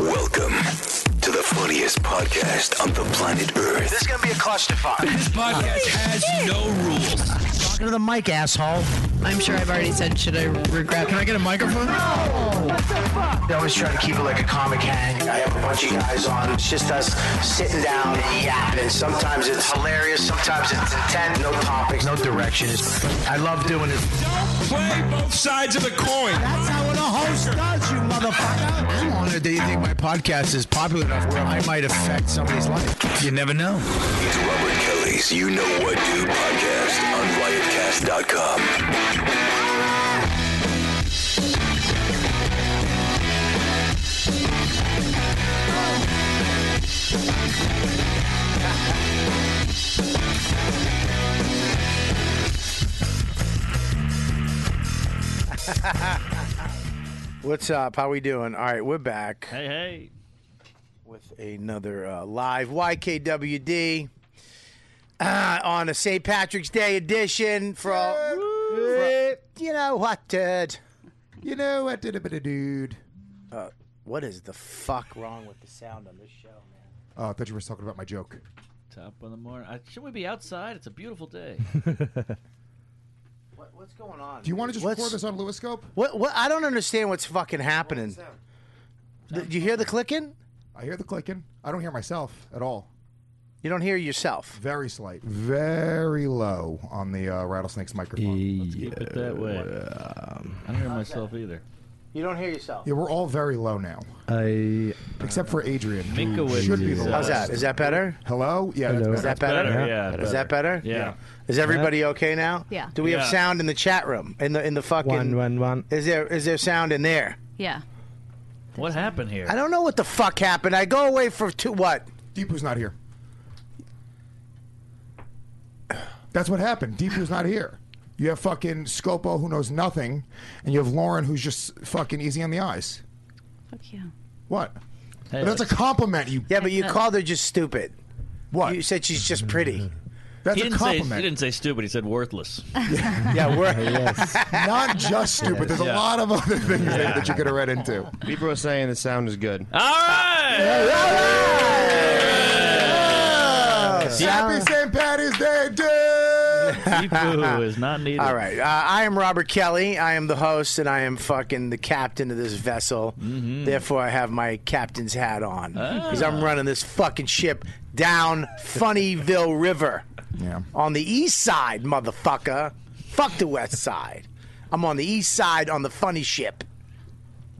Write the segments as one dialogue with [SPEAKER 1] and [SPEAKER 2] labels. [SPEAKER 1] Welcome to the funniest podcast on the planet Earth.
[SPEAKER 2] This is gonna be a clusterfuck.
[SPEAKER 3] This podcast has no rules.
[SPEAKER 4] Talking to the mic, asshole.
[SPEAKER 5] I'm sure I've already said, should I regret?
[SPEAKER 3] Can I get a microphone?
[SPEAKER 2] I always try to keep it like a comic hang. I have a bunch of guys on. It's just us sitting down and yapping. Sometimes it's hilarious. Sometimes it's intent. No topics. No directions. I love doing it.
[SPEAKER 3] Play both sides of the coin.
[SPEAKER 4] That's how a host does, you motherfucker.
[SPEAKER 6] I'm honored that you think my podcast is popular enough where I might affect somebody's life.
[SPEAKER 3] You never know.
[SPEAKER 1] It's Robert Kelly's You Know What Do podcast on riotcast.com.
[SPEAKER 7] What's up? How we doing? All right, we're back
[SPEAKER 8] Hey, hey.
[SPEAKER 7] with another uh, live YKWd uh, on a St. Patrick's Day edition for all. for- you know what, dude? Uh,
[SPEAKER 6] You know what did a bit of dude.
[SPEAKER 7] What is the fuck wrong with the sound on this show, man?
[SPEAKER 6] Oh, I thought you were talking about my joke.
[SPEAKER 8] Top of the morning. Uh, should we be outside? It's a beautiful day.
[SPEAKER 7] What, what's going on?
[SPEAKER 6] Do you want to just
[SPEAKER 7] What's-
[SPEAKER 6] record this on Lewiscope?
[SPEAKER 7] What, what? I don't understand what's fucking happening. Th- Do you hear the clicking?
[SPEAKER 6] I hear the clicking. I don't hear myself at all.
[SPEAKER 7] You don't hear yourself.
[SPEAKER 6] Very slight, very low on the uh, rattlesnake's microphone.
[SPEAKER 8] Let's keep it that way. I don't hear myself either.
[SPEAKER 7] You don't hear yourself.
[SPEAKER 6] Yeah, we're all very low now,
[SPEAKER 9] I
[SPEAKER 6] except for Adrian. who
[SPEAKER 8] Minkowitz
[SPEAKER 6] should be
[SPEAKER 8] is,
[SPEAKER 6] the
[SPEAKER 8] uh,
[SPEAKER 7] How's that? Is that better?
[SPEAKER 6] Hello? Yeah, that's
[SPEAKER 9] Hello.
[SPEAKER 7] Is
[SPEAKER 6] better.
[SPEAKER 7] that better?
[SPEAKER 8] better,
[SPEAKER 9] yeah,
[SPEAKER 7] Is that better?
[SPEAKER 8] Yeah.
[SPEAKER 7] Is everybody okay now?
[SPEAKER 5] Yeah.
[SPEAKER 7] Do we have
[SPEAKER 8] Yeah.
[SPEAKER 7] sound in the chat room? In the in the fucking
[SPEAKER 9] one one one.
[SPEAKER 7] Is there is there sound in there?
[SPEAKER 5] Yeah.
[SPEAKER 8] What happened here?
[SPEAKER 7] I don't know what the fuck happened. I go away for two what?
[SPEAKER 6] Deepu's not here. That's what happened. Deepu's not here. You have fucking Scopo who knows nothing, and you have Lauren who's just fucking easy on the eyes.
[SPEAKER 5] Fuck you.
[SPEAKER 6] What?
[SPEAKER 8] Hey,
[SPEAKER 6] That's a compliment. You.
[SPEAKER 7] Yeah, but you
[SPEAKER 5] know.
[SPEAKER 7] called her just stupid.
[SPEAKER 6] What?
[SPEAKER 7] You said she's just pretty.
[SPEAKER 6] That's
[SPEAKER 8] he
[SPEAKER 6] a
[SPEAKER 8] didn't say he
[SPEAKER 6] compliment.
[SPEAKER 8] didn't say stupid. He said worthless.
[SPEAKER 7] yeah, we're
[SPEAKER 6] Not just stupid. There's a
[SPEAKER 8] Yeah.
[SPEAKER 6] lot of other things that- that you could have read into.
[SPEAKER 9] People are saying the sound is good.
[SPEAKER 8] All right.
[SPEAKER 6] Happy St. Patty's Day, dude.
[SPEAKER 8] Deepu is not needed.
[SPEAKER 7] All right. Uh, I am Robert Kelly. I am the host, and I am fucking the captain of this vessel.
[SPEAKER 8] Mm-hmm.
[SPEAKER 7] Therefore, I have my captain's hat on
[SPEAKER 8] Ah.
[SPEAKER 7] because I'm running this fucking ship down Funnyville River
[SPEAKER 6] Yeah.
[SPEAKER 7] on the east side, motherfucker. Fuck the west side. I'm on the east side on the funny ship.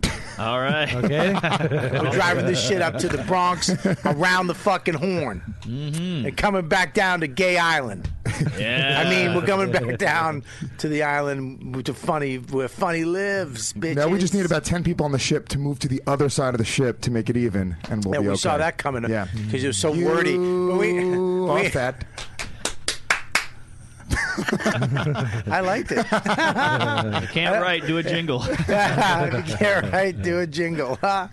[SPEAKER 8] All right.
[SPEAKER 9] Okay.
[SPEAKER 7] We're driving this shit up to the Bronx, around the fucking horn,
[SPEAKER 6] Mm-hmm.
[SPEAKER 7] and coming back down to Gay Island.
[SPEAKER 8] Yeah.
[SPEAKER 7] I mean, we're coming back down to the island to funny where funny lives, bitch.
[SPEAKER 6] Now we just need about ten people on the ship to move to the other side of the ship to make it even, and we'll
[SPEAKER 7] Yeah,
[SPEAKER 6] be
[SPEAKER 7] we
[SPEAKER 6] okay.
[SPEAKER 7] saw that coming up
[SPEAKER 6] Yeah.
[SPEAKER 7] because it was so
[SPEAKER 6] You
[SPEAKER 7] wordy. But we-
[SPEAKER 6] are
[SPEAKER 7] we-
[SPEAKER 6] fat.
[SPEAKER 7] I liked it.
[SPEAKER 8] can't write. Do a jingle.
[SPEAKER 7] yeah, right. Do a jingle. huh?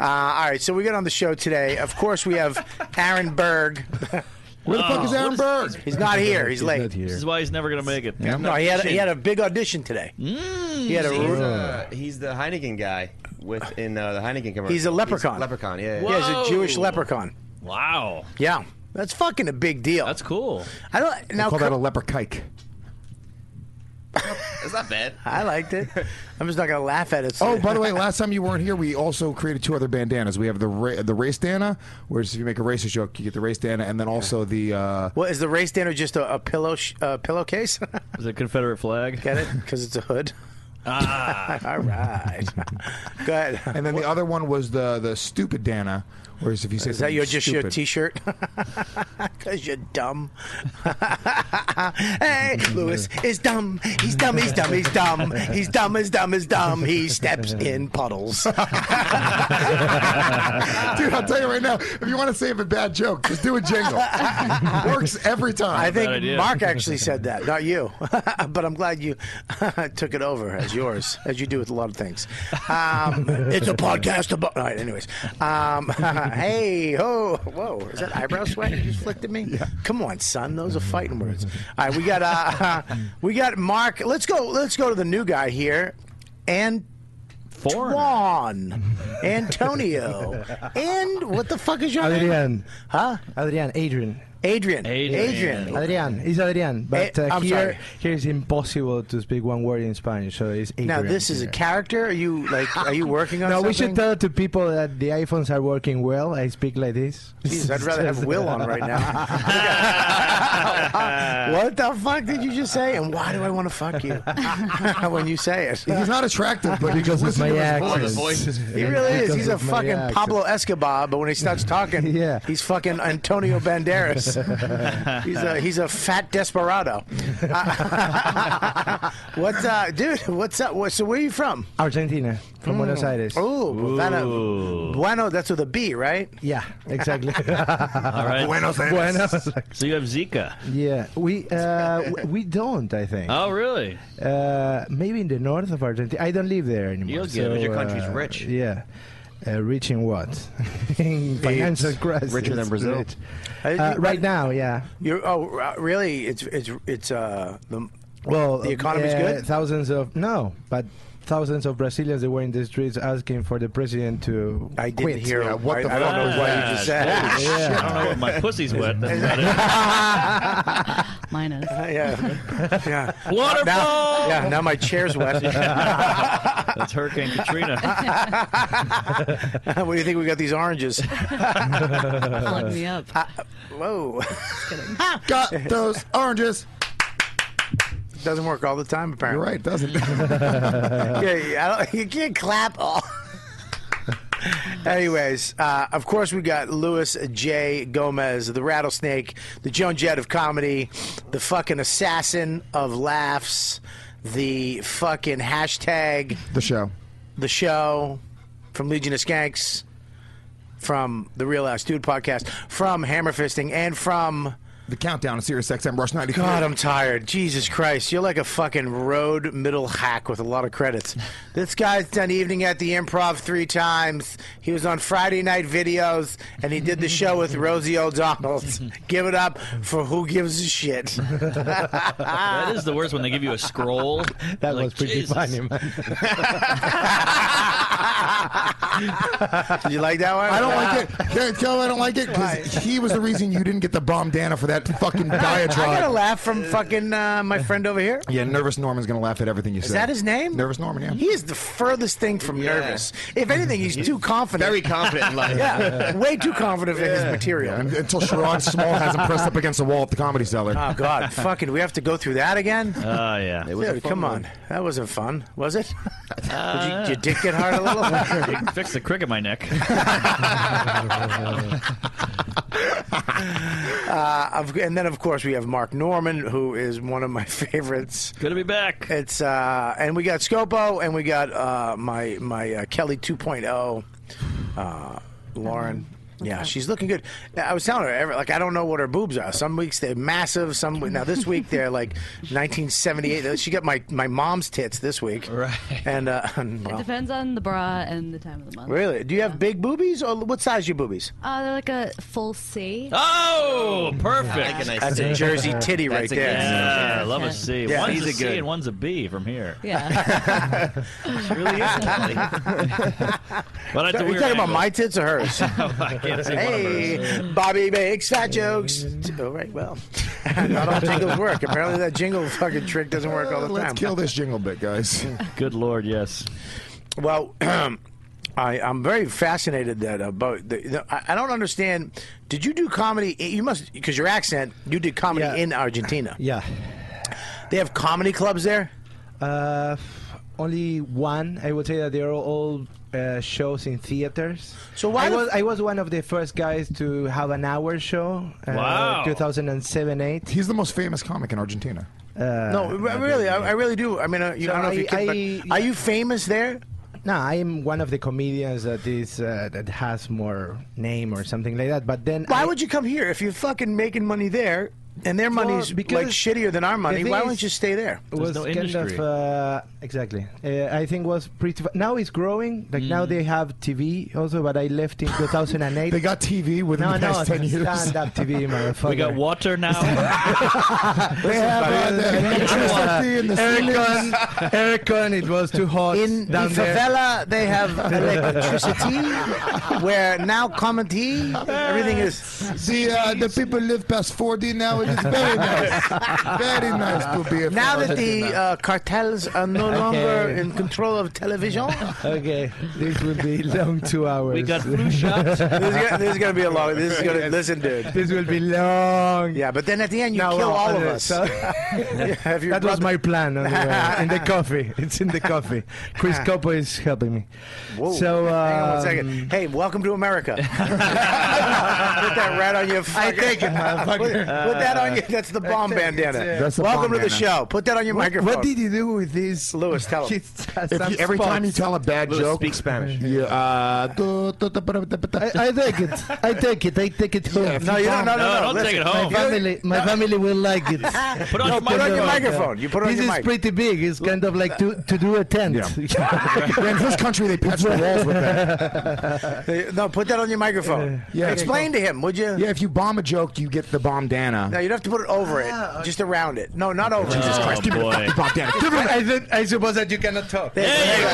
[SPEAKER 7] Uh, all right, so we got on the show today. Of course, we have Aaron Berg. Uh,
[SPEAKER 6] Where the fuck is Aaron Berg?
[SPEAKER 7] He's not here. He's late.
[SPEAKER 8] This is why he's never going to make it. He's
[SPEAKER 7] No,
[SPEAKER 8] not
[SPEAKER 7] he had he
[SPEAKER 8] shit. Mm,
[SPEAKER 7] had a big audition today. he had a.
[SPEAKER 9] He's, uh, he's the Heineken guy with in uh, the Heineken commercial.
[SPEAKER 7] He's a leprechaun.
[SPEAKER 9] leprechaun. Yeah.
[SPEAKER 7] Yeah, he's a Jewish
[SPEAKER 8] Whoa.
[SPEAKER 7] leprechaun.
[SPEAKER 8] Wow.
[SPEAKER 7] Yeah, that's fucking a big deal.
[SPEAKER 8] That's cool.
[SPEAKER 7] I don't now.
[SPEAKER 6] Call that
[SPEAKER 7] co-
[SPEAKER 6] a leper kike.
[SPEAKER 9] It's not bad.
[SPEAKER 7] I liked it. I'm just not gonna laugh at it.
[SPEAKER 6] Oh, by the way, last time you weren't here, we also created two other bandanas. We have the ra- the race dana, whereas if you make a racist joke, you get the race dana, and then also the uh,
[SPEAKER 7] what is the race dinner? Just a, a pillow sh- uh, pillowcase?
[SPEAKER 8] Is it a Confederate flag?
[SPEAKER 7] Get it? Because it's a hood.
[SPEAKER 8] Ah.
[SPEAKER 7] All right. Go ahead.
[SPEAKER 6] and then the other one was the the stupid dana, whereas if you say
[SPEAKER 7] Is that your
[SPEAKER 6] something
[SPEAKER 7] just your
[SPEAKER 6] stupid-
[SPEAKER 7] T-shirt? Because you're dumb. hey, Lewis is dumb. He's dumb. He's dumb. He's dumb. He's dumb. He's dumb. He's dumb. He steps in puddles.
[SPEAKER 6] Dude, I'll tell you right now, if you want to save a bad joke, just do a jingle. Works every time.
[SPEAKER 7] I think
[SPEAKER 8] idea.
[SPEAKER 7] Mark actually said that, not you. but I'm glad you took it over as yours, as you do with a lot of things. Um, it's a podcast about. All right, anyways. Um, Yeah. Hey, ho, whoa. Is that eyebrow sweat you just flicked at me? Come on, son. Those are fighting words. All right, we got uh, we got Mark. Let's go. Let's go to the new guy here, and Juan Antonio, and what the fuck is your name?
[SPEAKER 10] Adrian. Huh? Adrian. Adrian.
[SPEAKER 7] Adrian. Adrian.
[SPEAKER 10] Adrian. He's Adrian. But
[SPEAKER 7] Eh,
[SPEAKER 10] uh,
[SPEAKER 7] I'm
[SPEAKER 10] here,
[SPEAKER 7] sorry.
[SPEAKER 10] here it's impossible to speak one word in Spanish, so it's Adrian.
[SPEAKER 7] Now this is a character. Are you like? Are you working on?
[SPEAKER 10] No,
[SPEAKER 7] something?
[SPEAKER 10] we should tell to people that the iPhones are working well. I speak like this.
[SPEAKER 7] Jeez, I'd rather have Will on right now. what the fuck did you just say? And why do I want to fuck you when you say it?
[SPEAKER 6] He's not attractive, but
[SPEAKER 10] Because
[SPEAKER 6] just
[SPEAKER 10] of my
[SPEAKER 6] listen to his
[SPEAKER 10] accent.
[SPEAKER 6] voice.
[SPEAKER 7] He really is. He's a
[SPEAKER 10] Because of my
[SPEAKER 7] fucking
[SPEAKER 10] accent.
[SPEAKER 7] Pablo Escobar, but when he starts talking, he's fucking Antonio Banderas. he's a he's a fat desperado. Uh, what's uh, dude? What's up? What, so where are you from?
[SPEAKER 10] Argentina, from Buenos Aires.
[SPEAKER 7] Oh, Bueno, Bueno, that's with a B, right?
[SPEAKER 10] Yeah, exactly.
[SPEAKER 8] All right.
[SPEAKER 10] Buenos Aires.
[SPEAKER 8] So you have Zika.
[SPEAKER 10] Yeah, we uh, w- we don't. I think.
[SPEAKER 8] Oh, really?
[SPEAKER 10] Uh, maybe in the north of Argentina. I don't live there anymore.
[SPEAKER 8] You'll get it. Your country's
[SPEAKER 10] uh,
[SPEAKER 8] rich.
[SPEAKER 10] Yeah. Uh, rich in what? in financial
[SPEAKER 7] It's
[SPEAKER 10] crisis.
[SPEAKER 7] richer than Brazil.
[SPEAKER 10] rich.
[SPEAKER 7] Uh,
[SPEAKER 10] Uh,
[SPEAKER 7] you-
[SPEAKER 10] right now, yeah.
[SPEAKER 7] You're oh r- really? It's it's it's uh the
[SPEAKER 10] Well,
[SPEAKER 7] the economy's
[SPEAKER 10] uh,
[SPEAKER 7] good.
[SPEAKER 10] Thousands of no, but thousands of Brazilians they were in the streets asking for the president to. I
[SPEAKER 7] didn't hear Yeah, what I- the I don't fuck know was what you that? just said. Holy shit. I don't know if my pussy's wet, that's about
[SPEAKER 5] Mine is.
[SPEAKER 7] Uh, yeah. Yeah.
[SPEAKER 5] Waterfall!
[SPEAKER 7] Now, yeah. Now my chair's wet.
[SPEAKER 8] That's Hurricane Katrina.
[SPEAKER 7] what do you think we got these oranges?
[SPEAKER 5] Plug me up.
[SPEAKER 7] Uh, whoa.
[SPEAKER 6] Got those oranges.
[SPEAKER 7] Doesn't work all the time, apparently.
[SPEAKER 6] You're right, doesn't.
[SPEAKER 7] yeah, yeah, I don't- you can't clap all. Anyways, uh, of course, we got Louis J. Gomez, the rattlesnake, the Joan Jett of comedy, the fucking assassin of laughs, the fucking hashtag,
[SPEAKER 6] the show,
[SPEAKER 7] the show from Legion of Skanks, from the Real Ass Dude podcast, from Hammer Fisting, and from.
[SPEAKER 6] The countdown of Sirius XM Rush 93.
[SPEAKER 7] God, I'm tired. Jesus Christ, you're like a fucking road middle hack with a lot of credits. this guy's done Evening at the Improv three times. He was on Friday Night Videos, and he did the show with Rosie O'Donnell. Give it up for who gives a shit.
[SPEAKER 8] that is the worst when they give you a scroll.
[SPEAKER 10] That was pretty
[SPEAKER 8] Jesus.
[SPEAKER 10] funny. Man.
[SPEAKER 7] Did you like that one?
[SPEAKER 6] I don't like it. Can I tell I don't like it? Because he was the reason you didn't get the bomb Dana for that fucking
[SPEAKER 7] I got a
[SPEAKER 6] diatribe.
[SPEAKER 7] laugh from fucking uh, my friend over here.
[SPEAKER 6] Yeah, Nervous Norman's going to laugh at everything you
[SPEAKER 7] Is
[SPEAKER 6] said.
[SPEAKER 7] that his name?
[SPEAKER 6] Nervous Norman, yeah.
[SPEAKER 7] He is the furthest thing from
[SPEAKER 6] Yeah.
[SPEAKER 7] nervous. If anything, he's, too confident.
[SPEAKER 9] very confident in life.
[SPEAKER 7] yeah, way too confident in his material.
[SPEAKER 6] Yeah, and- until Sharon Small has him pressed up against the wall at the comedy cellar.
[SPEAKER 7] Oh God, fucking! We have to go through that again.
[SPEAKER 8] Oh, yeah.
[SPEAKER 7] Dude, come on, that wasn't fun, was it? Did you, your dick get hard a little?
[SPEAKER 8] Uh, You can fix the crick in my neck.
[SPEAKER 7] uh, of- and then, of course, we have Mark Norman, who is one of my favorites.
[SPEAKER 8] Good to be back.
[SPEAKER 7] It's uh, and we got Scopo, and we got uh, my my uh, Kelly 2.0, uh, Lauren. Yeah, she's looking good. I was telling her, every- like, I don't know what her boobs are. Some weeks they're massive. Some now this week they're like 1978. She got my, my mom's tits this week. Right. And uh,
[SPEAKER 11] It
[SPEAKER 7] well,
[SPEAKER 11] depends on the bra and the time of the month.
[SPEAKER 7] Really? Do you have big boobies, or what size your boobies?
[SPEAKER 11] Uh, they're like a full C.
[SPEAKER 8] Oh, perfect.
[SPEAKER 11] I like a nice
[SPEAKER 7] That's a Jersey titty
[SPEAKER 8] That's
[SPEAKER 7] right
[SPEAKER 8] a
[SPEAKER 7] there.
[SPEAKER 8] good
[SPEAKER 7] Yeah.
[SPEAKER 8] C. I love a C.
[SPEAKER 7] Yeah.
[SPEAKER 8] One's
[SPEAKER 7] He's
[SPEAKER 8] a
[SPEAKER 7] a
[SPEAKER 8] C
[SPEAKER 7] good-
[SPEAKER 8] and one's a B from here.
[SPEAKER 11] Yeah.
[SPEAKER 8] really is funny. but I
[SPEAKER 7] Are we talking about my tits or hers?
[SPEAKER 8] I can't say one of uh, hers.
[SPEAKER 7] hey, Bobby makes fat jokes. All right, well, not all jingles work. Apparently, that jingle fucking trick doesn't work all the
[SPEAKER 6] Let's
[SPEAKER 7] time.
[SPEAKER 6] kill this jingle bit, guys.
[SPEAKER 8] Good lord, yes.
[SPEAKER 7] Well, I, I'm very fascinated that about. The, the, I I don't understand. Did you do comedy? You must because your accent. You did comedy in Argentina.
[SPEAKER 10] Yeah.
[SPEAKER 7] They have comedy clubs there.
[SPEAKER 10] Uh, f- only one. I would say that they are all uh, shows in theaters.
[SPEAKER 7] So why
[SPEAKER 10] I
[SPEAKER 7] the
[SPEAKER 10] was
[SPEAKER 7] f-
[SPEAKER 10] I was one of the first guys to have an hour show. Uh,
[SPEAKER 6] Wow.
[SPEAKER 10] 2007 8.
[SPEAKER 6] He's the most famous comic in Argentina.
[SPEAKER 10] Uh,
[SPEAKER 7] No, re- really, I, I really do. I mean, uh, you,
[SPEAKER 10] So
[SPEAKER 7] I don't know if
[SPEAKER 10] I-
[SPEAKER 7] you kid,
[SPEAKER 10] I-
[SPEAKER 7] but are you famous there?
[SPEAKER 10] No, I'm one of the comedians that is uh, that has more name or something like that. But then
[SPEAKER 7] Why
[SPEAKER 10] I-
[SPEAKER 7] would you come here if you're fucking making money there? And their
[SPEAKER 10] Well,
[SPEAKER 7] money's like
[SPEAKER 10] because
[SPEAKER 7] shittier than our
[SPEAKER 10] the
[SPEAKER 7] money.
[SPEAKER 10] thing
[SPEAKER 7] Why
[SPEAKER 10] is,
[SPEAKER 7] don't you stay there?
[SPEAKER 10] It was kind of uh, exactly. Uh, I think was pretty. Fa- now it's growing. Like
[SPEAKER 12] Mm.
[SPEAKER 10] now they have TV also, but I left in 2008. they
[SPEAKER 6] got TV within
[SPEAKER 10] no,
[SPEAKER 6] the past
[SPEAKER 10] no,
[SPEAKER 6] 10 years.
[SPEAKER 10] Stand-up TV, motherfucker.
[SPEAKER 12] We got water now.
[SPEAKER 10] They have uh, electricity in the aircon. Aircon. It was too hot
[SPEAKER 7] In the
[SPEAKER 10] down there.
[SPEAKER 7] favela, they have electricity, where now common tea, everything is.
[SPEAKER 6] The uh, the people live past 40 now. It is very nice. very nice to be a
[SPEAKER 7] Now that the
[SPEAKER 6] Filipino.
[SPEAKER 7] uh, cartels are no
[SPEAKER 10] Okay.
[SPEAKER 7] longer in control of television,
[SPEAKER 10] Okay, this will be long two hours. We got flu
[SPEAKER 7] this, is gonna, this is gonna be a long. This is gonna listen, dude.
[SPEAKER 10] This will be long.
[SPEAKER 7] Yeah, but then at the end you
[SPEAKER 10] No,
[SPEAKER 7] kill
[SPEAKER 10] no,
[SPEAKER 7] all of
[SPEAKER 10] uh,
[SPEAKER 7] us.
[SPEAKER 10] so-
[SPEAKER 7] Have your
[SPEAKER 10] that was
[SPEAKER 7] brother-
[SPEAKER 10] my plan anyway. in the coffee. It's in the coffee. Chris Coppo is helping me.
[SPEAKER 7] Whoa.
[SPEAKER 10] So
[SPEAKER 7] Hang on one
[SPEAKER 10] um,
[SPEAKER 7] second. Hey, welcome to America. Put that rat on your.
[SPEAKER 10] I
[SPEAKER 7] fucking-
[SPEAKER 10] take it, motherfucker.
[SPEAKER 7] Put, put that on your. That's the
[SPEAKER 10] I
[SPEAKER 7] bomb
[SPEAKER 10] take it,
[SPEAKER 7] bandana.
[SPEAKER 10] yeah. That's the
[SPEAKER 7] welcome
[SPEAKER 10] bomb
[SPEAKER 7] to the
[SPEAKER 10] bandana.
[SPEAKER 7] show. Put that on your
[SPEAKER 10] What-
[SPEAKER 7] microphone.
[SPEAKER 10] What did you do with this?
[SPEAKER 7] Lewis, tell him.
[SPEAKER 6] If you, every time you tell a bad
[SPEAKER 10] Louis,
[SPEAKER 6] joke,
[SPEAKER 10] speak Spanish.
[SPEAKER 6] Yeah, uh, do- do- do- do- do- do-
[SPEAKER 10] I, I take it. I take it. I take it home.
[SPEAKER 6] if No, you you don't-
[SPEAKER 7] don't- no, no, no, no, don't listen. take it home.
[SPEAKER 10] My family, my family will like it.
[SPEAKER 7] Put on
[SPEAKER 10] because,
[SPEAKER 7] your microphone.
[SPEAKER 10] uh,
[SPEAKER 7] microphone. You put it on
[SPEAKER 10] this
[SPEAKER 7] your
[SPEAKER 10] is
[SPEAKER 7] mic.
[SPEAKER 10] pretty big. It's kind of like to, to do a tent.
[SPEAKER 6] Yeah, in this country, they patch the walls with that.
[SPEAKER 7] Uh, No, put that on your microphone.
[SPEAKER 6] Yeah.
[SPEAKER 7] Explain to him, would you?
[SPEAKER 6] Yeah, if you bomb a joke, you get the bomb dana.
[SPEAKER 7] No, you'd have to put it over it,
[SPEAKER 10] Ah,
[SPEAKER 7] just around it. No, not over
[SPEAKER 6] Jesus
[SPEAKER 7] it.
[SPEAKER 6] Christ, give me
[SPEAKER 10] Oh,
[SPEAKER 6] the fucking bomb dana. Give me
[SPEAKER 10] I, thi- I suppose that you cannot talk.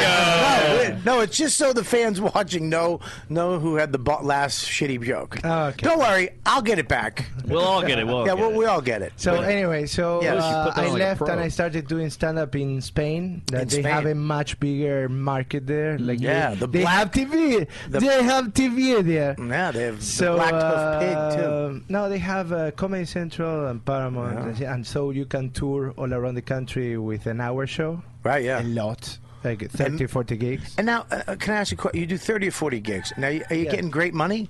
[SPEAKER 7] No, it- no, it's just so the fans watching know know who had the bo- last shitty joke.
[SPEAKER 10] Ah,
[SPEAKER 7] Don't worry, I'll get it back.
[SPEAKER 12] We'll all get it. We'll all
[SPEAKER 7] yeah,
[SPEAKER 12] get
[SPEAKER 7] we'll,
[SPEAKER 12] it.
[SPEAKER 7] we all get it.
[SPEAKER 10] So anyway, so
[SPEAKER 7] Yeah,
[SPEAKER 10] uh,
[SPEAKER 7] you put that
[SPEAKER 10] I
[SPEAKER 7] on like a
[SPEAKER 10] left
[SPEAKER 7] pro.
[SPEAKER 10] and I started doing stand up in Spain. That
[SPEAKER 7] In
[SPEAKER 10] they
[SPEAKER 7] Spain. Mm,
[SPEAKER 10] have a much bigger market there. Like
[SPEAKER 7] Yeah,
[SPEAKER 10] they,
[SPEAKER 7] the
[SPEAKER 10] they
[SPEAKER 7] black-
[SPEAKER 10] have TV.
[SPEAKER 7] the-
[SPEAKER 10] they have TV there.
[SPEAKER 7] Yeah, they have
[SPEAKER 10] So
[SPEAKER 7] the black Tough pig too.
[SPEAKER 10] um, no, they have uh, Comedy Central and Paramount, and, and so you can tour all around the country with an hour show.
[SPEAKER 7] Right? Yeah.
[SPEAKER 10] A lot, like 30, 40 gigs.
[SPEAKER 7] And now, uh, uh, can I ask you? a que- You do thirty or forty gigs. Now, you- are you
[SPEAKER 10] Yeah.
[SPEAKER 7] getting great money?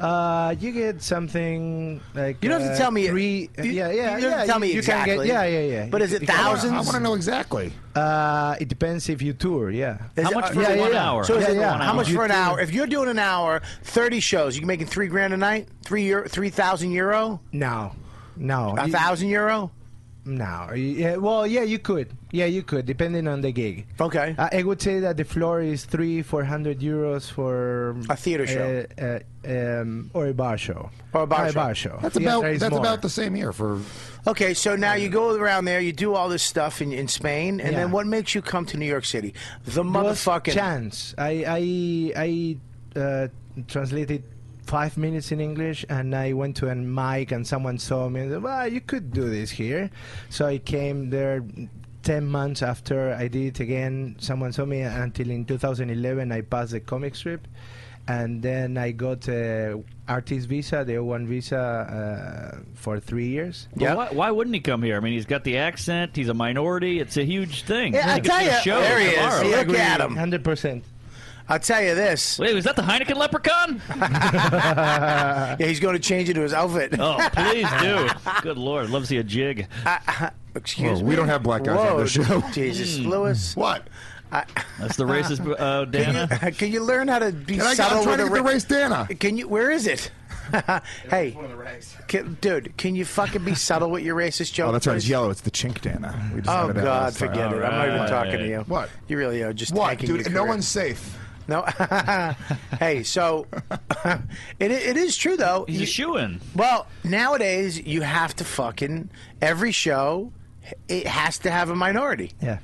[SPEAKER 10] Uh, you get something like
[SPEAKER 7] You don't have
[SPEAKER 10] uh,
[SPEAKER 7] to tell me.
[SPEAKER 10] Three,
[SPEAKER 7] you,
[SPEAKER 10] yeah, yeah,
[SPEAKER 7] You don't have
[SPEAKER 10] yeah.
[SPEAKER 7] to tell me
[SPEAKER 10] you, you can
[SPEAKER 7] exactly.
[SPEAKER 10] get- yeah, yeah, yeah.
[SPEAKER 7] But
[SPEAKER 10] You
[SPEAKER 7] is
[SPEAKER 10] ca-
[SPEAKER 7] it
[SPEAKER 10] you can-
[SPEAKER 7] thousands?
[SPEAKER 6] I want to know exactly.
[SPEAKER 10] Uh, it depends if you tour. Yeah.
[SPEAKER 7] Is it- uh,
[SPEAKER 10] yeah, yeah, yeah.
[SPEAKER 7] So is
[SPEAKER 10] yeah,
[SPEAKER 7] it-
[SPEAKER 10] yeah.
[SPEAKER 7] how much
[SPEAKER 10] You
[SPEAKER 7] for an
[SPEAKER 10] tour-
[SPEAKER 7] hour? If you're doing an hour, thirty shows, you making three grand a night, three euro, three thousand euro,
[SPEAKER 10] No, no.
[SPEAKER 7] a
[SPEAKER 10] You-
[SPEAKER 7] thousand euro.
[SPEAKER 10] No. Yeah, well, yeah, you could. Yeah, you could, depending on the gig. Uh,
[SPEAKER 7] Okay.
[SPEAKER 10] I I would say that the floor is three, four hundred euros for
[SPEAKER 7] A theater show.
[SPEAKER 10] uh, uh, um, or a bar show,
[SPEAKER 7] Or a bar show.
[SPEAKER 10] show.
[SPEAKER 6] That's
[SPEAKER 10] Theater
[SPEAKER 6] about
[SPEAKER 10] is
[SPEAKER 6] that's
[SPEAKER 10] more.
[SPEAKER 6] about the same here for.
[SPEAKER 7] Okay, so now you go around there, you do all this stuff in, in Spain, and then
[SPEAKER 10] Yeah.
[SPEAKER 7] what makes you come to New York City? The
[SPEAKER 10] was
[SPEAKER 7] motherfucking
[SPEAKER 10] chance. I I I uh, translated five minutes in English, and I went to a mic, and someone saw me. and said, Well, you could do this here, so I came there. Ten months after I did it again, someone saw me. Until in 2011, I passed the comic strip, and then I got a artist visa, the O1 visa, uh, for three years.
[SPEAKER 12] But Why, why wouldn't he come here? I mean, he's got the accent. He's a minority. It's a huge thing.
[SPEAKER 10] Yeah, I
[SPEAKER 12] He could
[SPEAKER 10] tell
[SPEAKER 12] do a
[SPEAKER 10] ya,
[SPEAKER 12] show
[SPEAKER 7] there he is.
[SPEAKER 12] tomorrow.
[SPEAKER 7] Look Agree. at him.
[SPEAKER 10] Hundred percent.
[SPEAKER 7] I'll tell you this.
[SPEAKER 12] Wait, was that the Heineken leprechaun?
[SPEAKER 7] Yeah, he's going to change into his outfit.
[SPEAKER 12] Oh, please do. Good lord, love to see a jig.
[SPEAKER 7] Excuse
[SPEAKER 6] Whoa,
[SPEAKER 7] me.
[SPEAKER 6] we don't have black guys on
[SPEAKER 7] Whoa,
[SPEAKER 6] this show.
[SPEAKER 7] Jesus,
[SPEAKER 12] Mm.
[SPEAKER 7] Lewis.
[SPEAKER 6] What?
[SPEAKER 12] That's the racist uh, Dana.
[SPEAKER 7] Can you learn how to be
[SPEAKER 6] And I,
[SPEAKER 7] subtle
[SPEAKER 6] I'm trying
[SPEAKER 7] with
[SPEAKER 6] to
[SPEAKER 7] a
[SPEAKER 6] get the
[SPEAKER 7] ra-
[SPEAKER 6] race dana.
[SPEAKER 7] Can you? Where is it? hey, can, dude, can you fucking be subtle with your racist joke?
[SPEAKER 6] Oh, that's right. It's
[SPEAKER 7] please?
[SPEAKER 6] yellow. It's the chink dana. We
[SPEAKER 7] Oh
[SPEAKER 6] decided that
[SPEAKER 7] God,
[SPEAKER 6] last time.
[SPEAKER 7] forget it. I'm not even talking to you.
[SPEAKER 6] What?
[SPEAKER 7] You really are just
[SPEAKER 6] What,
[SPEAKER 7] tanking
[SPEAKER 6] dude?
[SPEAKER 7] your
[SPEAKER 6] No
[SPEAKER 7] career.
[SPEAKER 6] one's safe.
[SPEAKER 7] No. hey, so it, it is true though.
[SPEAKER 12] He's a shoe in.
[SPEAKER 7] Well, nowadays you have to fucking every show it has to have a minority.
[SPEAKER 10] Yeah.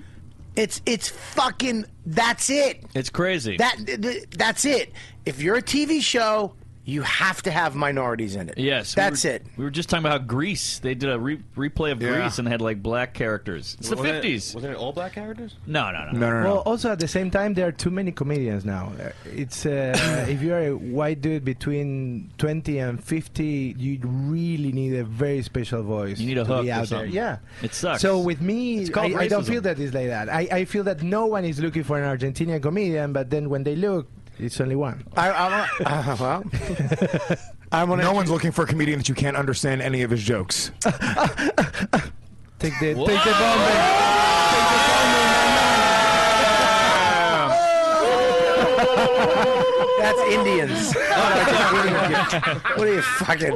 [SPEAKER 7] It's it's fucking that's it.
[SPEAKER 12] It's crazy.
[SPEAKER 7] That th- that's it. If you're a TV show, you have to have minorities in it.
[SPEAKER 12] Yes, we
[SPEAKER 7] That's
[SPEAKER 12] were-
[SPEAKER 7] it.
[SPEAKER 12] We were just talking about how Greece. They did a re- replay of
[SPEAKER 6] Yeah.
[SPEAKER 12] Greece and had like black characters. It's the
[SPEAKER 9] Wasn't it-
[SPEAKER 12] fifties.
[SPEAKER 9] Wasn't it all black characters?
[SPEAKER 12] No, no, no.
[SPEAKER 6] No, no, no.
[SPEAKER 10] Well, also at the same time, there are too many comedians now. Uh, It's uh, if you're a white dude between twenty and fifty, you really need a very special voice.
[SPEAKER 12] You need a
[SPEAKER 10] to
[SPEAKER 12] hook
[SPEAKER 10] be
[SPEAKER 12] or
[SPEAKER 10] out
[SPEAKER 12] something.
[SPEAKER 10] there. Yeah,
[SPEAKER 12] It sucks.
[SPEAKER 10] So with me,
[SPEAKER 12] It's called
[SPEAKER 10] I, I don't
[SPEAKER 12] racism.
[SPEAKER 10] feel that it's like that. I, I feel that no one is looking for an Argentinian comedian, but then when they look, it's only one.
[SPEAKER 7] I, I,
[SPEAKER 6] uh,
[SPEAKER 7] I, well, I want
[SPEAKER 6] No one's looking for a comedian that you can't understand any of his jokes.
[SPEAKER 10] Take the
[SPEAKER 12] Whoa!
[SPEAKER 10] take the bomb.
[SPEAKER 7] That's Indians. what are you fucking?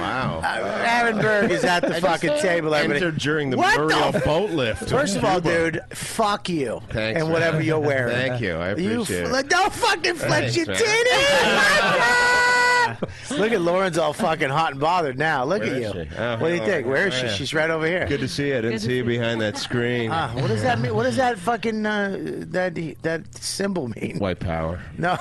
[SPEAKER 13] Wow.
[SPEAKER 7] Aaron Berg Uh, is at the
[SPEAKER 13] I just
[SPEAKER 7] fucking table. everybody.
[SPEAKER 13] Entered during the
[SPEAKER 7] What
[SPEAKER 13] Muriel
[SPEAKER 7] the f-
[SPEAKER 13] boat lift.
[SPEAKER 7] First of all,
[SPEAKER 13] Cuba.
[SPEAKER 7] dude, fuck you
[SPEAKER 13] Thanks,
[SPEAKER 7] and
[SPEAKER 13] man.
[SPEAKER 7] whatever you're wearing.
[SPEAKER 13] Thank you. I appreciate
[SPEAKER 7] f-
[SPEAKER 13] it.
[SPEAKER 7] like, Don't fucking flex
[SPEAKER 13] Thanks,
[SPEAKER 7] your
[SPEAKER 13] man.
[SPEAKER 7] titties. Look at Lauren's all fucking hot and bothered now. Look
[SPEAKER 13] Where
[SPEAKER 7] at
[SPEAKER 13] is
[SPEAKER 7] you.
[SPEAKER 13] she? Oh,
[SPEAKER 7] what do you
[SPEAKER 13] oh,
[SPEAKER 7] think? Where is
[SPEAKER 13] oh,
[SPEAKER 7] she?
[SPEAKER 13] yeah.
[SPEAKER 7] She's right over here.
[SPEAKER 13] Good to see you. I didn't see you behind that screen.
[SPEAKER 7] Uh, what does that mean? What does that fucking uh, that that symbol mean?
[SPEAKER 13] White power.
[SPEAKER 7] No.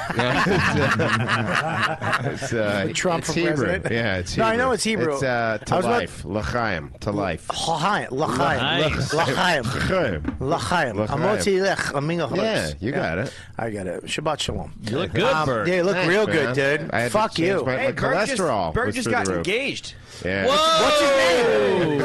[SPEAKER 13] It's, uh,
[SPEAKER 7] With Trump
[SPEAKER 13] it's
[SPEAKER 7] for
[SPEAKER 13] Hebrew.
[SPEAKER 7] president?
[SPEAKER 13] Yeah, it's
[SPEAKER 7] No,
[SPEAKER 13] Hebrew.
[SPEAKER 7] I know it's Hebrew.
[SPEAKER 13] It's uh, to
[SPEAKER 7] I was about-
[SPEAKER 13] life. L'chaim. To life.
[SPEAKER 7] L'chaim. L'chaim.
[SPEAKER 13] Nice.
[SPEAKER 7] L'chaim.
[SPEAKER 13] L'chaim.
[SPEAKER 7] L'chaim.
[SPEAKER 13] L'chaim.
[SPEAKER 7] Amotzi lech. Aminga chutz.
[SPEAKER 13] Yeah, you got it.
[SPEAKER 7] I got it. Shabbat shalom.
[SPEAKER 13] You look good,
[SPEAKER 9] Um,
[SPEAKER 13] Bert.
[SPEAKER 7] Yeah, you look
[SPEAKER 13] Thanks,
[SPEAKER 7] real
[SPEAKER 13] man.
[SPEAKER 7] good, dude.
[SPEAKER 13] I had to
[SPEAKER 7] Fuck
[SPEAKER 13] change
[SPEAKER 7] you.
[SPEAKER 13] my- my Hey, Bert just- cholesterol Bert was just through got the roof.
[SPEAKER 14] engaged.
[SPEAKER 13] Yeah.
[SPEAKER 14] Whoa! What's his name?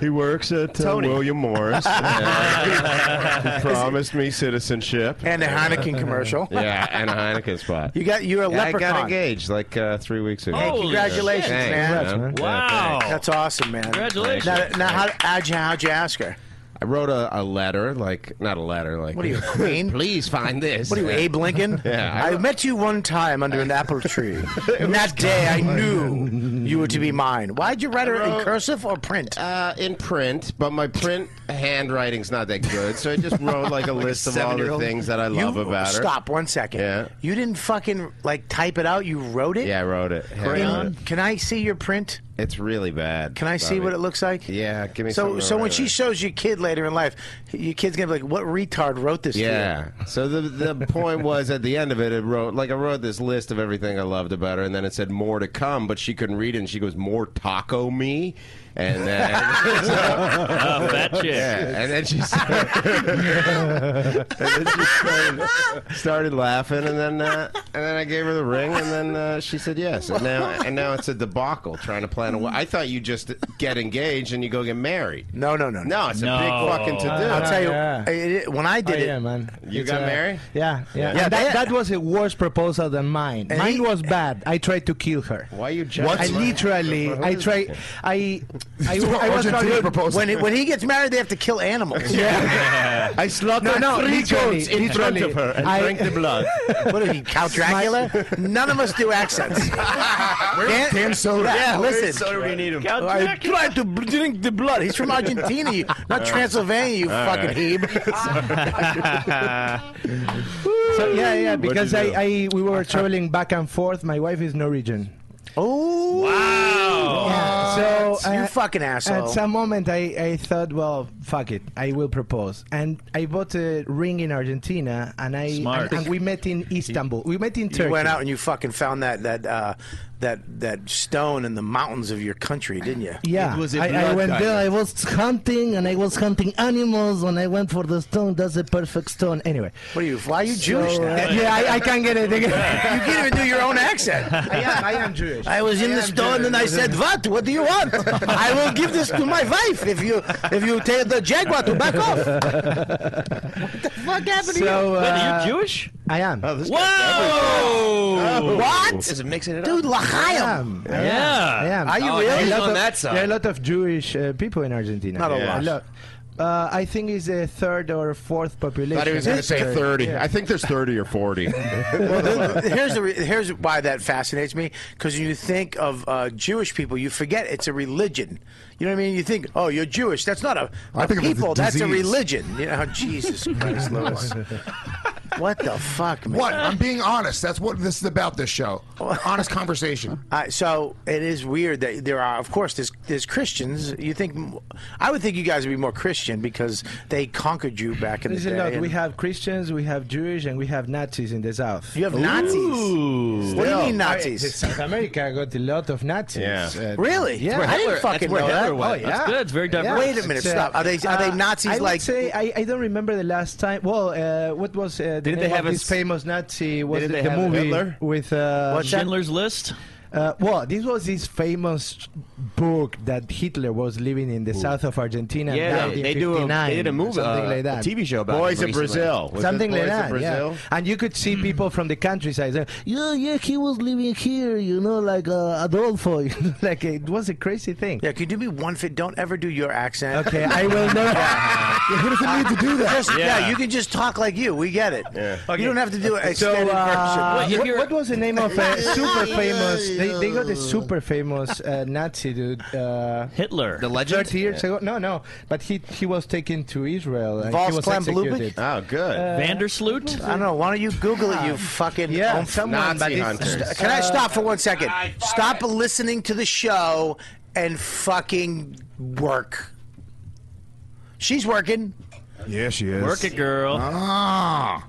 [SPEAKER 13] He works at uh, William Morris. And he promised me citizenship
[SPEAKER 7] And a Heineken commercial.
[SPEAKER 13] Yeah, and a Heineken spot.
[SPEAKER 7] You got- you're a
[SPEAKER 13] yeah, I
[SPEAKER 7] leprechaun.
[SPEAKER 13] got engaged like uh, three weeks ago.
[SPEAKER 7] Hey, congratulations,
[SPEAKER 13] Thanks,
[SPEAKER 7] man.
[SPEAKER 13] Yeah, thanks.
[SPEAKER 7] That's awesome, man.
[SPEAKER 13] Congratulations.
[SPEAKER 7] Now, now how, how'd, you, how'd you ask her?
[SPEAKER 13] I wrote a, a letter, like not a letter, like
[SPEAKER 7] What are you, a queen?
[SPEAKER 13] Please find this.
[SPEAKER 7] What are you,
[SPEAKER 13] Yeah.
[SPEAKER 7] Abe Lincoln?
[SPEAKER 13] Yeah,
[SPEAKER 7] I, met you one time under an apple tree. And that day, I knew you were to be mine. Why'd you write her in
[SPEAKER 13] wrote-
[SPEAKER 7] cursive or print?
[SPEAKER 13] Uh, in print, but my print handwriting's not that good, so I just wrote like a
[SPEAKER 7] Like a
[SPEAKER 13] list of all the
[SPEAKER 7] seven-year-old.
[SPEAKER 13] things that I
[SPEAKER 7] You-
[SPEAKER 13] love about her.
[SPEAKER 7] Stop one second.
[SPEAKER 13] Yeah.
[SPEAKER 7] You didn't fucking like type it out. You wrote it.
[SPEAKER 13] Yeah, I wrote it. Yeah, I wrote
[SPEAKER 7] Can,
[SPEAKER 13] it.
[SPEAKER 7] can I see your print?
[SPEAKER 13] It's really bad.
[SPEAKER 7] Can I see what it looks like?
[SPEAKER 13] Yeah, give me
[SPEAKER 7] So,
[SPEAKER 13] something to
[SPEAKER 7] so when
[SPEAKER 13] write
[SPEAKER 7] she
[SPEAKER 13] with.
[SPEAKER 7] shows your kid later in life, your kid's gonna be like, "What retard wrote this?" to you?"
[SPEAKER 13] Yeah. So the the point was at the end of it, it wrote like I wrote this list of everything I loved about her, and then it said more to come, but she couldn't read it. and She goes more taco me, and then
[SPEAKER 12] Oh, fat chick.
[SPEAKER 13] Yeah, and then she started, and then she started, started laughing, and then uh, and then I gave her the ring, and then uh, she said yes, and now and now it's a debacle trying to plan a we- I thought you just get engaged and you go get married.
[SPEAKER 7] No, no, no,
[SPEAKER 13] no. It's a big fucking to do.
[SPEAKER 7] I'll tell you,
[SPEAKER 10] Yeah.
[SPEAKER 7] it- it- when I did
[SPEAKER 10] Oh,
[SPEAKER 7] it,
[SPEAKER 10] yeah, man.
[SPEAKER 13] You
[SPEAKER 10] It's
[SPEAKER 13] got
[SPEAKER 10] a-
[SPEAKER 13] married?
[SPEAKER 10] Yeah, yeah.
[SPEAKER 7] Yeah,
[SPEAKER 10] And that, that was a worse proposal than mine.
[SPEAKER 7] And
[SPEAKER 10] mine
[SPEAKER 7] he-
[SPEAKER 10] was bad. I tried to kill her.
[SPEAKER 13] Why you
[SPEAKER 10] I literally, I tried, I, I, I was not good.
[SPEAKER 7] When, he- when he gets married, they have to kill animals.
[SPEAKER 13] Yeah. I slaughtered three
[SPEAKER 10] literally,
[SPEAKER 13] goats in front
[SPEAKER 10] literally.
[SPEAKER 13] of her and
[SPEAKER 10] I-
[SPEAKER 13] drank the blood.
[SPEAKER 7] What are you, Count Dracula? None of us do accents. Dan,
[SPEAKER 13] Soder?
[SPEAKER 7] Yeah,
[SPEAKER 13] Where's
[SPEAKER 7] listen.
[SPEAKER 13] Soder when you need him? Count
[SPEAKER 7] I tried to bl- drink the blood. He's from Argentina, you- not Transylvania, you
[SPEAKER 13] All
[SPEAKER 7] fucking
[SPEAKER 13] right.
[SPEAKER 7] heeb.
[SPEAKER 10] So, yeah, yeah,
[SPEAKER 13] What'd you
[SPEAKER 10] because I,
[SPEAKER 13] do?
[SPEAKER 10] I, we were traveling back and forth. My wife is Norwegian. Oh wow! So uh,
[SPEAKER 7] You fucking asshole.
[SPEAKER 10] At some moment, I, I thought, well, fuck it, I will propose, and I bought a ring in Argentina, and I
[SPEAKER 7] Smart.
[SPEAKER 10] and, and we met in Istanbul. We met in Turkey.
[SPEAKER 7] You went out and you fucking found that that uh, that that stone in the mountains of your country, didn't you?
[SPEAKER 10] Yeah, I, I went there. I was hunting, and I was hunting animals. When I went for the stone, that's a perfect stone. Anyway,
[SPEAKER 7] What are you? Why are you
[SPEAKER 10] So,
[SPEAKER 7] Jewish?
[SPEAKER 10] uh,
[SPEAKER 7] now?
[SPEAKER 10] yeah, I- I can't get it.
[SPEAKER 7] you can't even do your own accent.
[SPEAKER 10] I am, I am Jewish.
[SPEAKER 7] I was in the stone and I said, "What? What do you want? I will give this to my wife if you if you tell the jaguar to back off." What the fuck happened to you?
[SPEAKER 10] So, uh,
[SPEAKER 12] Jewish?
[SPEAKER 10] I am.
[SPEAKER 7] Oh,
[SPEAKER 12] Whoa!
[SPEAKER 7] What?
[SPEAKER 14] Just mixing it up.
[SPEAKER 7] Dude, L'chaim.
[SPEAKER 10] I am. I am.
[SPEAKER 7] Are you
[SPEAKER 14] Oh,
[SPEAKER 7] really?
[SPEAKER 10] There are
[SPEAKER 14] he's
[SPEAKER 10] a lot
[SPEAKER 14] on
[SPEAKER 10] of-
[SPEAKER 14] that side.
[SPEAKER 10] There are a lot of Jewish uh, people in Argentina.
[SPEAKER 7] Not a Yeah. lot.
[SPEAKER 10] Uh, I think it's the third or fourth population.
[SPEAKER 13] Thought he was going to say
[SPEAKER 10] after-
[SPEAKER 13] 30.
[SPEAKER 10] yeah.
[SPEAKER 13] I think there's 30 or 40.
[SPEAKER 7] well, th- th-
[SPEAKER 10] uh,
[SPEAKER 7] here's the re- here's why that fascinates me because when you think of uh, Jewish people, you forget it's a religion. You know what I mean? You think, oh, you're Jewish. That's not a,
[SPEAKER 13] I
[SPEAKER 7] a
[SPEAKER 13] think of it as a
[SPEAKER 7] people. That's a
[SPEAKER 13] disease.
[SPEAKER 7] religion. You know, Jesus Christ, Louis. what the fuck, man?
[SPEAKER 6] What? I'm being honest. That's what this is about. This show, honest conversation.
[SPEAKER 7] Uh, so it is weird that there are, of course, there's, there's Christians. You think, I would think you guys would be more Christian because they conquered you back in the
[SPEAKER 10] There's
[SPEAKER 7] day.
[SPEAKER 10] a lot.
[SPEAKER 7] and-
[SPEAKER 10] We have Christians, we have Jewish, and we have Nazis in the South.
[SPEAKER 7] You have Nazis?
[SPEAKER 10] Ooh.
[SPEAKER 7] What do you
[SPEAKER 10] Still.
[SPEAKER 7] mean Nazis?
[SPEAKER 10] I- South America got a lot of Nazis. Uh,
[SPEAKER 13] Yeah.
[SPEAKER 7] Really?
[SPEAKER 10] Yeah. Oh,
[SPEAKER 7] I didn't fucking know that.
[SPEAKER 12] That's good. It's very
[SPEAKER 10] Yeah.
[SPEAKER 12] diverse.
[SPEAKER 7] Wait a minute,
[SPEAKER 10] It's, uh,
[SPEAKER 7] stop. Are they are
[SPEAKER 10] uh,
[SPEAKER 7] they Nazis
[SPEAKER 10] I would
[SPEAKER 7] like?
[SPEAKER 10] say I, I don't remember the last time. Well, uh, what was uh, the
[SPEAKER 12] Didn't
[SPEAKER 10] name
[SPEAKER 12] they have
[SPEAKER 10] of
[SPEAKER 12] a
[SPEAKER 10] this
[SPEAKER 12] s-
[SPEAKER 10] famous Nazi? Was
[SPEAKER 12] didn't they
[SPEAKER 10] the, the
[SPEAKER 12] have a
[SPEAKER 10] movie
[SPEAKER 12] Hitler?
[SPEAKER 10] with uh,
[SPEAKER 12] Schindler's List?
[SPEAKER 10] Uh, well, this was this famous book that Hitler was living in the south of Argentina. in
[SPEAKER 9] Yeah, they- they do a-
[SPEAKER 10] 1959,
[SPEAKER 9] they did a movie,
[SPEAKER 10] something
[SPEAKER 9] uh,
[SPEAKER 10] like that,
[SPEAKER 9] a TV show about Boys it of recently. Brazil. Was it
[SPEAKER 10] something like
[SPEAKER 9] Boys of
[SPEAKER 10] that.
[SPEAKER 9] Brazil?
[SPEAKER 10] Yeah, and you could see people from the countryside. saying, Yeah, yeah, he was living here, you know, like uh, Adolfo. like it was a crazy thing.
[SPEAKER 7] Yeah, could you do me one fit? Don't ever do your accent.
[SPEAKER 10] Okay, I will never.
[SPEAKER 7] Who doesn't need to do
[SPEAKER 10] that?
[SPEAKER 7] yeah.
[SPEAKER 10] Yeah.
[SPEAKER 7] you can just talk like you. We get it.
[SPEAKER 10] Okay.
[SPEAKER 7] You don't have to do an
[SPEAKER 10] So,
[SPEAKER 7] extended
[SPEAKER 10] uh,
[SPEAKER 7] version.
[SPEAKER 10] what, what was the name of a super famous? They, they got a super famous uh, Nazi dude, uh,
[SPEAKER 12] Hitler.
[SPEAKER 10] The legend. Thirty years ago, no, no, but he he was taken to Israel. And he
[SPEAKER 7] Voss
[SPEAKER 10] was
[SPEAKER 7] Klein Blubick?
[SPEAKER 10] executed. Uh,
[SPEAKER 13] Oh, good.
[SPEAKER 12] Vandersloot.
[SPEAKER 7] I don't know. Why don't you Google it, you fucking
[SPEAKER 10] Yeah,
[SPEAKER 7] oaf.
[SPEAKER 10] someone, Nazi but it's- hunters.
[SPEAKER 7] Can I
[SPEAKER 10] Uh,
[SPEAKER 7] stop for one second? Stop listening to the show and fucking work. She's working.
[SPEAKER 6] Yeah, she is.
[SPEAKER 7] Work it,
[SPEAKER 12] girl.
[SPEAKER 7] Ah.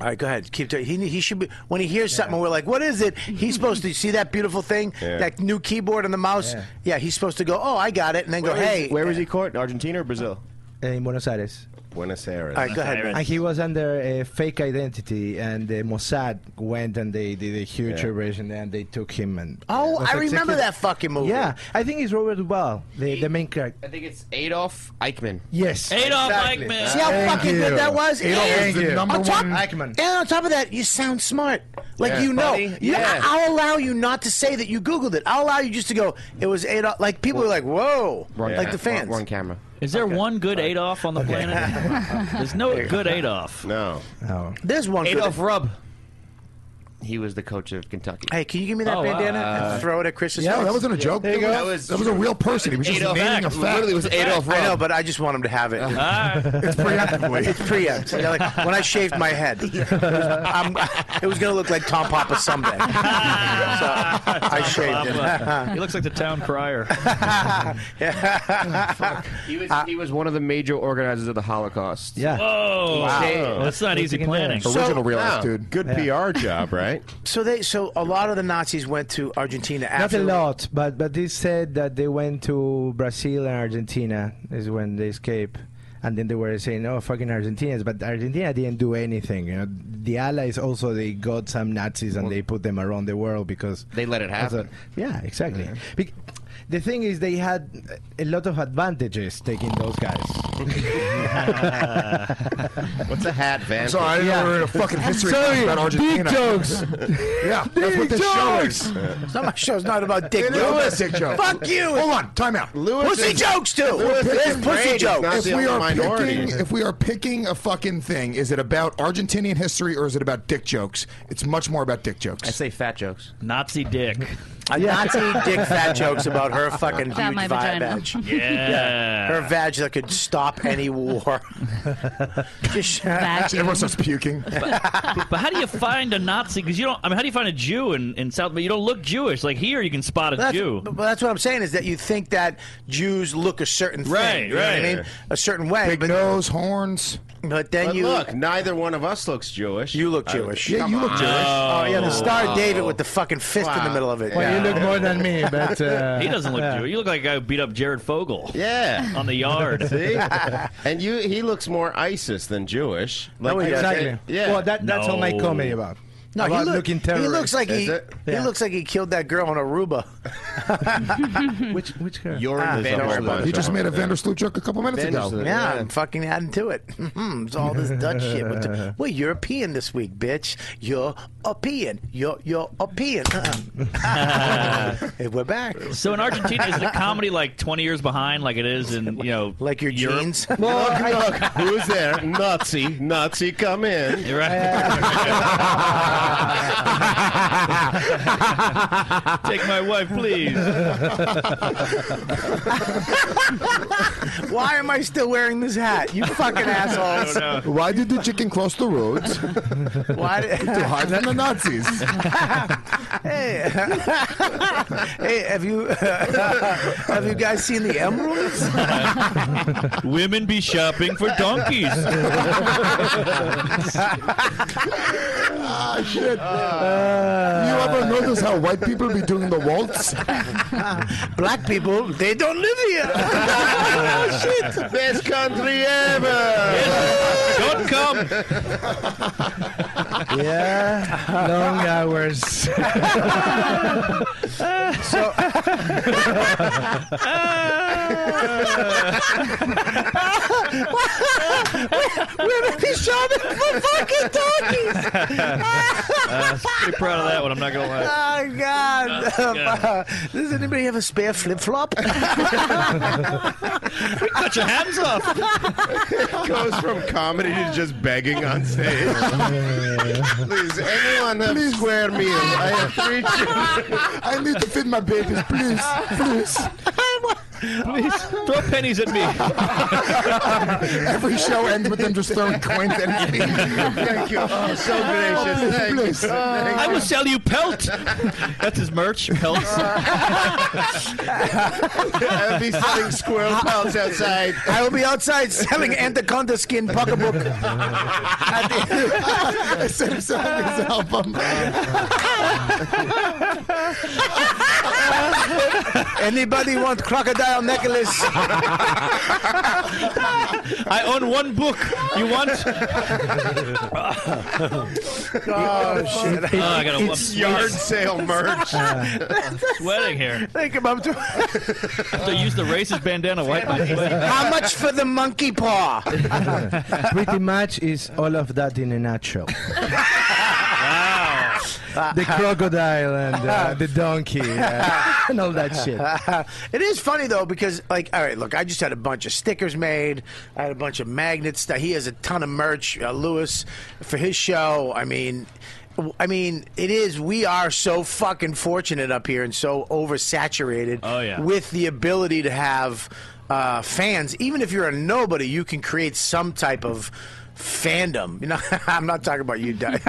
[SPEAKER 7] All right, go ahead. Keep. T- he he should be when he hears something. We're like, what is it? He's supposed to see that beautiful thing,
[SPEAKER 9] Yeah.
[SPEAKER 7] that new keyboard and the mouse.
[SPEAKER 9] Yeah.
[SPEAKER 7] Yeah. he's supposed to go. Oh, I got it, and then
[SPEAKER 9] Where
[SPEAKER 7] go,
[SPEAKER 9] was-
[SPEAKER 7] hey.
[SPEAKER 9] where was he caught? Argentina or Brazil?
[SPEAKER 10] in Buenos Aires.
[SPEAKER 13] Buenos Aires.
[SPEAKER 7] All right, go ahead, man.
[SPEAKER 10] And he was under a fake identity, and the Mossad went and they did a huge
[SPEAKER 7] Yeah.
[SPEAKER 10] operation, and they took him. And
[SPEAKER 7] Oh,
[SPEAKER 10] was
[SPEAKER 7] I remember
[SPEAKER 10] executed.
[SPEAKER 7] that fucking movie.
[SPEAKER 10] Yeah, I think it's Robert Duvall, the, the main character.
[SPEAKER 9] I think it's Adolf Eichmann.
[SPEAKER 10] Yes.
[SPEAKER 9] Adolf
[SPEAKER 7] Exactly.
[SPEAKER 9] Eichmann.
[SPEAKER 7] See how
[SPEAKER 9] Thank
[SPEAKER 7] fucking
[SPEAKER 9] you.
[SPEAKER 7] good that was?
[SPEAKER 9] Adolf
[SPEAKER 7] And
[SPEAKER 9] Eichmann, the number
[SPEAKER 7] on top,
[SPEAKER 9] one-
[SPEAKER 7] And on top of that, you sound smart. Like
[SPEAKER 9] Yeah.
[SPEAKER 7] you know,
[SPEAKER 9] Buddy,
[SPEAKER 7] You-
[SPEAKER 9] yeah.
[SPEAKER 7] I'll allow you not to say that you Googled it. I'll allow you just to go. It was Adolf. Like people are like, "Whoa!" Like the fans.
[SPEAKER 9] camera.
[SPEAKER 12] Is there one good Adolf on the planet? There's no good Adolf.
[SPEAKER 13] No.
[SPEAKER 10] No.
[SPEAKER 7] There's one.
[SPEAKER 9] Adolf
[SPEAKER 7] good-
[SPEAKER 9] Rubb. He was the coach of Kentucky.
[SPEAKER 7] Hey, can you give me that
[SPEAKER 9] Oh,
[SPEAKER 7] bandana
[SPEAKER 9] uh,
[SPEAKER 7] and throw it at Chris's
[SPEAKER 9] yeah,
[SPEAKER 7] face?
[SPEAKER 9] that wasn't a joke. There you go. That was- That was a real person. He was just Adolf naming a Eck. fact. Literally, it was Adolf Uh-huh.
[SPEAKER 7] I know,
[SPEAKER 9] Rupp.
[SPEAKER 7] but I just want him to have it.
[SPEAKER 9] It's
[SPEAKER 7] preemptively. it's preempt. Yeah, like, when I shaved my head, it was, I'm- it was going to look like Tom Papa someday. So I shaved it.
[SPEAKER 12] he looks like the town crier.
[SPEAKER 9] He was, he was one of the major organizers of the Holocaust.
[SPEAKER 10] Uh, Yeah.
[SPEAKER 12] Whoa. That's not easy planning.
[SPEAKER 13] Original real
[SPEAKER 7] no.
[SPEAKER 9] Oh.
[SPEAKER 13] life, dude. Good
[SPEAKER 7] Yeah.
[SPEAKER 13] PR job, right?
[SPEAKER 7] So they, so a lot of the Nazis went to Argentina after.
[SPEAKER 10] Not a lot, but but they said that they went to Brazil and Argentina is when they escaped. And then they were saying, "Oh, fucking Argentinians!" But Argentina didn't do anything. You know, the Allies also they got some Nazis and they put them around the world because
[SPEAKER 9] They let it happen.
[SPEAKER 10] yeah, exactly. Bec- the thing is, they had a lot of advantages taking those guys.
[SPEAKER 13] What's a hat, Van?
[SPEAKER 10] I'm sorry, I didn't know we were in a fucking history class Sorry, about Argentina. dick jokes.
[SPEAKER 6] yeah, that's what
[SPEAKER 13] Dick
[SPEAKER 6] this show
[SPEAKER 13] jokes.
[SPEAKER 6] is.
[SPEAKER 7] It's not my show. It's not about dick
[SPEAKER 6] It is
[SPEAKER 7] jokes.
[SPEAKER 6] about dick jokes.
[SPEAKER 7] Fuck you.
[SPEAKER 6] Hold on, time out.
[SPEAKER 7] Lewis Pussy is- jokes, too.
[SPEAKER 6] If we're
[SPEAKER 7] Lewis is
[SPEAKER 6] picking-
[SPEAKER 7] great, he's not
[SPEAKER 6] If
[SPEAKER 7] the
[SPEAKER 6] we are
[SPEAKER 7] minority.
[SPEAKER 6] picking, if we are picking a fucking thing, is it about Argentinian history or is it about dick jokes? It's much more about dick jokes. I
[SPEAKER 9] say fat jokes.
[SPEAKER 12] Nazi dick.
[SPEAKER 7] A Nazi dick fat jokes about her fucking
[SPEAKER 11] About
[SPEAKER 7] huge
[SPEAKER 11] my
[SPEAKER 7] vi-
[SPEAKER 11] vagina.
[SPEAKER 7] vag.
[SPEAKER 11] Yeah.
[SPEAKER 7] Her vag that could stop any war. Just,
[SPEAKER 11] Vag.
[SPEAKER 6] Everyone starts puking.
[SPEAKER 12] But how do you find a Nazi? Because you don't. I mean, how do you find a Jew in, in South? But you don't look Jewish. Like here, you can spot a
[SPEAKER 7] That's,
[SPEAKER 12] Jew.
[SPEAKER 7] but that's what I'm saying is that you think that Jews look a certain
[SPEAKER 12] Right,
[SPEAKER 7] thing, you know what
[SPEAKER 12] right.
[SPEAKER 7] I mean, a certain way.
[SPEAKER 6] Big
[SPEAKER 7] but
[SPEAKER 6] nose, horns.
[SPEAKER 7] But then
[SPEAKER 13] But
[SPEAKER 7] you
[SPEAKER 13] look, neither one of us looks Jewish. Uh,
[SPEAKER 7] You look Jewish.
[SPEAKER 13] Come on.
[SPEAKER 7] Oh yeah, the star David with the fucking fist in the middle of it.
[SPEAKER 13] Well,
[SPEAKER 7] yeah.
[SPEAKER 13] you look
[SPEAKER 10] more than me, but uh,
[SPEAKER 12] he doesn't look
[SPEAKER 10] yeah.
[SPEAKER 12] Jewish. You look like a guy who beat up Jared Fogle.
[SPEAKER 13] Yeah,
[SPEAKER 12] on the yard.
[SPEAKER 13] See, and you, he looks more ISIS than Jewish.
[SPEAKER 10] No, he doesn't. Oh, Exactly.
[SPEAKER 13] Yeah.
[SPEAKER 10] Well, that- that's all my No. comedy about.
[SPEAKER 7] No, he,
[SPEAKER 10] About
[SPEAKER 7] look-
[SPEAKER 10] looking
[SPEAKER 7] he looks
[SPEAKER 10] terrorist.
[SPEAKER 7] like he,
[SPEAKER 10] Is it?
[SPEAKER 7] he
[SPEAKER 10] Yeah.
[SPEAKER 7] looks like he killed that girl in Aruba. Ah,
[SPEAKER 10] which which girl?
[SPEAKER 13] You're in the
[SPEAKER 7] don't
[SPEAKER 13] whole
[SPEAKER 7] worry about
[SPEAKER 13] bunch
[SPEAKER 7] it.
[SPEAKER 6] You just made a Vandersloot joke a couple minutes ago.
[SPEAKER 7] Yeah, I'm fucking adding to it. Mhm, it's all this Dutch shit. What's- We're European this week, bitch. You're a peon. You're you're a peon. Uh-uh. Hey, We're back.
[SPEAKER 12] So in Argentina, is the comedy like 20 years behind, like it is in you know,
[SPEAKER 7] like your
[SPEAKER 12] Europe?
[SPEAKER 7] jeans?
[SPEAKER 13] Look, look, who's there? Nazi, Nazi, come in.
[SPEAKER 12] You're right. Take my wife, please.
[SPEAKER 7] Why am I still wearing this hat? You fucking assholes.
[SPEAKER 6] Why did the chicken cross the road?
[SPEAKER 7] Why did-
[SPEAKER 6] to hide from the Nazis?
[SPEAKER 7] Hey, hey, have you have you guys seen the emeralds?
[SPEAKER 12] Women be shopping for donkeys.
[SPEAKER 6] ah, shit.
[SPEAKER 7] Ah.
[SPEAKER 6] you ever notice how white people be doing the waltz?
[SPEAKER 7] Black people, they don't live here. oh, shit.
[SPEAKER 13] Best country ever.
[SPEAKER 12] Don't come.
[SPEAKER 10] Yeah, long hours.
[SPEAKER 7] so,
[SPEAKER 14] We're gonna be shopping for fucking donkeys.
[SPEAKER 12] uh, pretty proud of that one. I'm not gonna lie.
[SPEAKER 7] Oh God!
[SPEAKER 12] Oh, God.
[SPEAKER 7] Does anybody have a spare flip flop?
[SPEAKER 12] Cut your hands off.
[SPEAKER 13] Goes from comedy to just begging on stage. Please, anyone have square meal? I have three children.
[SPEAKER 6] I need to feed my babies, please, please.
[SPEAKER 12] Please throw pennies at me.
[SPEAKER 6] Every show ends with them just throwing coins at me.
[SPEAKER 13] Thank you. Oh, so gracious. Thank you.
[SPEAKER 6] Please.
[SPEAKER 13] Thank
[SPEAKER 12] I will sell you pelt. That's his merch, pelts.
[SPEAKER 13] I'll be selling squirrel pelts outside.
[SPEAKER 7] I will be outside selling anaconda skin pocketbook. I
[SPEAKER 6] said him selling his album.
[SPEAKER 7] Anybody want crocodile necklace?
[SPEAKER 12] I own one book. You want?
[SPEAKER 7] oh shit!
[SPEAKER 12] Oh, I got a
[SPEAKER 13] It's yard sale merch.
[SPEAKER 12] I'm sweating here.
[SPEAKER 7] Think about
[SPEAKER 12] I have to use the racist bandana wipe my
[SPEAKER 7] how much for the monkey paw?
[SPEAKER 10] Pretty much is all of that in a nutshell. The crocodile and uh, the donkey uh, and all that shit.
[SPEAKER 7] it is funny though because like all right look i just had a bunch of stickers made i had a bunch of magnets that he has a ton of merch uh, lewis for his show i mean w- I mean, it is. We are so fucking fortunate up here and so oversaturated
[SPEAKER 12] Oh, yeah.
[SPEAKER 7] with the ability to have uh, fans. Even if you're a nobody, you can create some type of fandom. You know, I'm not talking about you, Doug.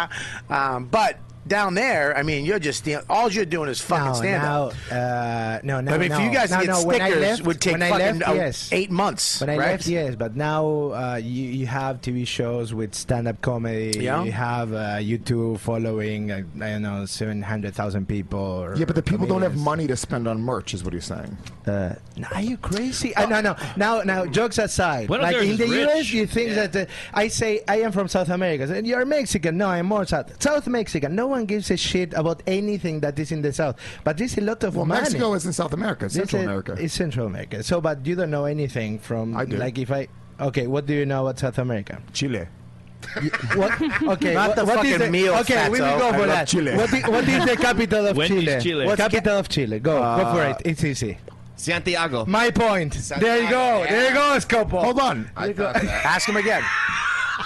[SPEAKER 7] um, but down there, I mean, you're just all you're doing is fucking
[SPEAKER 10] No,
[SPEAKER 7] stand up.
[SPEAKER 10] now, uh, no, no,
[SPEAKER 7] I mean,
[SPEAKER 10] no.
[SPEAKER 7] for you guys to
[SPEAKER 10] no,
[SPEAKER 7] get
[SPEAKER 10] no, when I
[SPEAKER 7] stickers
[SPEAKER 10] left-
[SPEAKER 7] would take
[SPEAKER 10] when I
[SPEAKER 7] fucking,
[SPEAKER 10] left,
[SPEAKER 7] uh,
[SPEAKER 10] yes.
[SPEAKER 7] eight months,
[SPEAKER 10] When I
[SPEAKER 7] right?
[SPEAKER 10] left, yes, but now uh, you, you have TV shows with stand-up comedy.
[SPEAKER 7] Yeah.
[SPEAKER 10] You have uh, YouTube following, uh, I don't know, 700,000 people. Or
[SPEAKER 6] Yeah, but the people don't have
[SPEAKER 10] comedians.
[SPEAKER 6] money to spend on merch, is what he's saying.
[SPEAKER 10] Uh, are you crazy? Uh, no, no. Now, now, jokes aside,
[SPEAKER 6] Buenos
[SPEAKER 10] like
[SPEAKER 6] Aires
[SPEAKER 10] in
[SPEAKER 6] is
[SPEAKER 10] the
[SPEAKER 6] rich.
[SPEAKER 10] U.S., you think that uh, I say I am from South America, and you're Mexican. No, I'm more South South Mexican. No one gives a shit about anything that is in the South, but there's a lot of
[SPEAKER 6] Well,
[SPEAKER 10] money.
[SPEAKER 6] Mexico is in South America,
[SPEAKER 10] There's
[SPEAKER 6] Central
[SPEAKER 10] a-
[SPEAKER 6] America.
[SPEAKER 10] It's Central America. So, but you don't know anything from
[SPEAKER 6] I do.
[SPEAKER 10] like if I okay, what do you know about South America?
[SPEAKER 6] Chile.
[SPEAKER 10] What? Okay,
[SPEAKER 7] Not
[SPEAKER 10] what,
[SPEAKER 7] the
[SPEAKER 10] what is
[SPEAKER 7] fucking
[SPEAKER 10] the,
[SPEAKER 7] meal,
[SPEAKER 10] Okay, we will
[SPEAKER 7] fatso.
[SPEAKER 10] go
[SPEAKER 7] I
[SPEAKER 10] for
[SPEAKER 7] love
[SPEAKER 10] that.
[SPEAKER 7] Chile.
[SPEAKER 10] What, i- what is the capital of
[SPEAKER 12] When is
[SPEAKER 10] Chile?
[SPEAKER 12] Chile?
[SPEAKER 10] What's
[SPEAKER 12] What's
[SPEAKER 10] capital of Chile? Go, go
[SPEAKER 6] Uh,
[SPEAKER 10] for it. It's easy.
[SPEAKER 9] Uh, Santiago.
[SPEAKER 10] My point. There you go. There you go, Scopo.
[SPEAKER 9] Hold
[SPEAKER 6] on.
[SPEAKER 7] Ask him again.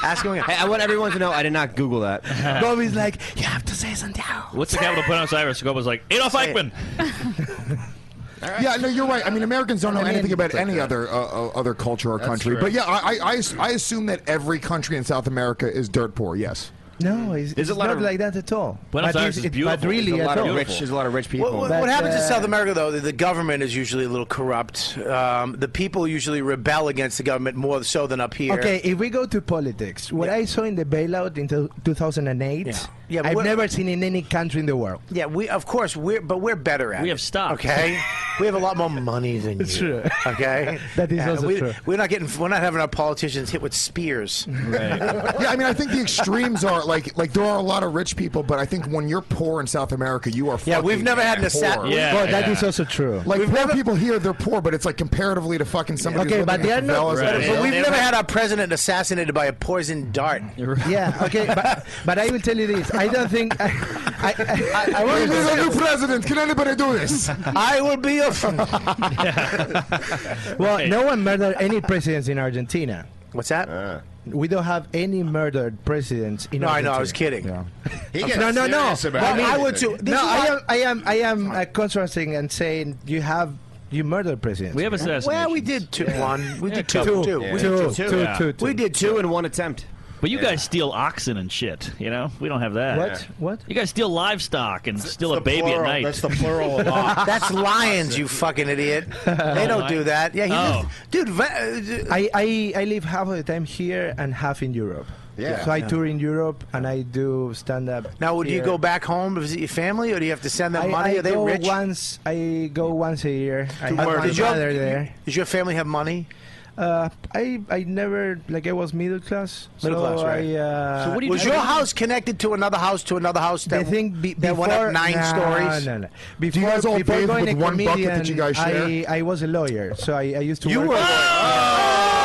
[SPEAKER 7] Ask him again.
[SPEAKER 9] Hey, I want everyone to know I did not Google that.
[SPEAKER 10] Bobby's like, you have to say Santiago.
[SPEAKER 12] What's the capital of Buenos Aires? Scobo's like
[SPEAKER 9] oh
[SPEAKER 12] Adolf
[SPEAKER 6] Say it.
[SPEAKER 12] Eichmann.
[SPEAKER 6] Yeah, no, you're right. I mean, Americans don't know
[SPEAKER 10] I mean,
[SPEAKER 6] anything about
[SPEAKER 10] like
[SPEAKER 6] any
[SPEAKER 10] that.
[SPEAKER 6] other uh, uh, other culture or
[SPEAKER 10] That's
[SPEAKER 6] country.
[SPEAKER 10] true.
[SPEAKER 6] But yeah, I, I- I as- I assume that every country in South America is dirt poor. Yes.
[SPEAKER 10] No, it's,
[SPEAKER 9] There's a
[SPEAKER 10] it's
[SPEAKER 9] lot
[SPEAKER 10] not
[SPEAKER 9] of-
[SPEAKER 10] like that at all.
[SPEAKER 12] Buenos
[SPEAKER 10] but
[SPEAKER 12] Aires
[SPEAKER 10] it's-
[SPEAKER 12] is
[SPEAKER 10] it- But
[SPEAKER 12] beautiful.
[SPEAKER 10] really,
[SPEAKER 9] There's a
[SPEAKER 10] at
[SPEAKER 9] lot of
[SPEAKER 10] all.
[SPEAKER 9] rich. There's a lot of rich people.
[SPEAKER 7] What, what-
[SPEAKER 10] But,
[SPEAKER 7] what happens in
[SPEAKER 10] uh,
[SPEAKER 7] South America, though, that the government is usually a little corrupt. Um, the people usually rebel against the government more so than up here.
[SPEAKER 10] Okay, if we go to politics, what I saw in the bailout in two- 2008,
[SPEAKER 7] Yeah. Yeah, but
[SPEAKER 10] I've
[SPEAKER 7] what-
[SPEAKER 10] never seen in any country in the world.
[SPEAKER 7] Yeah, we of course we're but we're better at.
[SPEAKER 12] We
[SPEAKER 7] it,
[SPEAKER 12] have stopped.
[SPEAKER 7] Okay, we have a lot more money than you.
[SPEAKER 10] true.
[SPEAKER 7] Okay,
[SPEAKER 10] That is
[SPEAKER 7] And
[SPEAKER 10] also
[SPEAKER 7] we,
[SPEAKER 10] true.
[SPEAKER 7] We're not getting. We're not having our politicians hit with spears.
[SPEAKER 6] yeah, I mean, I think the extremes are like like there are a lot of rich people, but I think when you're poor in South America, you are.
[SPEAKER 7] Yeah, we've
[SPEAKER 6] fucking
[SPEAKER 7] never had an assa-
[SPEAKER 6] poor.
[SPEAKER 12] Yeah,
[SPEAKER 10] well, that
[SPEAKER 12] yeah.
[SPEAKER 10] is also true.
[SPEAKER 6] Like poor people here, they're poor, but it's like comparatively to fucking somebody.
[SPEAKER 10] Okay,
[SPEAKER 6] who's
[SPEAKER 10] but
[SPEAKER 6] living in
[SPEAKER 10] they are not-
[SPEAKER 6] favelas
[SPEAKER 12] Right.
[SPEAKER 6] in
[SPEAKER 7] But
[SPEAKER 6] Brazil.
[SPEAKER 7] we've never had our president assassinated by a poison dart.
[SPEAKER 10] yeah, okay, but, but I will tell you this. I don't think I, I, I, I
[SPEAKER 6] We
[SPEAKER 10] want
[SPEAKER 6] need
[SPEAKER 10] to
[SPEAKER 6] a new president. Can anybody do this?
[SPEAKER 7] I will be a.
[SPEAKER 10] Well, no one murdered any presidents in Argentina.
[SPEAKER 7] What's that?
[SPEAKER 6] Ah.
[SPEAKER 10] We don't have any murdered presidents in
[SPEAKER 7] no, I
[SPEAKER 10] Argentina.
[SPEAKER 7] know. I was kidding.
[SPEAKER 13] He
[SPEAKER 10] No, no, no.
[SPEAKER 7] I mean- I would too. This
[SPEAKER 10] No,
[SPEAKER 7] is
[SPEAKER 10] I
[SPEAKER 7] why-
[SPEAKER 10] am, I am, I am uh, contrasting and saying you have you murdered presidents.
[SPEAKER 12] We have assassinations.
[SPEAKER 7] Well, we did two, one. We
[SPEAKER 12] Yeah,
[SPEAKER 7] did
[SPEAKER 12] a
[SPEAKER 7] two.
[SPEAKER 12] couple.
[SPEAKER 7] Two.
[SPEAKER 12] Yeah.
[SPEAKER 7] We did
[SPEAKER 10] Two,
[SPEAKER 7] two.
[SPEAKER 10] two,
[SPEAKER 12] Yeah.
[SPEAKER 10] two, two.
[SPEAKER 7] We did
[SPEAKER 9] Two
[SPEAKER 7] two.
[SPEAKER 9] in one attempt.
[SPEAKER 12] But you guys steal oxen and shit, you know? We don't have that.
[SPEAKER 10] What? What?
[SPEAKER 12] You guys steal livestock and steal a baby at night.
[SPEAKER 13] plural of
[SPEAKER 7] That's lions, you fucking idiot. They don't do that. Yeah, he
[SPEAKER 12] Oh.
[SPEAKER 7] lives- dude. va- uh,
[SPEAKER 10] I, I, I live half of the time here and half in Europe.
[SPEAKER 13] Yeah.
[SPEAKER 10] So I tour in Europe and I do stand up.
[SPEAKER 7] Now, would you
[SPEAKER 10] here.
[SPEAKER 7] go back home to visit your family, or do you have to send them
[SPEAKER 10] I,
[SPEAKER 7] money?
[SPEAKER 10] I
[SPEAKER 7] Are they
[SPEAKER 10] go
[SPEAKER 7] rich?
[SPEAKER 10] once. I go once a year. I
[SPEAKER 7] Uh,
[SPEAKER 10] have my
[SPEAKER 7] did you have-
[SPEAKER 10] mother there.
[SPEAKER 7] Does your family have money?
[SPEAKER 10] Uh, I I never like I was middle class.
[SPEAKER 7] Middle
[SPEAKER 10] so
[SPEAKER 7] class, right?
[SPEAKER 10] I, uh,
[SPEAKER 7] was your house connected to another house to another house that,
[SPEAKER 10] I think be,
[SPEAKER 7] that
[SPEAKER 10] before
[SPEAKER 7] went up nine
[SPEAKER 10] no,
[SPEAKER 7] stories?
[SPEAKER 10] No, no. Before, before
[SPEAKER 7] bathe
[SPEAKER 10] going a comedian, I, I was a lawyer, so I, I used to. You work were.
[SPEAKER 7] Oh!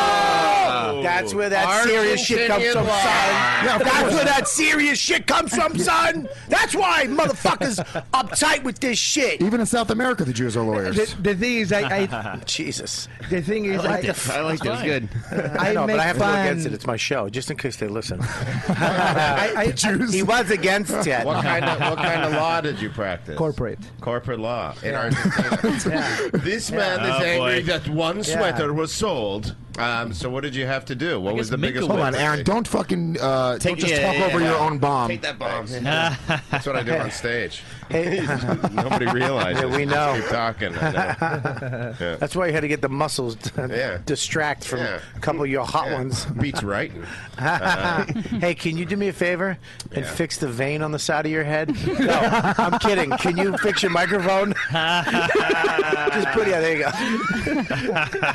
[SPEAKER 7] That's where that serious shit comes from, son. That's where that serious shit comes from, son. That's why motherfuckers uptight with this shit.
[SPEAKER 6] Even in South America, the Jews are lawyers.
[SPEAKER 10] The, the thing is, I, I
[SPEAKER 7] Jesus.
[SPEAKER 10] The thing is,
[SPEAKER 7] I like this. I like this. Good. I,
[SPEAKER 10] I
[SPEAKER 7] know,
[SPEAKER 10] make
[SPEAKER 7] but I have to
[SPEAKER 10] fun-
[SPEAKER 7] go against it. It's my show, just in case they listen.
[SPEAKER 10] I, I,
[SPEAKER 7] He was against it.
[SPEAKER 13] What kind of what kind of law did you practice?
[SPEAKER 10] Corporate.
[SPEAKER 13] Corporate law in Argentina. This man
[SPEAKER 14] Yeah.
[SPEAKER 13] is
[SPEAKER 14] Oh,
[SPEAKER 13] angry
[SPEAKER 14] boy.
[SPEAKER 13] that one
[SPEAKER 14] Yeah.
[SPEAKER 13] sweater was sold. Um, so what did you have to do? What was the biggest?
[SPEAKER 6] Hold on,
[SPEAKER 13] win?
[SPEAKER 6] Aaron. Don't fucking uh,
[SPEAKER 13] Take-
[SPEAKER 6] don't just
[SPEAKER 13] yeah,
[SPEAKER 6] talk
[SPEAKER 13] yeah,
[SPEAKER 6] over
[SPEAKER 13] yeah.
[SPEAKER 6] your own bomb.
[SPEAKER 13] Take that bomb.
[SPEAKER 6] Thanks.
[SPEAKER 13] That's what I do on stage. Nobody realizes.
[SPEAKER 7] Yeah, we
[SPEAKER 13] Just
[SPEAKER 7] know.
[SPEAKER 13] keep talking. I know. Yeah.
[SPEAKER 7] That's why you had to get the muscles to distract from a couple of your hot ones.
[SPEAKER 13] Beats writing.
[SPEAKER 14] Uh,
[SPEAKER 7] hey, can you do me a favor and
[SPEAKER 14] Yeah.
[SPEAKER 7] fix the vein on the side of your head? No, I'm kidding. Can you fix your microphone? Just put it. Yeah, there you go.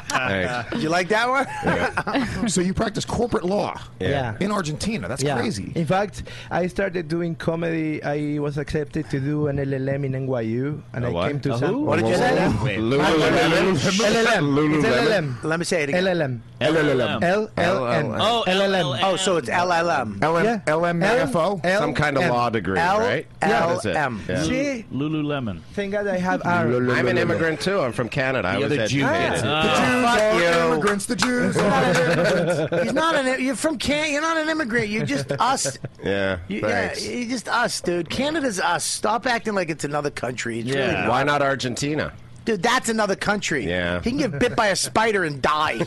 [SPEAKER 13] Thanks.
[SPEAKER 7] You like that one?
[SPEAKER 6] so you practice corporate law
[SPEAKER 10] Yeah. Yeah.
[SPEAKER 6] in Argentina. That's
[SPEAKER 10] Yeah.
[SPEAKER 6] crazy.
[SPEAKER 10] In fact, I started doing comedy. I was accepted to do an LLM in NYU, and
[SPEAKER 7] A
[SPEAKER 10] I
[SPEAKER 6] Oh,
[SPEAKER 7] what?
[SPEAKER 10] came to
[SPEAKER 7] A
[SPEAKER 10] San.
[SPEAKER 7] who? What did you say?
[SPEAKER 10] LLM?
[SPEAKER 7] Wait.
[SPEAKER 10] LLM.
[SPEAKER 7] Lululemon?
[SPEAKER 10] It's LLM.
[SPEAKER 7] Let me say it again.
[SPEAKER 10] LLM.
[SPEAKER 7] LLM.
[SPEAKER 10] L L M.
[SPEAKER 7] Oh,
[SPEAKER 10] LLM.
[SPEAKER 7] Oh, so it's LLM.
[SPEAKER 10] Yeah. L-
[SPEAKER 13] Some kind of
[SPEAKER 10] LM.
[SPEAKER 13] law degree, right? That's it.
[SPEAKER 10] LLM.
[SPEAKER 13] Yeah.
[SPEAKER 10] See,
[SPEAKER 12] Lululemon.
[SPEAKER 10] thank God I have Aaron.
[SPEAKER 13] I'm an immigrant too. I'm from Canada. I
[SPEAKER 12] The
[SPEAKER 13] was
[SPEAKER 12] other Jew
[SPEAKER 13] educated.
[SPEAKER 12] did it.
[SPEAKER 7] Fuck you.
[SPEAKER 12] Ah.
[SPEAKER 6] Immigrants, the Jews.
[SPEAKER 7] He's not an. You're from Can. You're not an immigrant. You're just us.
[SPEAKER 13] Yeah.
[SPEAKER 7] You, yeah,
[SPEAKER 13] thanks.
[SPEAKER 7] you're just us, dude. Canada's us. Stop acting like it's another country. It's really not.
[SPEAKER 13] Why not Argentina?
[SPEAKER 7] Dude, that's another country.
[SPEAKER 13] Yeah.
[SPEAKER 7] He can get bit by a spider and die.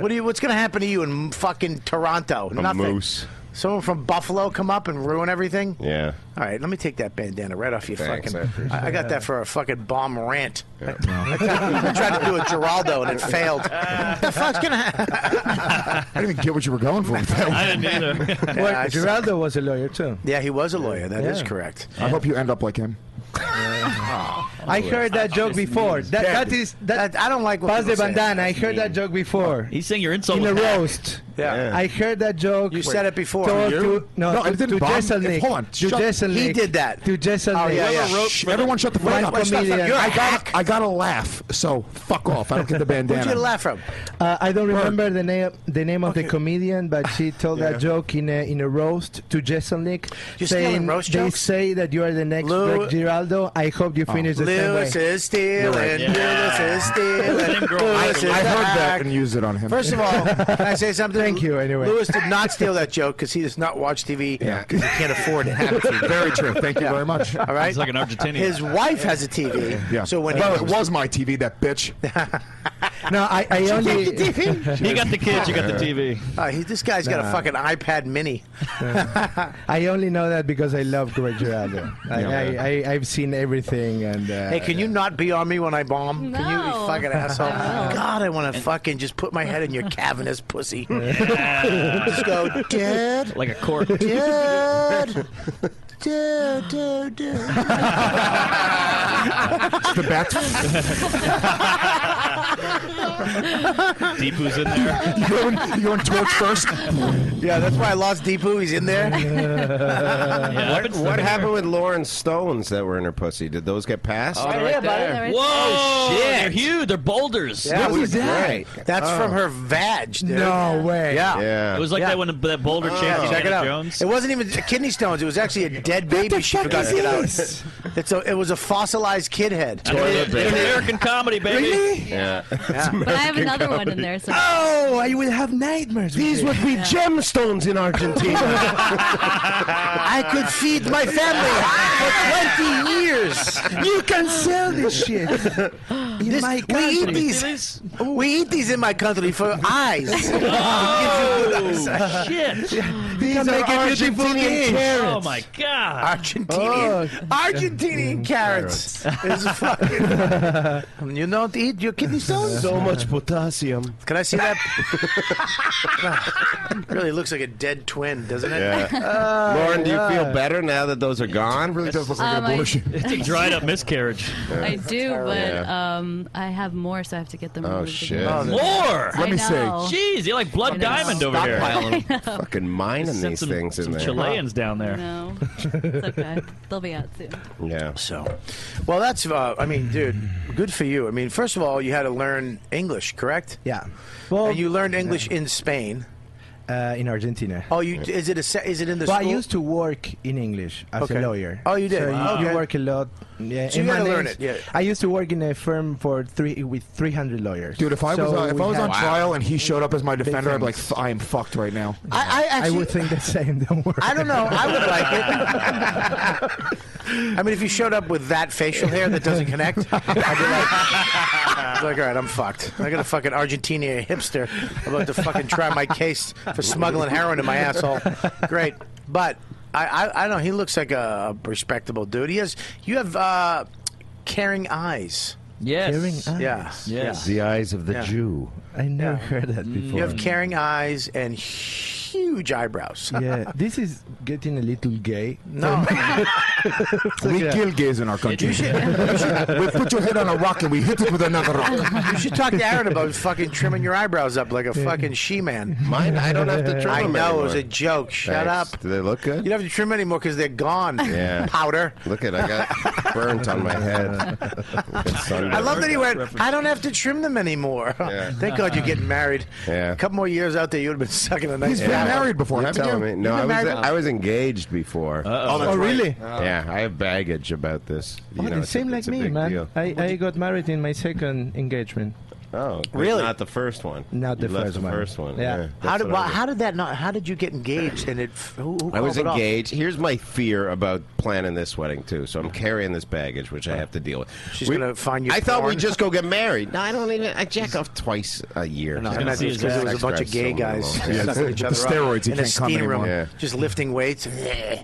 [SPEAKER 7] what do you? What's gonna happen to you in fucking Toronto?
[SPEAKER 13] A
[SPEAKER 7] Nothing.
[SPEAKER 13] moose.
[SPEAKER 7] Someone from Buffalo come up and ruin everything.
[SPEAKER 13] Yeah.
[SPEAKER 7] All right, let me take that bandana right off your
[SPEAKER 13] Thanks, I
[SPEAKER 7] fucking.
[SPEAKER 13] appreciate
[SPEAKER 7] I, I got
[SPEAKER 13] it.
[SPEAKER 7] that for a fucking bomb rant. I, tried, I tried to do a Geraldo and it failed. the fuck's gonna happen?
[SPEAKER 6] I didn't even get what you were going for. with that one.
[SPEAKER 10] Well,
[SPEAKER 7] I-
[SPEAKER 10] Geraldo was a lawyer too.
[SPEAKER 7] Yeah, he was a lawyer. That is
[SPEAKER 10] Yeah.
[SPEAKER 7] correct.
[SPEAKER 6] I hope you end up like him.
[SPEAKER 10] I heard that joke before. That, that is that,
[SPEAKER 7] I don't like.
[SPEAKER 10] Pass the
[SPEAKER 12] people say.
[SPEAKER 10] bandana. I heard that joke before.
[SPEAKER 12] He's saying your insult
[SPEAKER 10] in a
[SPEAKER 12] was back.
[SPEAKER 10] roast.
[SPEAKER 12] Yeah.
[SPEAKER 10] I heard that joke. You
[SPEAKER 7] said it before.
[SPEAKER 10] To,
[SPEAKER 7] You?
[SPEAKER 10] to, no,
[SPEAKER 7] No,
[SPEAKER 10] to,
[SPEAKER 7] it didn't
[SPEAKER 10] to
[SPEAKER 7] bomb.
[SPEAKER 10] Jason
[SPEAKER 7] If-
[SPEAKER 10] Nick.
[SPEAKER 7] hold on.
[SPEAKER 10] To
[SPEAKER 7] Shut-
[SPEAKER 10] Jason
[SPEAKER 7] he
[SPEAKER 10] Nick.
[SPEAKER 7] did that.
[SPEAKER 10] To Jason
[SPEAKER 7] Oh,
[SPEAKER 10] Nick.
[SPEAKER 7] yeah, yeah.
[SPEAKER 6] Shh, everyone, shut the fuck
[SPEAKER 10] One
[SPEAKER 6] up.
[SPEAKER 10] comedian.
[SPEAKER 6] I got, I got to laugh, so fuck off. I don't get the bandana.
[SPEAKER 7] Where'd you laugh from?
[SPEAKER 10] Uh, I don't remember the name the name of the comedian, but she told that joke in a in a roast to Jason Nick,
[SPEAKER 7] You're stealing
[SPEAKER 10] saying
[SPEAKER 7] roast
[SPEAKER 10] they
[SPEAKER 7] jokes?
[SPEAKER 10] say that you are the next
[SPEAKER 7] Lou-
[SPEAKER 10] Greg Giraldo. I hope you finish the same way.
[SPEAKER 7] Lewis is stealing. Oh. Lewis is stealing.
[SPEAKER 6] I, I
[SPEAKER 7] Lewis is
[SPEAKER 6] heard that
[SPEAKER 7] back.
[SPEAKER 6] and used it on him.
[SPEAKER 7] First of all, can I say something? Thank you,
[SPEAKER 10] anyway.
[SPEAKER 7] Lewis did not steal that joke because he does not watch TV because he can't afford it.
[SPEAKER 6] Very true. Thank you
[SPEAKER 7] Yeah.
[SPEAKER 6] very much.
[SPEAKER 7] All right. His wife has a TV.
[SPEAKER 6] Yeah.
[SPEAKER 7] So when
[SPEAKER 6] well,
[SPEAKER 7] he
[SPEAKER 6] it was my TV, that bitch.
[SPEAKER 10] No, I, I
[SPEAKER 7] Did
[SPEAKER 10] only
[SPEAKER 7] you take the TV?
[SPEAKER 12] You got the kids. You got the TV.
[SPEAKER 7] Uh, he, this guy's got a
[SPEAKER 10] Nah.
[SPEAKER 7] fucking iPad Mini.
[SPEAKER 10] I only know that because I love Greg Giraldo. I,
[SPEAKER 7] Yeah.
[SPEAKER 10] I, I, I've seen everything, and uh,
[SPEAKER 7] Hey, can you not be on me when I bomb? Can you, you
[SPEAKER 11] No.
[SPEAKER 7] fucking asshole?
[SPEAKER 11] I will.
[SPEAKER 7] God, I want to fucking just put my head in your cavernous pussy.
[SPEAKER 12] Yeah.
[SPEAKER 7] just go, Dad,
[SPEAKER 12] Like a cork.
[SPEAKER 7] Dad, Dad, Dad, Dad.
[SPEAKER 6] the bat.
[SPEAKER 12] Deepu's in there.
[SPEAKER 6] you going, you going torch first?
[SPEAKER 7] Yeah, that's why I lost Deepu. He's in there.
[SPEAKER 13] what what happened with Lauren Stones that were in her pussy? Did those get passed?
[SPEAKER 7] Oh, they're right Yeah, buddy, there. they're right
[SPEAKER 12] Whoa!
[SPEAKER 13] Oh,
[SPEAKER 7] there.
[SPEAKER 12] They're huge. They're boulders.
[SPEAKER 7] Yeah, we-
[SPEAKER 13] that?
[SPEAKER 7] That's
[SPEAKER 13] Oh.
[SPEAKER 7] from her vag, dude.
[SPEAKER 10] No way.
[SPEAKER 7] Yeah.
[SPEAKER 13] Yeah.
[SPEAKER 12] It was like
[SPEAKER 7] Yeah.
[SPEAKER 12] that when the, that boulder changed.
[SPEAKER 7] Yeah,
[SPEAKER 12] to
[SPEAKER 7] check it
[SPEAKER 12] Indiana
[SPEAKER 7] out.
[SPEAKER 12] Jones.
[SPEAKER 7] It wasn't even kidney stones. It was actually a dead baby she forgot to get out. It's a, it was a fossilized kid head.
[SPEAKER 12] I mean, it's an American comedy, baby.
[SPEAKER 13] Yeah.
[SPEAKER 11] But I have another one in there. So
[SPEAKER 10] Oh, I will have nightmares. These would be gemstones in Argentina.
[SPEAKER 7] I could feed my family for 20 years.
[SPEAKER 10] you can sell this shit in
[SPEAKER 7] This-
[SPEAKER 10] my
[SPEAKER 7] we
[SPEAKER 10] country.
[SPEAKER 7] eat these. We eat these in my country for eyes. It gives you good eyes.
[SPEAKER 12] Shit.
[SPEAKER 10] These are
[SPEAKER 7] make a beautiful
[SPEAKER 10] Argentinian
[SPEAKER 7] dish.
[SPEAKER 10] carrots.
[SPEAKER 12] Oh my god.
[SPEAKER 7] Argentinian, Argentinian carrots is fucking. you don't eat your kidney stones.
[SPEAKER 15] So much potassium.
[SPEAKER 7] Can I see that? really looks like a dead twin, doesn't it?
[SPEAKER 13] Oh, Yeah. Lauren, do you feel better now that those are gone?
[SPEAKER 6] really does look
[SPEAKER 11] like an Um, I- abortion.
[SPEAKER 12] It's a dried up miscarriage.
[SPEAKER 11] Uh, I do, but
[SPEAKER 13] Yeah.
[SPEAKER 11] um, um, I have more, so I have to get them.
[SPEAKER 13] Oh
[SPEAKER 11] removed
[SPEAKER 13] shit!
[SPEAKER 11] again.
[SPEAKER 12] More.
[SPEAKER 13] Let
[SPEAKER 11] I
[SPEAKER 13] me see.
[SPEAKER 11] know.
[SPEAKER 12] Jeez, you're like Blood
[SPEAKER 11] I know.
[SPEAKER 12] Diamond over here.
[SPEAKER 11] Stockpiling. I know.
[SPEAKER 13] Fucking mining
[SPEAKER 12] Just sent
[SPEAKER 13] these
[SPEAKER 12] some-
[SPEAKER 13] things in
[SPEAKER 12] some
[SPEAKER 13] there.
[SPEAKER 12] Chileans down there.
[SPEAKER 11] No, it's okay. They'll be out soon.
[SPEAKER 13] Yeah.
[SPEAKER 7] So, well, that's. Uh, I mean, dude, good for you. I mean, first of all, you had to learn English, correct?
[SPEAKER 10] Yeah.
[SPEAKER 7] Well, and you learned English in Spain.
[SPEAKER 10] Uh, in Argentina.
[SPEAKER 7] Oh, you is it a se- is it in the
[SPEAKER 10] Well, I
[SPEAKER 7] school?
[SPEAKER 10] used to work in English as
[SPEAKER 7] Okay.
[SPEAKER 10] a lawyer.
[SPEAKER 7] Oh, you did?
[SPEAKER 10] So you,
[SPEAKER 7] Wow.
[SPEAKER 10] you
[SPEAKER 7] Okay.
[SPEAKER 10] work a lot. Yeah,
[SPEAKER 7] So
[SPEAKER 10] in
[SPEAKER 7] you gotta
[SPEAKER 10] Mondays,
[SPEAKER 7] learn it, yeah.
[SPEAKER 10] I used to work in a firm for three with 300 lawyers.
[SPEAKER 6] Dude, if I was
[SPEAKER 10] So
[SPEAKER 6] uh, if
[SPEAKER 10] we
[SPEAKER 6] I was
[SPEAKER 10] had-
[SPEAKER 6] on trial and he showed up as my defender, I'd be like,
[SPEAKER 10] things.
[SPEAKER 6] "F- I am fucked right now.
[SPEAKER 7] I, actually-
[SPEAKER 10] would think the same. Don't worry.
[SPEAKER 7] I don't know. I would like it. I mean, if you showed up with that facial hair that doesn't connect, I'd be like, I'd be like, all right, I'm fucked. I got a fucking Argentina hipster about to fucking try my case for smuggling heroin in my asshole. Great, but I, I, I don't know. He looks like a respectable dude. He has. You have uh, caring eyes.
[SPEAKER 12] Yes.
[SPEAKER 7] Yeah.
[SPEAKER 13] The eyes of the
[SPEAKER 7] Yeah.
[SPEAKER 13] Jew.
[SPEAKER 10] I never heard that before.
[SPEAKER 7] You have caring eyes and huge eyebrows.
[SPEAKER 10] yeah, this is getting a little gay.
[SPEAKER 7] No.
[SPEAKER 6] we kill gays in our country. we put your head on a rock and we hit it with another rock.
[SPEAKER 7] You should talk to Aaron about fucking trimming your eyebrows up like a fucking she-man.
[SPEAKER 13] Mine, I don't have to trim
[SPEAKER 7] I
[SPEAKER 13] them
[SPEAKER 7] know it
[SPEAKER 13] anymore.
[SPEAKER 7] was a joke. Shut
[SPEAKER 13] Thanks.
[SPEAKER 7] up.
[SPEAKER 13] Do they look good?
[SPEAKER 7] You don't have to trim anymore because they're gone.
[SPEAKER 13] Yeah.
[SPEAKER 7] Powder.
[SPEAKER 13] Look at I got burnt on my head.
[SPEAKER 7] I love that he went. I don't have to trim them anymore. Thank God you're getting married.
[SPEAKER 13] Yeah.
[SPEAKER 7] A couple more years out there, you would have been sucking a nice. fat one.
[SPEAKER 13] You're telling me? No, I
[SPEAKER 7] You've
[SPEAKER 13] was
[SPEAKER 7] been married-
[SPEAKER 13] I was engaged before.
[SPEAKER 10] Oh, Oh, that's really? right.
[SPEAKER 13] Yeah, I have baggage about this. You
[SPEAKER 10] Oh,
[SPEAKER 13] know,
[SPEAKER 10] it
[SPEAKER 13] it's a-
[SPEAKER 10] seemed like
[SPEAKER 13] it's a
[SPEAKER 10] me,
[SPEAKER 13] big
[SPEAKER 10] man.
[SPEAKER 13] deal.
[SPEAKER 10] I, I got married in my second engagement.
[SPEAKER 13] Oh, but Not the first one.
[SPEAKER 10] Not the
[SPEAKER 13] You left
[SPEAKER 10] first
[SPEAKER 13] the
[SPEAKER 10] one.
[SPEAKER 13] first one.
[SPEAKER 10] Yeah.
[SPEAKER 7] How
[SPEAKER 13] that's
[SPEAKER 7] did
[SPEAKER 13] what I
[SPEAKER 7] why,
[SPEAKER 13] did.
[SPEAKER 7] how did that not? How did you get engaged? And it who, who
[SPEAKER 13] I was
[SPEAKER 7] called it off?
[SPEAKER 13] engaged. Here's my fear about planning this wedding too. So I'm carrying this baggage, which I have to deal with.
[SPEAKER 7] She's gonna find you
[SPEAKER 13] I thought
[SPEAKER 7] porn.
[SPEAKER 13] we'd just go get married. No, I don't even. I jack off twice a year.
[SPEAKER 7] No, and that's because it was a bunch of gay guys sucking each other up in a steam room, just lifting weights.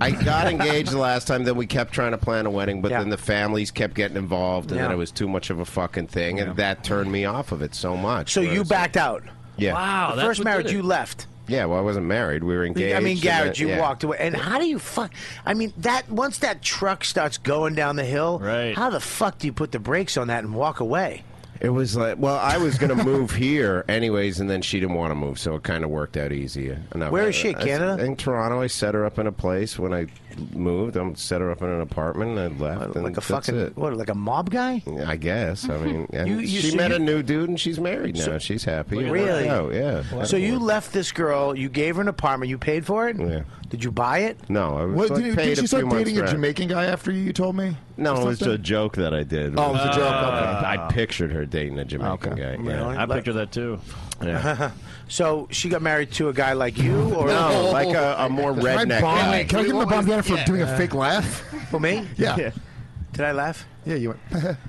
[SPEAKER 13] I got engaged the last time. Then we kept trying to plan a wedding, but
[SPEAKER 7] Yeah.
[SPEAKER 13] then the families kept getting involved, and then
[SPEAKER 7] Yeah.
[SPEAKER 13] it was too much of a fucking thing, and that turned me off of it so much.
[SPEAKER 7] So you backed out.
[SPEAKER 13] Yeah.
[SPEAKER 7] The first marriage you left.
[SPEAKER 13] Yeah, well, I wasn't married. We were engaged.
[SPEAKER 7] I mean,
[SPEAKER 13] and
[SPEAKER 7] Garrett,
[SPEAKER 13] then-
[SPEAKER 7] you
[SPEAKER 13] yeah.
[SPEAKER 7] walked away. And how do you fuck? I mean, that once that truck starts going down the hill, right. how the fuck do you put the brakes on that and walk away?
[SPEAKER 13] It was like, well, I was going to move here anyways, and then she didn't want to move, so it kind of worked out easier. And I-
[SPEAKER 7] Where is she,
[SPEAKER 13] I-
[SPEAKER 7] Canada?
[SPEAKER 13] in Toronto, I set her up in a place when I moved. I set her up in an apartment, and I left. and
[SPEAKER 7] Like a
[SPEAKER 13] that's
[SPEAKER 7] fucking
[SPEAKER 13] it.
[SPEAKER 7] what? Like a mob guy?
[SPEAKER 13] I guess. I mean, and
[SPEAKER 7] You- you-
[SPEAKER 13] she
[SPEAKER 7] so
[SPEAKER 13] met
[SPEAKER 7] you-
[SPEAKER 13] a new dude, and she's married now.
[SPEAKER 7] So-
[SPEAKER 13] she's happy. It worked
[SPEAKER 7] Really?
[SPEAKER 13] out, yeah.
[SPEAKER 7] So you left this girl. You gave her an apartment. You paid for it. Yeah. Did you buy it?
[SPEAKER 13] No, I was
[SPEAKER 6] What,
[SPEAKER 13] like,
[SPEAKER 6] did,
[SPEAKER 13] paid
[SPEAKER 6] did she
[SPEAKER 13] a few
[SPEAKER 6] start dating
[SPEAKER 13] months
[SPEAKER 6] a
[SPEAKER 13] rent.
[SPEAKER 6] Jamaican guy after you? You told me.
[SPEAKER 13] No, it was
[SPEAKER 6] Something?
[SPEAKER 13] a joke that I did. Uh,
[SPEAKER 6] Oh, it was a joke, okay.
[SPEAKER 13] I pictured her dating a Jamaican guy. yeah.
[SPEAKER 7] Really? I picture
[SPEAKER 12] that too.
[SPEAKER 13] Yeah.
[SPEAKER 7] so she got married to a guy like you, or
[SPEAKER 13] No, like a- a more
[SPEAKER 7] Can
[SPEAKER 13] redneck
[SPEAKER 7] I
[SPEAKER 13] guy.
[SPEAKER 7] bomb-
[SPEAKER 13] Wait,
[SPEAKER 6] Can I give him a bomb Jennifer for
[SPEAKER 7] Yeah.
[SPEAKER 6] doing a fake laugh?
[SPEAKER 7] For me?
[SPEAKER 6] Yeah.
[SPEAKER 7] Did I laugh?
[SPEAKER 6] Yeah, you went.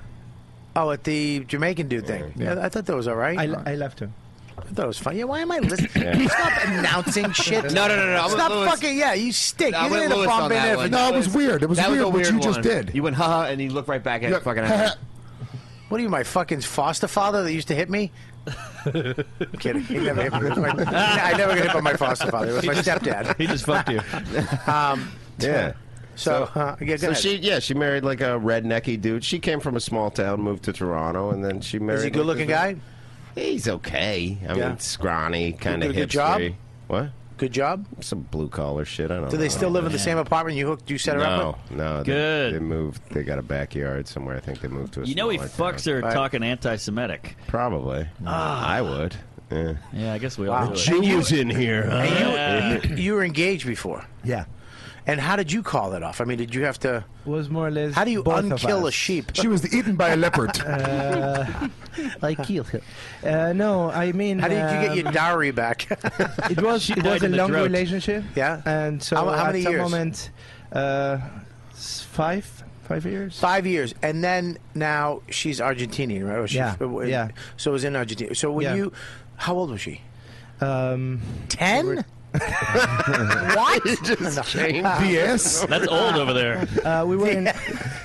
[SPEAKER 7] oh, at the Jamaican dude thing. Yeah. I, I thought that was all right.
[SPEAKER 10] I, I left him.
[SPEAKER 7] I thought it was funny. Yeah, why am I listening? Stop announcing shit.
[SPEAKER 10] No, no, no, no, I'm
[SPEAKER 7] Stop
[SPEAKER 10] with Louis.
[SPEAKER 7] fucking. Yeah, you stink.
[SPEAKER 9] I
[SPEAKER 7] you
[SPEAKER 9] went
[SPEAKER 7] didn't
[SPEAKER 9] Louis
[SPEAKER 7] bomb
[SPEAKER 9] on
[SPEAKER 7] in
[SPEAKER 9] that
[SPEAKER 7] there.
[SPEAKER 9] one.
[SPEAKER 6] No, it was weird. It was
[SPEAKER 9] that
[SPEAKER 6] weird,
[SPEAKER 9] was a
[SPEAKER 6] what
[SPEAKER 9] weird
[SPEAKER 6] you just
[SPEAKER 9] one.
[SPEAKER 6] did.
[SPEAKER 9] You went haha, and he looked right back at
[SPEAKER 6] Yeah.
[SPEAKER 9] it. Fucking asshole.
[SPEAKER 7] What are you, my fucking foster father that used to hit me? I'm kidding. He never hit me. It was my- I never got hit by my foster father. It was
[SPEAKER 13] He
[SPEAKER 7] my
[SPEAKER 13] just-
[SPEAKER 7] stepdad.
[SPEAKER 13] he just fucked you.
[SPEAKER 7] um,
[SPEAKER 13] Yeah.
[SPEAKER 7] So, uh, yeah, go
[SPEAKER 13] So
[SPEAKER 7] ahead.
[SPEAKER 13] she, yeah, she married like a rednecky dude. She came from a small town, moved to Toronto, and then she married.
[SPEAKER 7] Is he a good-looking guy?
[SPEAKER 13] He's okay. I
[SPEAKER 7] Yeah.
[SPEAKER 13] mean, scrawny, kind
[SPEAKER 7] did
[SPEAKER 13] of
[SPEAKER 7] a good job?
[SPEAKER 13] What?
[SPEAKER 7] Good job.
[SPEAKER 13] Some blue collar shit. I don't.
[SPEAKER 7] Do
[SPEAKER 13] know.
[SPEAKER 7] they still live in the same apartment you hooked? You set her
[SPEAKER 13] no,
[SPEAKER 7] up
[SPEAKER 13] no. they-
[SPEAKER 12] Good.
[SPEAKER 13] They, moved. They got a backyard somewhere. I think they moved to. A
[SPEAKER 12] You know he
[SPEAKER 13] smaller
[SPEAKER 12] fucks
[SPEAKER 13] town.
[SPEAKER 12] her talking anti-Semitic. Ah.
[SPEAKER 13] Probably. I would. Yeah.
[SPEAKER 12] Yeah, I guess we
[SPEAKER 7] Wow.
[SPEAKER 12] all.
[SPEAKER 13] The
[SPEAKER 12] do it.
[SPEAKER 13] Jew was in here. huh?
[SPEAKER 7] with? And you, you were engaged before.
[SPEAKER 10] uh, Yeah.
[SPEAKER 7] And how did you call that off? I mean, did you have to?
[SPEAKER 10] Was more or less.
[SPEAKER 7] How do you
[SPEAKER 10] both of
[SPEAKER 7] unkill
[SPEAKER 10] us.
[SPEAKER 7] a sheep?
[SPEAKER 6] She was eaten by a leopard.
[SPEAKER 10] Uh, I killed him. Uh, no, I mean.
[SPEAKER 7] How did you get your
[SPEAKER 10] um,
[SPEAKER 7] dowry back?
[SPEAKER 10] It was it was
[SPEAKER 7] died
[SPEAKER 10] a
[SPEAKER 7] in the
[SPEAKER 10] long
[SPEAKER 7] drought.
[SPEAKER 10] relationship.
[SPEAKER 7] Yeah.
[SPEAKER 10] And so
[SPEAKER 7] How- how
[SPEAKER 10] at
[SPEAKER 7] many
[SPEAKER 10] some
[SPEAKER 7] years?
[SPEAKER 10] moment, uh, s- five five years.
[SPEAKER 7] Five years, and then now she's Argentinian, right? Or she-
[SPEAKER 10] Yeah,
[SPEAKER 7] uh,
[SPEAKER 10] yeah.
[SPEAKER 7] So it was in Argentina. So when
[SPEAKER 10] Yeah.
[SPEAKER 7] you, how old was she?
[SPEAKER 10] Um,
[SPEAKER 7] Ten. what? Uh,
[SPEAKER 13] Just changed.
[SPEAKER 6] BS.
[SPEAKER 12] That's old over there.
[SPEAKER 10] Uh, we were in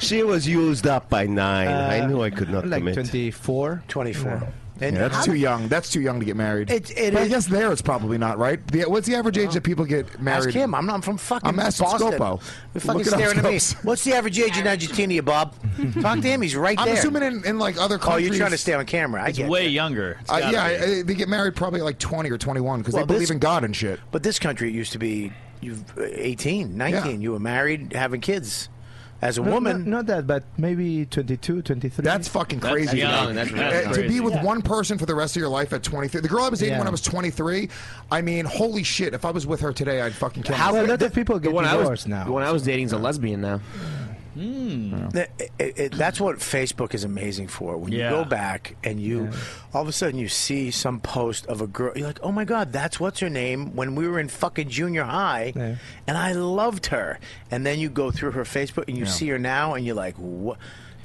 [SPEAKER 13] She was used up by nine.
[SPEAKER 10] Uh,
[SPEAKER 13] I knew I could not
[SPEAKER 10] like
[SPEAKER 13] commit.
[SPEAKER 10] twenty four.
[SPEAKER 7] Twenty four.
[SPEAKER 6] And yeah, that's too young. That's too young to get married.
[SPEAKER 7] It- it
[SPEAKER 6] but I
[SPEAKER 7] is-
[SPEAKER 6] guess there it's probably not right. The, what's the average age that people get married?
[SPEAKER 7] Ask him. I'm not I'm from fucking
[SPEAKER 6] I'm asking
[SPEAKER 7] Boston.
[SPEAKER 6] Scopo.
[SPEAKER 7] You're fucking
[SPEAKER 6] Look it up,
[SPEAKER 7] staring at me.
[SPEAKER 6] Scopes.
[SPEAKER 7] What's the average age in Argentina, Bob? Talk to him. He's right
[SPEAKER 6] I'm
[SPEAKER 7] there.
[SPEAKER 6] assuming in, in like other
[SPEAKER 7] Oh,
[SPEAKER 6] countries.
[SPEAKER 7] you're trying to stay on camera. I
[SPEAKER 12] It's
[SPEAKER 7] get
[SPEAKER 12] way
[SPEAKER 7] that.
[SPEAKER 12] younger. It's
[SPEAKER 6] Uh,
[SPEAKER 12] gotta
[SPEAKER 6] yeah,
[SPEAKER 12] be.
[SPEAKER 6] I- I- they get married probably at like 20 or 21 because
[SPEAKER 7] Well,
[SPEAKER 6] they
[SPEAKER 7] this-
[SPEAKER 6] believe in God and shit.
[SPEAKER 7] But this country it used to be you 18, 19. You were married, having kids. As a
[SPEAKER 10] No,
[SPEAKER 7] woman,
[SPEAKER 10] Not, not that, but maybe 22, 23.
[SPEAKER 6] That's fucking crazy.
[SPEAKER 10] though.
[SPEAKER 6] Uh, To be with one person for the rest of your life at 23. The girl I was dating
[SPEAKER 10] Yeah.
[SPEAKER 6] when I was 23, I mean, holy shit, if I was with her today, I'd fucking kill
[SPEAKER 9] How-
[SPEAKER 6] myself.
[SPEAKER 9] Well, a lot of
[SPEAKER 10] people
[SPEAKER 9] The one I was The one I was dating is a lesbian now.
[SPEAKER 6] Hmm.
[SPEAKER 7] Th- it- it- that's what Facebook is amazing for. When
[SPEAKER 9] Yeah.
[SPEAKER 7] you go back and you, all of a sudden, you see some post of a girl. You're like, oh my god, that's what's her name when we were in fucking junior high, and I loved her. And then you go through her Facebook and you
[SPEAKER 10] Yeah.
[SPEAKER 7] see her now, and you're like, what?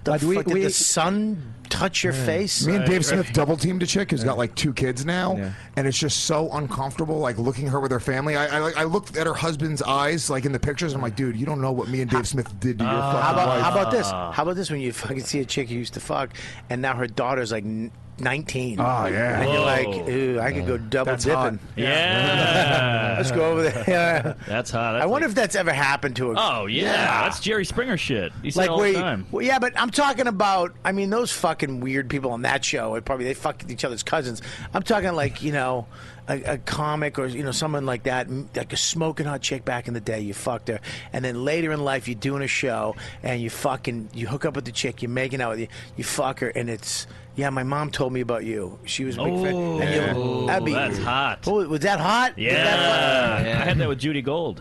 [SPEAKER 7] The
[SPEAKER 6] But we-
[SPEAKER 7] fuck, did
[SPEAKER 6] we-
[SPEAKER 7] the sun touch your face?
[SPEAKER 6] Me and Dave Smith double teamed a chick who's got like two kids now, and it's just so uncomfortable. Like looking at her with her family, I, I like I looked at her husband's eyes, like in the pictures. and I'm like, dude, you don't know what me and Dave Smith did to your fucking
[SPEAKER 7] how, about,
[SPEAKER 6] wife.
[SPEAKER 7] how about this? How about this? When you fucking see a chick you used to fuck, and now her daughter's like n- nineteen.
[SPEAKER 6] Oh, yeah.
[SPEAKER 7] and you're like,
[SPEAKER 6] Whoa.
[SPEAKER 7] ooh, I could go double
[SPEAKER 6] That's hot.
[SPEAKER 7] dipping.
[SPEAKER 12] Yeah.
[SPEAKER 7] let's go over there.
[SPEAKER 12] That's hot.
[SPEAKER 7] I wonder if that's ever happened to a.
[SPEAKER 12] Oh yeah, that's Jerry Springer shit. He said
[SPEAKER 7] like
[SPEAKER 12] all
[SPEAKER 7] where
[SPEAKER 12] the
[SPEAKER 7] you-
[SPEAKER 12] time.
[SPEAKER 7] well, yeah, but I'm talking about. I mean, those fucking weird people on that show. It probably they fucked each other's cousins. I'm talking like you know, a, a comic or you know someone like that, m- like a smoking hot chick back in the day. You fucked her, and then later in life you're doing a show and you fucking you hook up with the chick, you're making out with you, you fuck her, and it's. Yeah, my mom told me about you. She was a big fan.
[SPEAKER 12] Oh,
[SPEAKER 7] And you're- that'd be-
[SPEAKER 12] that's hot.
[SPEAKER 7] Oh, was that hot? Was
[SPEAKER 12] Yeah.
[SPEAKER 7] that fucking-
[SPEAKER 12] I had that with Judy Gold.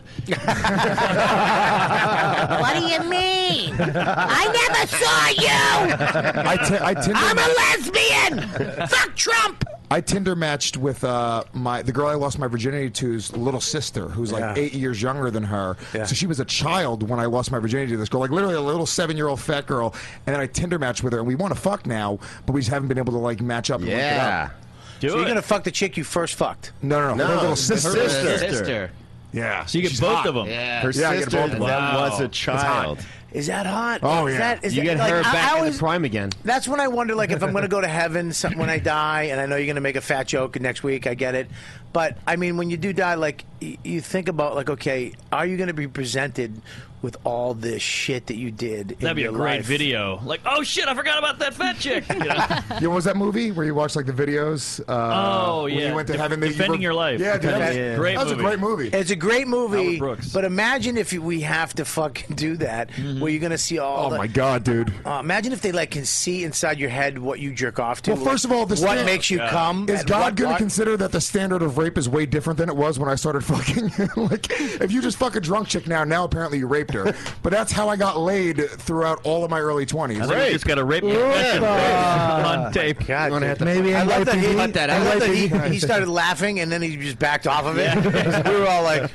[SPEAKER 14] What do you mean? I never saw you.
[SPEAKER 6] I ti- I Tinder-
[SPEAKER 14] I'm a lesbian. Fuck Trump.
[SPEAKER 6] I Tinder matched with uh, my the girl I lost my virginity to's little sister, who's like
[SPEAKER 7] Yeah.
[SPEAKER 6] eight years younger than her. So she was a child when I lost my virginity to this girl, like literally a little seven year old fat girl. And then I Tinder matched with her, and we want to fuck now, but we just haven't been able to like match up. And link it up.
[SPEAKER 7] so you're gonna fuck the chick you first fucked?
[SPEAKER 6] No, no, no. her little sister.
[SPEAKER 7] Yeah.
[SPEAKER 12] So you get
[SPEAKER 7] She's
[SPEAKER 12] both
[SPEAKER 7] hot.
[SPEAKER 12] of them.
[SPEAKER 7] Yeah.
[SPEAKER 13] Her
[SPEAKER 7] Yeah, I get
[SPEAKER 13] sister
[SPEAKER 7] both of them.
[SPEAKER 13] that was a
[SPEAKER 7] It's hot.
[SPEAKER 13] child.
[SPEAKER 7] Is that hot?
[SPEAKER 13] Oh,
[SPEAKER 7] Is
[SPEAKER 13] yeah.
[SPEAKER 7] that, is
[SPEAKER 13] You
[SPEAKER 7] that,
[SPEAKER 13] get
[SPEAKER 7] like,
[SPEAKER 13] her
[SPEAKER 7] I-
[SPEAKER 13] back
[SPEAKER 7] I
[SPEAKER 13] in the
[SPEAKER 7] always-
[SPEAKER 13] prime again.
[SPEAKER 7] That's when I wonder, like, if I'm going to go to heaven some, when I die, and I know you're going to make a fat joke next week. I get it, but I mean, when you do die, like, y- you think about, like, okay, are you going to be presented with all this shit that you did? in
[SPEAKER 12] That'd be a
[SPEAKER 7] your
[SPEAKER 12] great
[SPEAKER 7] life?
[SPEAKER 12] video. Like, oh shit, I forgot about that fat chick. You know?
[SPEAKER 6] You know, what was that movie where you watched like the videos? Uh,
[SPEAKER 12] Oh,
[SPEAKER 6] when
[SPEAKER 12] yeah.
[SPEAKER 6] you went to
[SPEAKER 12] Def-
[SPEAKER 6] heaven. that you
[SPEAKER 12] Defending
[SPEAKER 6] were-
[SPEAKER 12] Your Life.
[SPEAKER 6] Yeah, dude, that was,
[SPEAKER 12] Yeah. Great
[SPEAKER 6] that was a
[SPEAKER 12] movie.
[SPEAKER 6] great movie.
[SPEAKER 7] It's a great movie,
[SPEAKER 6] Howard Brooks.
[SPEAKER 7] but imagine if we have to fucking do that,
[SPEAKER 12] Mm-hmm.
[SPEAKER 7] where you're going to see all.
[SPEAKER 6] Oh
[SPEAKER 7] the,
[SPEAKER 6] my god, dude!
[SPEAKER 7] Uh, imagine if they like can see inside your head what you jerk off to.
[SPEAKER 6] Well, first of all, this
[SPEAKER 7] what makes you come?
[SPEAKER 6] Is
[SPEAKER 7] and
[SPEAKER 6] God
[SPEAKER 7] what-
[SPEAKER 6] going to
[SPEAKER 7] what-
[SPEAKER 6] consider that the standard of rape is way different than it was when I started fucking? like, if you just fuck a drunk chick now, now apparently you raped her. but that's how I got laid throughout all of my early twenties.
[SPEAKER 12] I think we just got a rape
[SPEAKER 6] Rape.
[SPEAKER 12] confession
[SPEAKER 6] Uh,
[SPEAKER 12] on tape.
[SPEAKER 7] Oh, God,
[SPEAKER 12] Gonna have to-
[SPEAKER 7] I love that he,
[SPEAKER 12] Cut that
[SPEAKER 7] I
[SPEAKER 12] out.
[SPEAKER 7] love that he, he started laughing and then he just backed off of it. we were all like,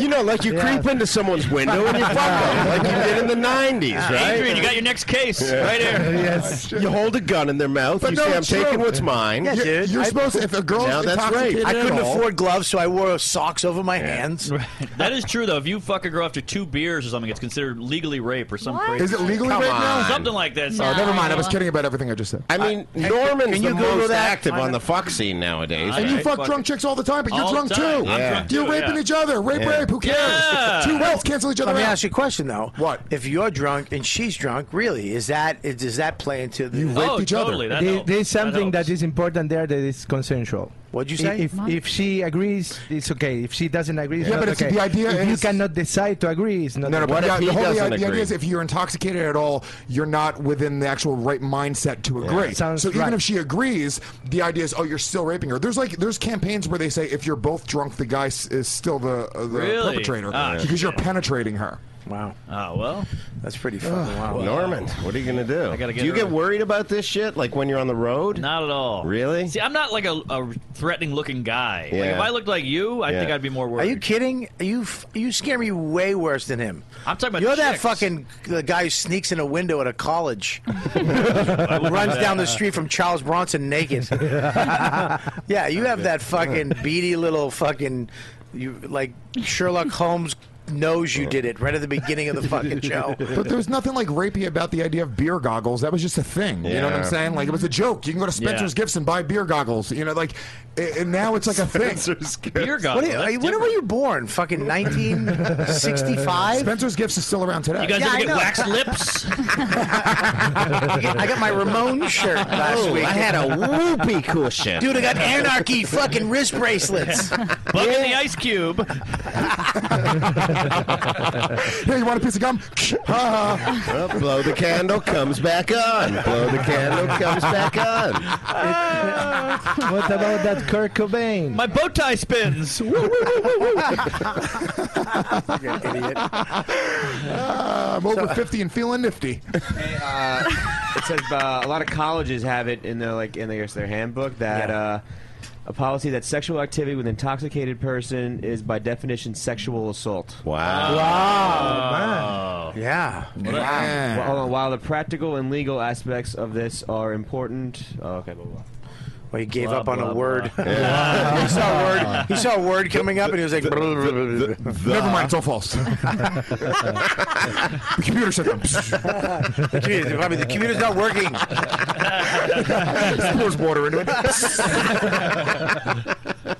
[SPEAKER 13] you know, like you creep into someone's window and you fuck them, like you did in the '90s, right?
[SPEAKER 12] Adrian, you got your next case right here.
[SPEAKER 13] yes. You hold a gun in their mouth.
[SPEAKER 12] But
[SPEAKER 13] you
[SPEAKER 12] no,
[SPEAKER 13] say, "I'm
[SPEAKER 12] it's true.
[SPEAKER 13] taking what's mine."
[SPEAKER 12] Yeah,
[SPEAKER 13] You-
[SPEAKER 12] dude.
[SPEAKER 13] you're
[SPEAKER 12] I-
[SPEAKER 13] supposed to- if a girl's
[SPEAKER 12] Now that's
[SPEAKER 13] intoxicated
[SPEAKER 12] right.
[SPEAKER 7] I
[SPEAKER 13] at
[SPEAKER 7] couldn't
[SPEAKER 13] all-
[SPEAKER 7] afford gloves, so I wore socks over my hands.
[SPEAKER 12] That is true though. If you fuck a girl after two beers or something, it's considered legally rape or some
[SPEAKER 6] What?
[SPEAKER 12] crazy.
[SPEAKER 6] Is it legally Come rape now? on.
[SPEAKER 12] Something like that.
[SPEAKER 6] Oh, never mind. I was kidding about everything I just said.
[SPEAKER 13] I mean, Norman's
[SPEAKER 6] Can you
[SPEAKER 13] the
[SPEAKER 6] Google
[SPEAKER 13] most
[SPEAKER 6] that?
[SPEAKER 13] active
[SPEAKER 6] Find
[SPEAKER 13] on
[SPEAKER 6] it.
[SPEAKER 13] the fuck scene nowadays.
[SPEAKER 6] And you
[SPEAKER 13] right?
[SPEAKER 6] fuck drunk chicks all the time, but you're
[SPEAKER 13] All the
[SPEAKER 6] drunk,
[SPEAKER 13] time.
[SPEAKER 6] too.
[SPEAKER 13] I'm Yeah. drunk
[SPEAKER 6] You're
[SPEAKER 13] too,
[SPEAKER 6] raping
[SPEAKER 13] yeah.
[SPEAKER 6] each other. Rape,
[SPEAKER 13] Yeah.
[SPEAKER 6] rape. Who cares?
[SPEAKER 13] Yeah.
[SPEAKER 6] Two rates cancel each other
[SPEAKER 7] Let me
[SPEAKER 6] out.
[SPEAKER 7] ask you a question though. What if you're drunk and she's drunk? Really, is that is, does that play into the? You
[SPEAKER 12] Oh,
[SPEAKER 10] There- There's something that is important there that is consensual.
[SPEAKER 7] What'd you
[SPEAKER 10] I-
[SPEAKER 7] say?
[SPEAKER 10] If, if she agrees, it's okay. If she doesn't agree, it's
[SPEAKER 6] Yeah,
[SPEAKER 10] not
[SPEAKER 6] but it's-
[SPEAKER 10] okay.
[SPEAKER 6] the idea
[SPEAKER 10] if you
[SPEAKER 6] is-
[SPEAKER 10] cannot decide to agree, it's not.
[SPEAKER 6] No, no,
[SPEAKER 10] okay.
[SPEAKER 6] but the, the whole idea, the idea is if you're intoxicated at all, you're not within the actual right mindset to agree.
[SPEAKER 10] Sounds
[SPEAKER 6] so
[SPEAKER 10] right.
[SPEAKER 6] even if she agrees, the idea is, oh, you're still raping her. There's like there's campaigns where they say if you're both drunk, the guy s- is still the, uh, the
[SPEAKER 12] Really?
[SPEAKER 6] perpetrator
[SPEAKER 12] Ah,
[SPEAKER 6] because you're penetrating her.
[SPEAKER 7] Wow.
[SPEAKER 12] Oh well,
[SPEAKER 7] that's pretty
[SPEAKER 13] Ugh. Norman, what are you gonna do?
[SPEAKER 12] gotta get
[SPEAKER 13] do you
[SPEAKER 12] rid
[SPEAKER 13] get
[SPEAKER 12] of-
[SPEAKER 13] worried about this shit? Like when you're on the road?
[SPEAKER 12] Not at all.
[SPEAKER 13] Really?
[SPEAKER 12] See, I'm not like a, a threatening-looking guy. Like,
[SPEAKER 13] Yeah.
[SPEAKER 12] if I looked like you, I
[SPEAKER 13] Yeah.
[SPEAKER 12] think I'd be more
[SPEAKER 7] Are
[SPEAKER 12] worried.
[SPEAKER 7] you kidding? Are you f- you scare me way worse than him.
[SPEAKER 12] I'm talking about
[SPEAKER 7] You're that
[SPEAKER 12] chicks.
[SPEAKER 7] fucking the guy who sneaks in a window at a college,
[SPEAKER 12] wouldn't
[SPEAKER 7] runs
[SPEAKER 12] do
[SPEAKER 7] down the
[SPEAKER 12] that.
[SPEAKER 7] street from Charles Bronson naked. yeah, you have that fucking beady little fucking you like Sherlock Holmes knows you did it right at the beginning of the fucking show.
[SPEAKER 6] But there was nothing like rapey about the idea of beer goggles. That was just a thing. You know what I'm
[SPEAKER 7] Yeah.
[SPEAKER 6] saying? Like it was a joke. You can go to Spencer's
[SPEAKER 7] Yeah.
[SPEAKER 6] Gifts and buy beer goggles. You know, like a- and now it's like a thing.
[SPEAKER 7] Spencer's Gifts. Beer goggles, What are you- that's when were you born? Fucking 1965?
[SPEAKER 6] Spencer's Gifts is still around today.
[SPEAKER 7] You guys Yeah, ever I get know. waxed
[SPEAKER 12] lips?
[SPEAKER 7] I got my Ramon shirt last
[SPEAKER 15] Oh,
[SPEAKER 7] week.
[SPEAKER 15] I had a whoopee cushion.
[SPEAKER 7] Dude, I got anarchy fucking wrist bracelets.
[SPEAKER 12] Bug in the ice cube.
[SPEAKER 6] Here, you want a piece of gum?
[SPEAKER 13] Well, blow the candle comes back on. Blow the candle comes back on.
[SPEAKER 10] what about that Kurt Cobain?
[SPEAKER 12] My bow tie spins.
[SPEAKER 6] Uh, I'm over
[SPEAKER 13] So-
[SPEAKER 6] 50 and feeling nifty.
[SPEAKER 9] uh, it says uh, a lot of colleges have it in their like in their, their handbook that uh, a policy that sexual activity with an intoxicated person is by definition sexual assault.
[SPEAKER 13] Wow.
[SPEAKER 7] Wow. Yeah.
[SPEAKER 9] Wow. Well, hold on, while the practical and legal aspects of this are important, oh, okay, blah, blah, blah.
[SPEAKER 7] Well, he gave
[SPEAKER 9] Blah,
[SPEAKER 7] up on
[SPEAKER 9] blah,
[SPEAKER 7] a word.
[SPEAKER 9] blah.
[SPEAKER 7] he saw a word. He saw a word coming up, and he was like,
[SPEAKER 6] Never mind, it's all false. the computer said
[SPEAKER 7] The computer- probably the computer's not working.
[SPEAKER 6] Pours water into
[SPEAKER 12] it.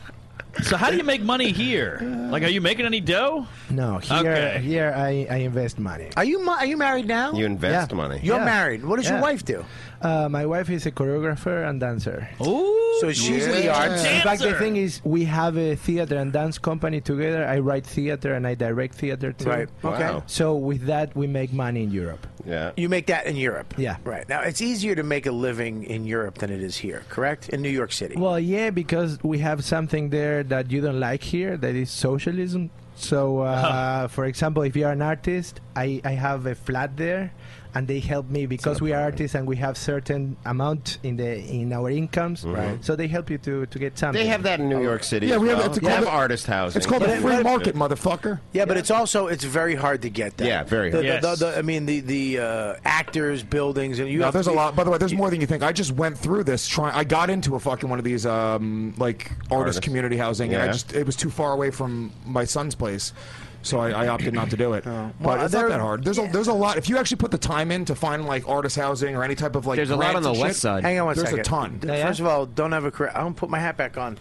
[SPEAKER 12] so how do you make money here? Like, are you making any dough?
[SPEAKER 10] No, here,
[SPEAKER 12] Okay.
[SPEAKER 10] here I, I invest money.
[SPEAKER 7] Are you ma- are you married now?
[SPEAKER 13] You invest
[SPEAKER 10] Yeah.
[SPEAKER 13] money.
[SPEAKER 7] You're married. What does your wife do?
[SPEAKER 10] Uh, my wife is a choreographer and dancer.
[SPEAKER 12] Oh,
[SPEAKER 7] So she's in the arts.
[SPEAKER 10] In fact, the thing is, we have a theater and dance company together. I write theater and I direct theater too.
[SPEAKER 7] Right. Okay. Wow.
[SPEAKER 10] So with that, we make money in Europe.
[SPEAKER 13] Yeah.
[SPEAKER 7] You make that in Europe.
[SPEAKER 10] Yeah.
[SPEAKER 7] Right. Now, it's easier to make a living in Europe than it is here, correct? In New York City.
[SPEAKER 10] Well, yeah, because we have something there that you don't like here, that is socialism. So, uh, for example, if you are an artist, I, I have a flat there, and they help me because we are artists and we have certain amount in the in our incomes.
[SPEAKER 13] Right.
[SPEAKER 10] So they help you to, to get something.
[SPEAKER 13] They have that in New York City.
[SPEAKER 10] Yeah,
[SPEAKER 13] as
[SPEAKER 10] we have-
[SPEAKER 13] well.
[SPEAKER 10] it's
[SPEAKER 13] They
[SPEAKER 10] called
[SPEAKER 13] have
[SPEAKER 10] a-
[SPEAKER 13] artist housing.
[SPEAKER 10] it's called a free market,
[SPEAKER 6] motherfucker.
[SPEAKER 7] Yeah, but it's also it's very hard to get that.
[SPEAKER 13] Yeah, very
[SPEAKER 7] The-
[SPEAKER 13] hard.
[SPEAKER 7] the-
[SPEAKER 13] Yes.
[SPEAKER 7] the- I mean, the the uh, actors, buildings, and you.
[SPEAKER 6] No,
[SPEAKER 7] have
[SPEAKER 6] there's
[SPEAKER 7] to
[SPEAKER 6] a
[SPEAKER 7] be-
[SPEAKER 6] lot. By the way, there's more than you think. I just went through this. Trying, I got into a fucking one of these um, like artist,
[SPEAKER 13] Artists.
[SPEAKER 6] community housing, and I
[SPEAKER 13] Yeah.
[SPEAKER 6] just it was too far away from my son's place, so I, I opted not to do it. But it's
[SPEAKER 13] Well,
[SPEAKER 6] not
[SPEAKER 13] there-
[SPEAKER 6] that hard. There's a there's a lot. If you actually put the time in to find like artist housing or any type of like
[SPEAKER 9] There's a lot
[SPEAKER 6] grants
[SPEAKER 9] on the
[SPEAKER 6] and
[SPEAKER 9] west
[SPEAKER 6] shit,
[SPEAKER 9] side.
[SPEAKER 7] Hang on one
[SPEAKER 6] there's
[SPEAKER 7] second.
[SPEAKER 6] a ton.
[SPEAKER 7] First of all, don't ever correct. I don't put my hat back on,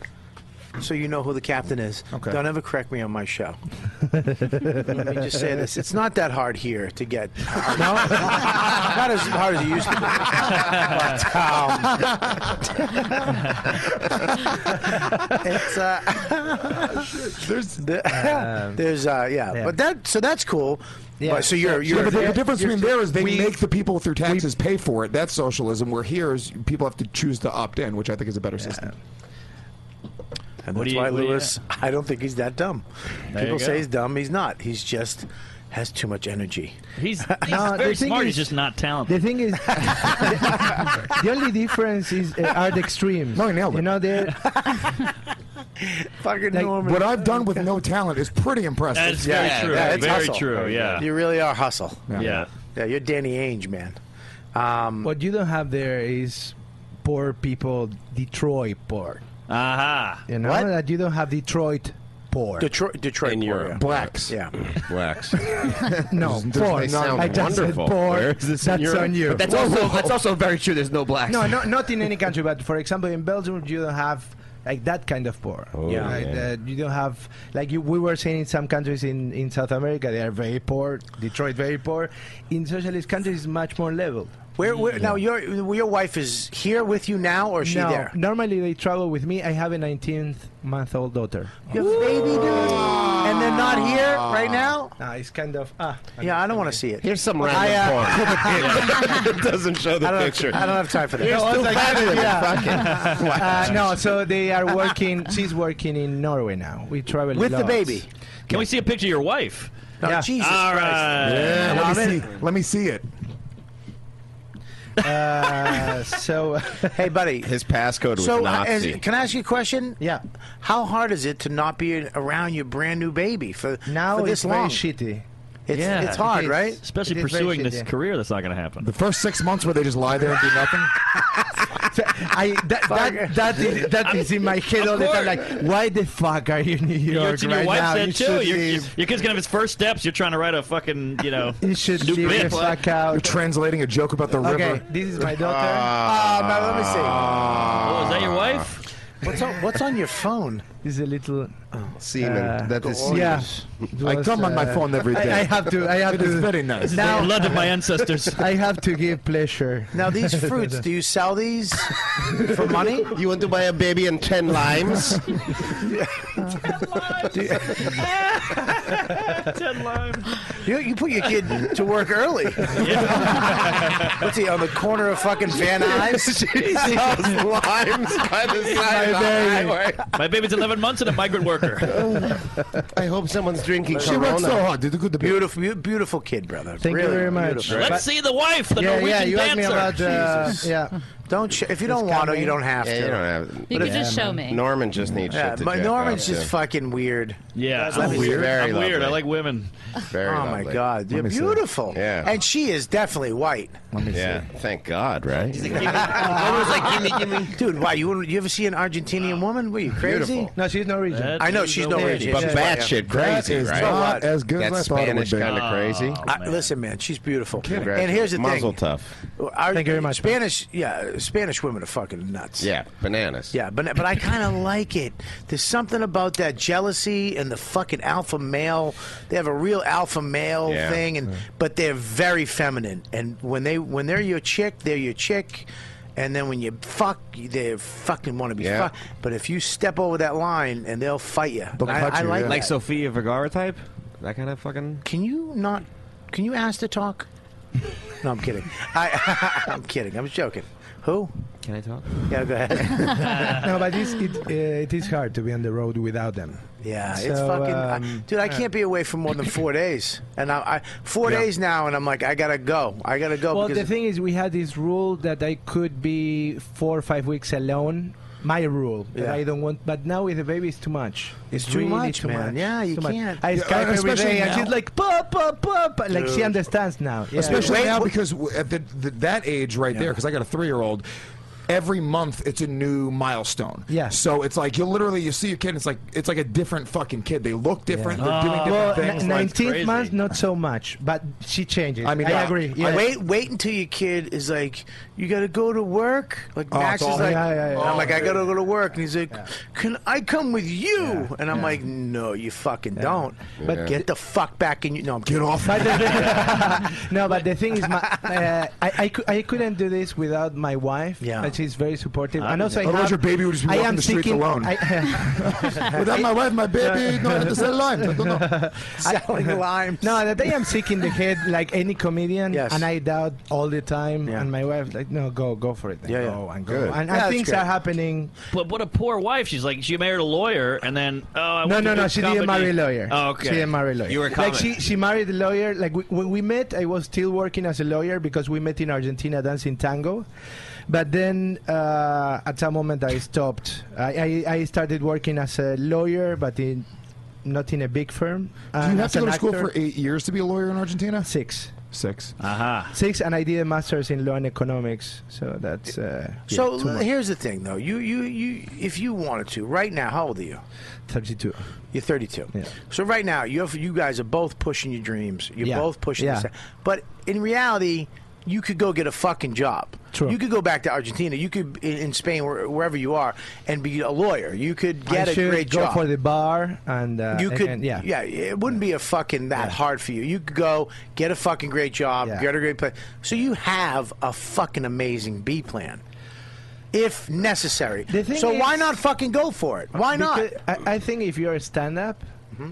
[SPEAKER 7] so you know who the captain is. Okay. Don't ever correct me on my show. Let me just say this: it's not that hard here to get. No, not as hard as it used to be. But, um, it's uh,
[SPEAKER 6] there's
[SPEAKER 7] there's uh, yeah. but that so that's cool.
[SPEAKER 6] Yeah.
[SPEAKER 7] But, so you're you're
[SPEAKER 6] Yeah, but the, the difference
[SPEAKER 7] you're-
[SPEAKER 6] between there is they make the people through taxes pay for it. That's socialism. Where here is people have to choose to opt in, which I think is a better system.
[SPEAKER 7] And that's
[SPEAKER 6] What do you-
[SPEAKER 7] why
[SPEAKER 6] what do you-
[SPEAKER 7] Lewis, I don't think he's that dumb.
[SPEAKER 6] There
[SPEAKER 7] People
[SPEAKER 6] you
[SPEAKER 7] say
[SPEAKER 6] go.
[SPEAKER 7] he's dumb. He's not. He's just has too much energy.
[SPEAKER 12] He's, he's
[SPEAKER 10] No, the
[SPEAKER 12] very
[SPEAKER 10] thing
[SPEAKER 12] smart. he's
[SPEAKER 10] is-
[SPEAKER 12] just not talented.
[SPEAKER 10] The thing is, the only difference is uh, are the extremes. No, nailed it. You know, they're
[SPEAKER 7] Fucking
[SPEAKER 10] Like,
[SPEAKER 7] Norman.
[SPEAKER 6] What I've done with no talent is pretty impressive.
[SPEAKER 12] That's very true.
[SPEAKER 7] it's
[SPEAKER 12] Very
[SPEAKER 7] hustle.
[SPEAKER 12] true, yeah.
[SPEAKER 7] You really are hustle.
[SPEAKER 12] Yeah.
[SPEAKER 7] Yeah,
[SPEAKER 12] Yeah.
[SPEAKER 7] you're Danny Ainge, man. Um,
[SPEAKER 10] what you don't have there is poor people, Detroit poor.
[SPEAKER 12] Aha.
[SPEAKER 10] You know
[SPEAKER 12] What?
[SPEAKER 10] that you don't have Detroit poor.
[SPEAKER 7] Detroit, Detroit,
[SPEAKER 13] In
[SPEAKER 7] poor,
[SPEAKER 13] Europe.
[SPEAKER 7] yeah.
[SPEAKER 13] Blacks.
[SPEAKER 7] Yeah,
[SPEAKER 13] Blacks.
[SPEAKER 10] no,
[SPEAKER 13] Doesn't-
[SPEAKER 10] poor.
[SPEAKER 13] they sound
[SPEAKER 10] I just said
[SPEAKER 13] wonderful.
[SPEAKER 10] poor.
[SPEAKER 13] Where is this in
[SPEAKER 10] that's
[SPEAKER 13] Europe?
[SPEAKER 10] on you.
[SPEAKER 13] But that's Whoa, also- whoa. that's also very true. There's no blacks.
[SPEAKER 10] No, no, not in any country. But for example, in Belgium, you don't have like that kind of poor.
[SPEAKER 13] Oh,
[SPEAKER 10] yeah, Like,
[SPEAKER 13] yeah.
[SPEAKER 10] uh, you don't have like you, we were saying in some countries in, in South America they are very poor. Detroit very poor. In socialist countries, it's much more leveled.
[SPEAKER 7] Where, where
[SPEAKER 6] Mm.
[SPEAKER 7] now? Your your wife is here with you now, or is she
[SPEAKER 10] no,
[SPEAKER 7] there?
[SPEAKER 10] Normally they travel with me. I have a 19 month old daughter.
[SPEAKER 7] You have a baby, dude, and they're not here
[SPEAKER 14] Ah.
[SPEAKER 7] right now.
[SPEAKER 10] No, it's kind of ah.
[SPEAKER 7] Yeah, I don't want to see it.
[SPEAKER 13] Here's some
[SPEAKER 7] I,
[SPEAKER 13] random
[SPEAKER 7] uh,
[SPEAKER 13] porn. it doesn't show the
[SPEAKER 7] I don't have-
[SPEAKER 13] picture.
[SPEAKER 7] I don't have time for that.
[SPEAKER 13] You're
[SPEAKER 7] No, I
[SPEAKER 13] still
[SPEAKER 7] was like,
[SPEAKER 13] happy with it.
[SPEAKER 7] yeah.
[SPEAKER 13] Fuck it. Wow.
[SPEAKER 10] Uh, no, so they are working. she's working in Norway now. We travel
[SPEAKER 12] With the
[SPEAKER 10] lots.
[SPEAKER 12] baby? Can we see a picture of your wife?
[SPEAKER 10] No, Yeah. Oh, Jesus
[SPEAKER 12] All
[SPEAKER 10] Christ.
[SPEAKER 12] right.
[SPEAKER 10] Yeah,
[SPEAKER 6] Uh, Let me
[SPEAKER 10] Robin?
[SPEAKER 6] see. Let me see it.
[SPEAKER 10] Uh, so,
[SPEAKER 7] hey, buddy.
[SPEAKER 13] His passcode was
[SPEAKER 7] So, uh, as,
[SPEAKER 13] Nazi.
[SPEAKER 7] can I ask you a question?
[SPEAKER 10] Yeah.
[SPEAKER 7] How hard is it to not be around your brand new baby for
[SPEAKER 10] now
[SPEAKER 7] for this
[SPEAKER 10] it's
[SPEAKER 7] long?
[SPEAKER 10] very shitty.
[SPEAKER 7] It's,
[SPEAKER 12] yeah.
[SPEAKER 7] it's hard, right?
[SPEAKER 12] Especially
[SPEAKER 7] It is very
[SPEAKER 12] pursuing
[SPEAKER 7] shit,
[SPEAKER 12] this
[SPEAKER 7] yeah.
[SPEAKER 12] career that's not going to happen.
[SPEAKER 6] The first six months where they just lie there and do nothing.
[SPEAKER 10] I that that, that is that is in my head all the time. Like, why the fuck are you in New
[SPEAKER 12] Your,
[SPEAKER 10] York
[SPEAKER 12] your
[SPEAKER 10] right
[SPEAKER 12] wife
[SPEAKER 10] now?
[SPEAKER 12] said
[SPEAKER 10] You
[SPEAKER 12] too.
[SPEAKER 10] should
[SPEAKER 12] Your, your,
[SPEAKER 10] leave.
[SPEAKER 12] your kid's gonna have his first steps. You're trying to write a fucking, you know,
[SPEAKER 10] you should
[SPEAKER 12] new
[SPEAKER 10] leave
[SPEAKER 12] bit.
[SPEAKER 10] the fuck out. You're
[SPEAKER 6] translating a joke about the
[SPEAKER 10] Okay,
[SPEAKER 6] river.
[SPEAKER 10] this is my daughter.
[SPEAKER 7] Uh, but
[SPEAKER 10] Ah.
[SPEAKER 7] let me see. Um,
[SPEAKER 12] Oh, is that your wife?
[SPEAKER 7] What's on, what's on your phone?
[SPEAKER 10] Is a little
[SPEAKER 13] Oh, Semen.
[SPEAKER 10] Uh,
[SPEAKER 13] that is
[SPEAKER 10] oh,
[SPEAKER 13] semen.
[SPEAKER 10] yeah.
[SPEAKER 13] I
[SPEAKER 10] Was,
[SPEAKER 13] come on my
[SPEAKER 10] uh,
[SPEAKER 13] phone every day.
[SPEAKER 10] I, I have to. I have
[SPEAKER 13] It
[SPEAKER 10] to.
[SPEAKER 13] is very nice.
[SPEAKER 7] The blood of my ancestors.
[SPEAKER 10] I have to give pleasure.
[SPEAKER 7] Now these fruits, do you sell these for money?
[SPEAKER 13] You want to buy a baby and ten limes?
[SPEAKER 7] Do you, you, you put your kid to work early. What's he on the corner of fucking Van Nuys?
[SPEAKER 13] She sells limes by the side of the highway.
[SPEAKER 12] My baby's 11 months and a migrant worker.
[SPEAKER 13] I hope someone's drinking
[SPEAKER 7] She worked so hard.
[SPEAKER 6] Did the good,
[SPEAKER 7] beautiful, you- beautiful kid, brother.
[SPEAKER 10] Thank you
[SPEAKER 7] Really
[SPEAKER 10] very much.
[SPEAKER 7] beautiful.
[SPEAKER 10] Let's
[SPEAKER 12] Let's see the wife, the
[SPEAKER 7] yeah,
[SPEAKER 12] Norwegian
[SPEAKER 7] yeah, you asked
[SPEAKER 12] dancer.
[SPEAKER 7] me about uh,
[SPEAKER 13] Jesus.
[SPEAKER 10] yeah.
[SPEAKER 7] Don't sh- if you don't want to, you don't have
[SPEAKER 13] Yeah,
[SPEAKER 7] to.
[SPEAKER 13] you don't have.
[SPEAKER 11] You can just show me.
[SPEAKER 13] Norman just needs
[SPEAKER 7] Yeah,
[SPEAKER 13] shit to
[SPEAKER 7] but
[SPEAKER 13] jack
[SPEAKER 7] Norman's
[SPEAKER 13] off
[SPEAKER 7] just
[SPEAKER 13] to.
[SPEAKER 7] fucking weird.
[SPEAKER 12] Yeah,
[SPEAKER 7] Let
[SPEAKER 13] I'm
[SPEAKER 7] me see.
[SPEAKER 13] weird. Very
[SPEAKER 12] I'm weird.
[SPEAKER 13] lovely.
[SPEAKER 12] I like women.
[SPEAKER 13] Very
[SPEAKER 7] oh
[SPEAKER 13] lovely.
[SPEAKER 7] my god,
[SPEAKER 13] Let
[SPEAKER 7] you're
[SPEAKER 13] me see.
[SPEAKER 7] beautiful.
[SPEAKER 13] Yeah.
[SPEAKER 7] and she is definitely white.
[SPEAKER 6] Let me
[SPEAKER 13] yeah. Thank God, right?
[SPEAKER 7] Dude, why you wouldn't- you ever see an Argentinian woman? Were you crazy?
[SPEAKER 13] Beautiful.
[SPEAKER 10] No, she's Norwegian.
[SPEAKER 7] I know she's Norwegian.
[SPEAKER 13] But
[SPEAKER 7] She's
[SPEAKER 13] bad
[SPEAKER 7] white.
[SPEAKER 13] shit crazy,
[SPEAKER 6] is
[SPEAKER 13] right?
[SPEAKER 6] not as good
[SPEAKER 13] that
[SPEAKER 6] as I thought it would
[SPEAKER 13] Spanish
[SPEAKER 6] be.
[SPEAKER 13] kind of crazy.
[SPEAKER 7] I- listen, man, she's beautiful.
[SPEAKER 13] Congratulations.
[SPEAKER 7] And here's the
[SPEAKER 13] Muzzle
[SPEAKER 7] thing:
[SPEAKER 13] tough.
[SPEAKER 7] Our, Thank you very much. Spanish, yeah, Spanish women are fucking nuts.
[SPEAKER 13] Yeah, bananas.
[SPEAKER 7] Yeah, but but I kind of like it. There's something about that jealousy and the fucking alpha male. They have a real alpha male
[SPEAKER 13] Yeah.
[SPEAKER 7] thing, and but they're very feminine. And when they when they're your chick, they're your chick. And then when you fuck, they fucking want to be
[SPEAKER 9] Yeah.
[SPEAKER 7] fucked. But if you step over that line, and they'll fight you. And I, I like
[SPEAKER 9] like
[SPEAKER 7] that.
[SPEAKER 9] Sofia Vergara type. That kind of fucking.
[SPEAKER 7] Can you not? Can you ask to talk? No, I'm kidding. I, I'm kidding. I'm joking. Who?
[SPEAKER 9] Can I talk?
[SPEAKER 7] Yeah, go ahead.
[SPEAKER 10] no, but it's, it, uh, it is hard to be on the road without them.
[SPEAKER 7] Yeah,
[SPEAKER 10] So,
[SPEAKER 7] it's fucking, I-
[SPEAKER 10] um,
[SPEAKER 7] dude. I
[SPEAKER 10] yeah.
[SPEAKER 7] can't be away for more than four days, and I, I four
[SPEAKER 10] Yeah.
[SPEAKER 7] days now, and I'm like, I gotta go. I gotta go
[SPEAKER 10] Well, the
[SPEAKER 7] because
[SPEAKER 10] thing is, we had this rule that I could be four or five weeks alone. My rule that
[SPEAKER 7] Yeah.
[SPEAKER 10] I don't want, but now with the baby, it's too much.
[SPEAKER 7] It's too
[SPEAKER 10] really
[SPEAKER 7] much,
[SPEAKER 10] too
[SPEAKER 7] man.
[SPEAKER 10] Much.
[SPEAKER 7] Yeah, you
[SPEAKER 10] Too much.
[SPEAKER 7] can't.
[SPEAKER 10] I
[SPEAKER 7] Yeah,
[SPEAKER 10] Skype every
[SPEAKER 7] especially
[SPEAKER 10] day, and
[SPEAKER 7] now.
[SPEAKER 10] she's like, "Pop, pop, pop!" Like
[SPEAKER 6] Dude.
[SPEAKER 10] she understands now. Yeah.
[SPEAKER 6] Especially now because w- at the, the, that age right there, because I got a three-year-old. Every month, it's a new milestone. Yeah. So it's like you literally you see your kid. And it's like it's like a different fucking kid. They look different. They're doing
[SPEAKER 10] Oh.
[SPEAKER 6] different
[SPEAKER 10] well,
[SPEAKER 6] things.
[SPEAKER 10] n-
[SPEAKER 6] like-
[SPEAKER 10] 19th month, not so much, but she changes.
[SPEAKER 6] I mean,
[SPEAKER 10] I
[SPEAKER 6] yeah.
[SPEAKER 10] agree. Yeah.
[SPEAKER 7] wait, wait until your kid is like, you gotta go to work. Like
[SPEAKER 10] Oh, it's
[SPEAKER 7] Max is
[SPEAKER 10] all-
[SPEAKER 7] like,
[SPEAKER 10] Yeah, yeah, yeah.
[SPEAKER 7] and I'm
[SPEAKER 10] Oh,
[SPEAKER 7] like, I
[SPEAKER 10] dude.
[SPEAKER 7] gotta go to work, and he's like, can I come with you? And I'm like, no, you fucking don't. But
[SPEAKER 10] Yeah.
[SPEAKER 7] get the fuck back in. You no, I'm get
[SPEAKER 6] off.
[SPEAKER 10] no, but the thing is, my, uh, I, I, cou- I couldn't do this without my wife.
[SPEAKER 6] Yeah.
[SPEAKER 10] And she's very supportive.
[SPEAKER 6] Ah,
[SPEAKER 10] and also, I
[SPEAKER 6] Otherwise
[SPEAKER 10] have-
[SPEAKER 6] your baby would just be
[SPEAKER 10] I
[SPEAKER 6] walking
[SPEAKER 10] am
[SPEAKER 6] the streets
[SPEAKER 10] thinking-
[SPEAKER 6] alone.
[SPEAKER 10] I-
[SPEAKER 6] Without my wife, my baby, no, I sell lime. I don't know.
[SPEAKER 7] Selling limes.
[SPEAKER 10] No, that I am sick in the head like any comedian,
[SPEAKER 7] Yes.
[SPEAKER 10] and I doubt all the time. And my wife like, no, go, go for it. Then.
[SPEAKER 12] Yeah, yeah.
[SPEAKER 10] go and go.
[SPEAKER 12] Good.
[SPEAKER 10] And,
[SPEAKER 12] Yeah,
[SPEAKER 10] and
[SPEAKER 12] that's
[SPEAKER 10] things
[SPEAKER 12] great.
[SPEAKER 10] are happening.
[SPEAKER 12] But what a poor wife. She's like, she married a lawyer, and then oh, I
[SPEAKER 10] no,
[SPEAKER 12] want
[SPEAKER 10] no,
[SPEAKER 12] to
[SPEAKER 10] no.
[SPEAKER 12] do
[SPEAKER 10] She
[SPEAKER 12] comedy.
[SPEAKER 10] didn't marry a lawyer.
[SPEAKER 12] Oh, okay.
[SPEAKER 10] She didn't marry a lawyer. like she, she married a lawyer. Like we, when we met, I was still working as a lawyer because we met in Argentina dancing tango. But then uh, at some moment I stopped. I, I, I started working as a lawyer, but in not in a big firm. Uh,
[SPEAKER 6] Do you have to go to school for eight years to be a lawyer in Argentina?
[SPEAKER 10] Six.
[SPEAKER 6] Six.
[SPEAKER 12] Aha.
[SPEAKER 10] Six, and I did a master's in law and economics. So that's uh, yeah,
[SPEAKER 7] So
[SPEAKER 10] too much.
[SPEAKER 7] here's the thing, though. You, you, you. If you wanted to, right now, how old are you?
[SPEAKER 10] Thirty-two.
[SPEAKER 7] You're 32.
[SPEAKER 10] Yeah.
[SPEAKER 7] So right now, you have, you guys are both pushing your dreams. You're
[SPEAKER 10] Yeah.
[SPEAKER 7] both pushing.
[SPEAKER 10] Yeah.
[SPEAKER 7] This, but in reality, you could go get a fucking job. True. You could go back to Argentina. You could in, in Spain, where, wherever you are, and be a lawyer. You could
[SPEAKER 10] I
[SPEAKER 7] get a
[SPEAKER 10] should
[SPEAKER 7] great
[SPEAKER 10] go
[SPEAKER 7] job.
[SPEAKER 10] for the bar, and uh,
[SPEAKER 7] you
[SPEAKER 10] and-
[SPEAKER 7] could,
[SPEAKER 10] and-
[SPEAKER 7] yeah.
[SPEAKER 10] yeah,
[SPEAKER 7] it wouldn't be a fucking that hard for you. You could go get a fucking great job, get a great place. So you have a fucking amazing B plan, if necessary.
[SPEAKER 10] thing
[SPEAKER 7] So why
[SPEAKER 10] is-
[SPEAKER 7] not fucking go for it? Why not?
[SPEAKER 10] Because I, I think if you're a stand-up,
[SPEAKER 7] Mm-hmm.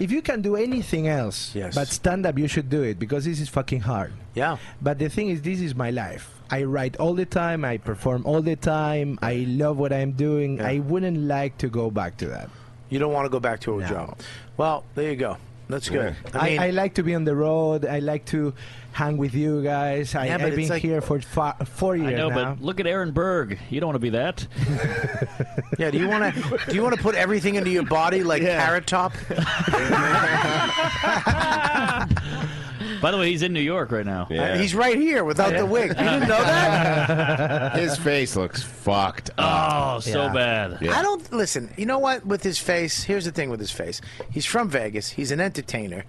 [SPEAKER 10] if you can do anything else, but stand-up, you should do it because this is fucking hard.
[SPEAKER 7] Yeah.
[SPEAKER 10] But the thing is, this is my life. I write all the time. I perform all the time. I love what I'm doing. I wouldn't like to go back to that.
[SPEAKER 7] You don't want to go back to a job. Well, there you go. That's good. I
[SPEAKER 10] I,
[SPEAKER 7] mean,
[SPEAKER 10] I, like to be on the road. I like to hang with you guys. I,
[SPEAKER 12] Yeah, but
[SPEAKER 10] I've
[SPEAKER 12] it's
[SPEAKER 10] been
[SPEAKER 12] like-
[SPEAKER 10] here for fi- four
[SPEAKER 12] I
[SPEAKER 10] years
[SPEAKER 12] know,
[SPEAKER 10] now.
[SPEAKER 12] but look at Aaron Berg. You don't want to be that.
[SPEAKER 7] yeah. Do you want to? Do you want to put everything into your body like Carrot Top?
[SPEAKER 12] By the way, he's in New York right now.
[SPEAKER 7] Uh, He's right here without the wig. You didn't know that?
[SPEAKER 13] His face looks fucked
[SPEAKER 12] up.
[SPEAKER 13] up.
[SPEAKER 12] Oh, so bad.
[SPEAKER 7] I don't listen. You know what? With his face, here's the thing with his face. He's from Vegas. He's an entertainer,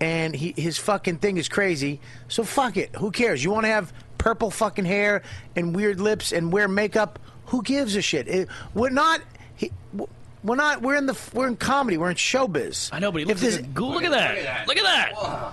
[SPEAKER 7] and he his fucking thing is crazy. So fuck it. Who cares? You want to have purple fucking hair and weird lips and wear makeup? Who gives a shit? It- we're not. He, we're not. We're in the. We're in comedy. We're in showbiz. I
[SPEAKER 12] know, but he looks like a ghoul. Look at that. Look at that.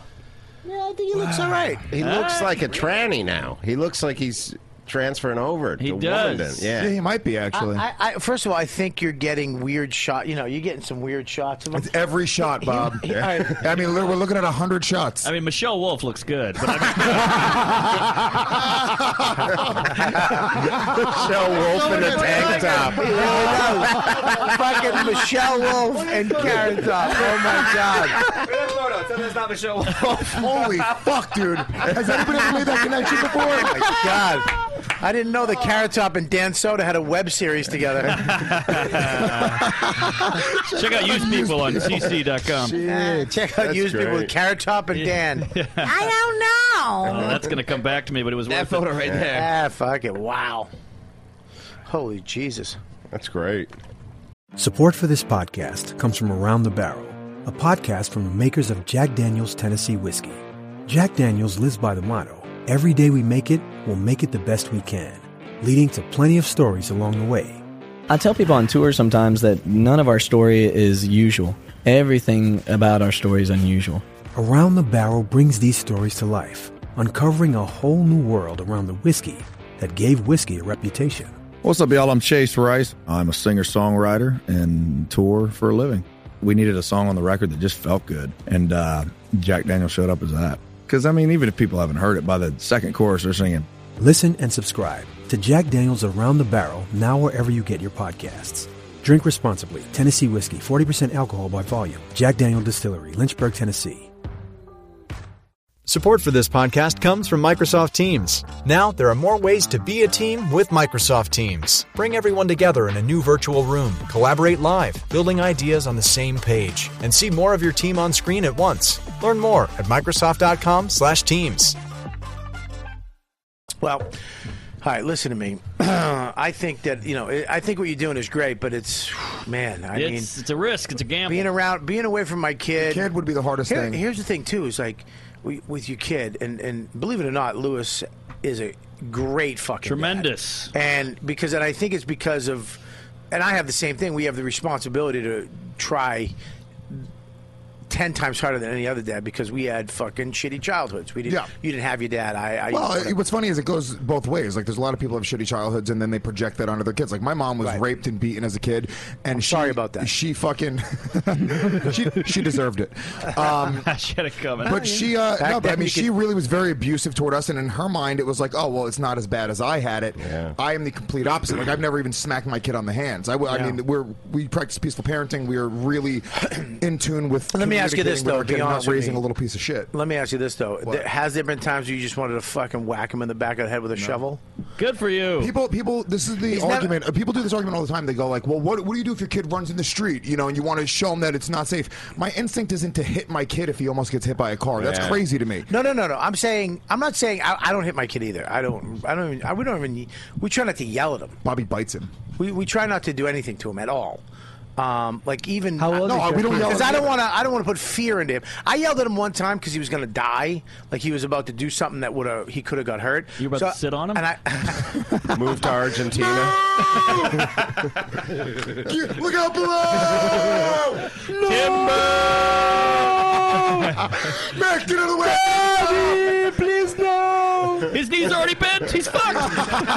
[SPEAKER 7] Yeah, I think he looks all right.
[SPEAKER 13] He
[SPEAKER 12] Ah,
[SPEAKER 13] looks like a tranny now. He looks like he's transferring over. He to
[SPEAKER 7] does.
[SPEAKER 13] Womanton. Yeah.
[SPEAKER 7] Yeah,
[SPEAKER 6] he might be
[SPEAKER 11] Uh,
[SPEAKER 7] I, I, I, first of all, I think you're getting weird shot. You know, you're getting some weird shots of him.
[SPEAKER 6] It's every shot, Bob.
[SPEAKER 7] he- all right.
[SPEAKER 6] I mean, li- we're looking at hundred shots.
[SPEAKER 12] I mean, Michelle Wolf looks good, but I
[SPEAKER 13] Michelle Wolf in a tank top.
[SPEAKER 7] Fucking Michelle Wolf and Karen Top. Oh my god.
[SPEAKER 6] Holy fuck, dude! Has anybody ever made that connection before?
[SPEAKER 7] Oh my god. I didn't know that Carrot Top and Dan Soda had a web series together.
[SPEAKER 12] check out used people on cc.com.
[SPEAKER 7] Yeah, check out
[SPEAKER 12] That's
[SPEAKER 7] used people with
[SPEAKER 12] great.
[SPEAKER 7] Carrot Top and Dan.
[SPEAKER 14] I don't know.
[SPEAKER 12] Oh, that's gonna come back to me, but it was
[SPEAKER 7] That
[SPEAKER 12] worth
[SPEAKER 7] photo
[SPEAKER 12] it.
[SPEAKER 7] right there. Ah, fuck it. Wow. Holy Jesus.
[SPEAKER 13] That's great.
[SPEAKER 16] Support for this podcast comes from Around the Barrel, a podcast from the makers of Jack Daniels Tennessee Whiskey. Jack Daniels lives by the motto every day we make it, we'll make it the best we can, leading to plenty of stories along the way.
[SPEAKER 17] I tell people on tour sometimes that none of our story is usual. Everything about our story is unusual.
[SPEAKER 16] Around the Barrel brings these stories to life, uncovering a whole new world around the whiskey that gave whiskey a reputation.
[SPEAKER 18] What's up, y'all? I'm Chase Rice. I'm a singer songwriter and tour for a living. We needed a song on the record that just felt good, and uh, Jack Daniel showed up as that. Because, I mean, even if people haven't heard it, by the second chorus, they're singing.
[SPEAKER 16] Listen and subscribe to Jack Daniels Around the Barrel now wherever you get your podcasts. Drink responsibly. Tennessee whiskey, 40% alcohol by volume. Jack Daniel Distillery, Lynchburg, Tennessee.
[SPEAKER 19] Support for this podcast comes from Microsoft Teams. Now, there are more ways to be a team with Microsoft Teams. Bring everyone together in a new virtual room, collaborate live, building ideas on the same page, and see more of your team on screen at once. Learn more at microsoft.com/teams.
[SPEAKER 7] Well, all right, listen to me. I think that, you know, I think what you're doing is great, but it's, man, I mean.
[SPEAKER 12] it's, it's a risk. It's a gamble.
[SPEAKER 7] being around, being away from my kid.
[SPEAKER 12] kid
[SPEAKER 7] would be the hardest
[SPEAKER 12] thing.
[SPEAKER 7] Here's the thing too: is like we, with your kid, and and believe it or not, Lewis is a great fucking
[SPEAKER 12] Tremendous.
[SPEAKER 7] dad. And because, and I think it's because of, and I have the same thing. We have the responsibility to try. 10 times harder than any other dad because we had fucking shitty childhoods. We didn't
[SPEAKER 6] Yeah.
[SPEAKER 7] you didn't have your dad. I, I
[SPEAKER 6] Well,
[SPEAKER 7] whatever.
[SPEAKER 6] it- what's funny is it goes both ways. Like, there's a lot of people have shitty childhoods, and then they project that onto their kids. Like, my mom was
[SPEAKER 7] Right.
[SPEAKER 6] raped and beaten as a kid, and she, sorry about that. She fucking she, she deserved it. Um,
[SPEAKER 12] She had a comment.
[SPEAKER 6] but she, uh,
[SPEAKER 12] Back
[SPEAKER 6] no, but I
[SPEAKER 12] then
[SPEAKER 6] mean,
[SPEAKER 12] you
[SPEAKER 6] she
[SPEAKER 12] could-
[SPEAKER 6] really was very abusive toward us, and in her mind, it was like, oh, well, it's not as bad as I had it. I am the complete opposite. Like, I've never even smacked my kid on the hands. I, w- I
[SPEAKER 7] Yeah.
[SPEAKER 6] mean, we're we practice peaceful parenting. We are really in tune with.
[SPEAKER 7] Let me ask you this,
[SPEAKER 6] communicating with
[SPEAKER 7] though,
[SPEAKER 6] our
[SPEAKER 7] be
[SPEAKER 6] kid and
[SPEAKER 7] honest
[SPEAKER 6] not
[SPEAKER 7] with
[SPEAKER 6] raising
[SPEAKER 7] me.
[SPEAKER 6] a little piece of shit.
[SPEAKER 7] Let me ask you this though: There- Has there been times you just wanted to fucking whack him in the back of the head with a shovel?
[SPEAKER 12] Good for you.
[SPEAKER 6] People, people. This is the
[SPEAKER 7] He's never-
[SPEAKER 6] argument. uh, people do this argument all the time. They go like, "Well, what, what do you do if your kid runs in the street? You know, and you want to show him that it's not safe." My instinct isn't to hit my kid if he almost gets hit by a car. Oh, That's
[SPEAKER 7] Yeah.
[SPEAKER 6] crazy to me.
[SPEAKER 7] No, no, no, no. I'm saying I'm not saying I, I don't hit my kid either. I don't. I don't. Even, I, we don't even. We try not to yell at him.
[SPEAKER 6] Bobby bites him.
[SPEAKER 7] We we try not to do anything to him at all. Um, like even how
[SPEAKER 6] old No, is your we don't kid? yell at
[SPEAKER 7] because I
[SPEAKER 6] him
[SPEAKER 7] don't
[SPEAKER 6] either.
[SPEAKER 7] want to. I don't want to put fear into him. I yelled at him one time because he was going to die. Like he was about to do something that would have he could have got hurt. You
[SPEAKER 12] about to sit on him?
[SPEAKER 7] And I
[SPEAKER 13] Moved to Argentina.
[SPEAKER 6] Look out below! No! Timber! Mac, get out of the way! Daddy,
[SPEAKER 12] please no! His knee's already bent. He's fucked.
[SPEAKER 7] that,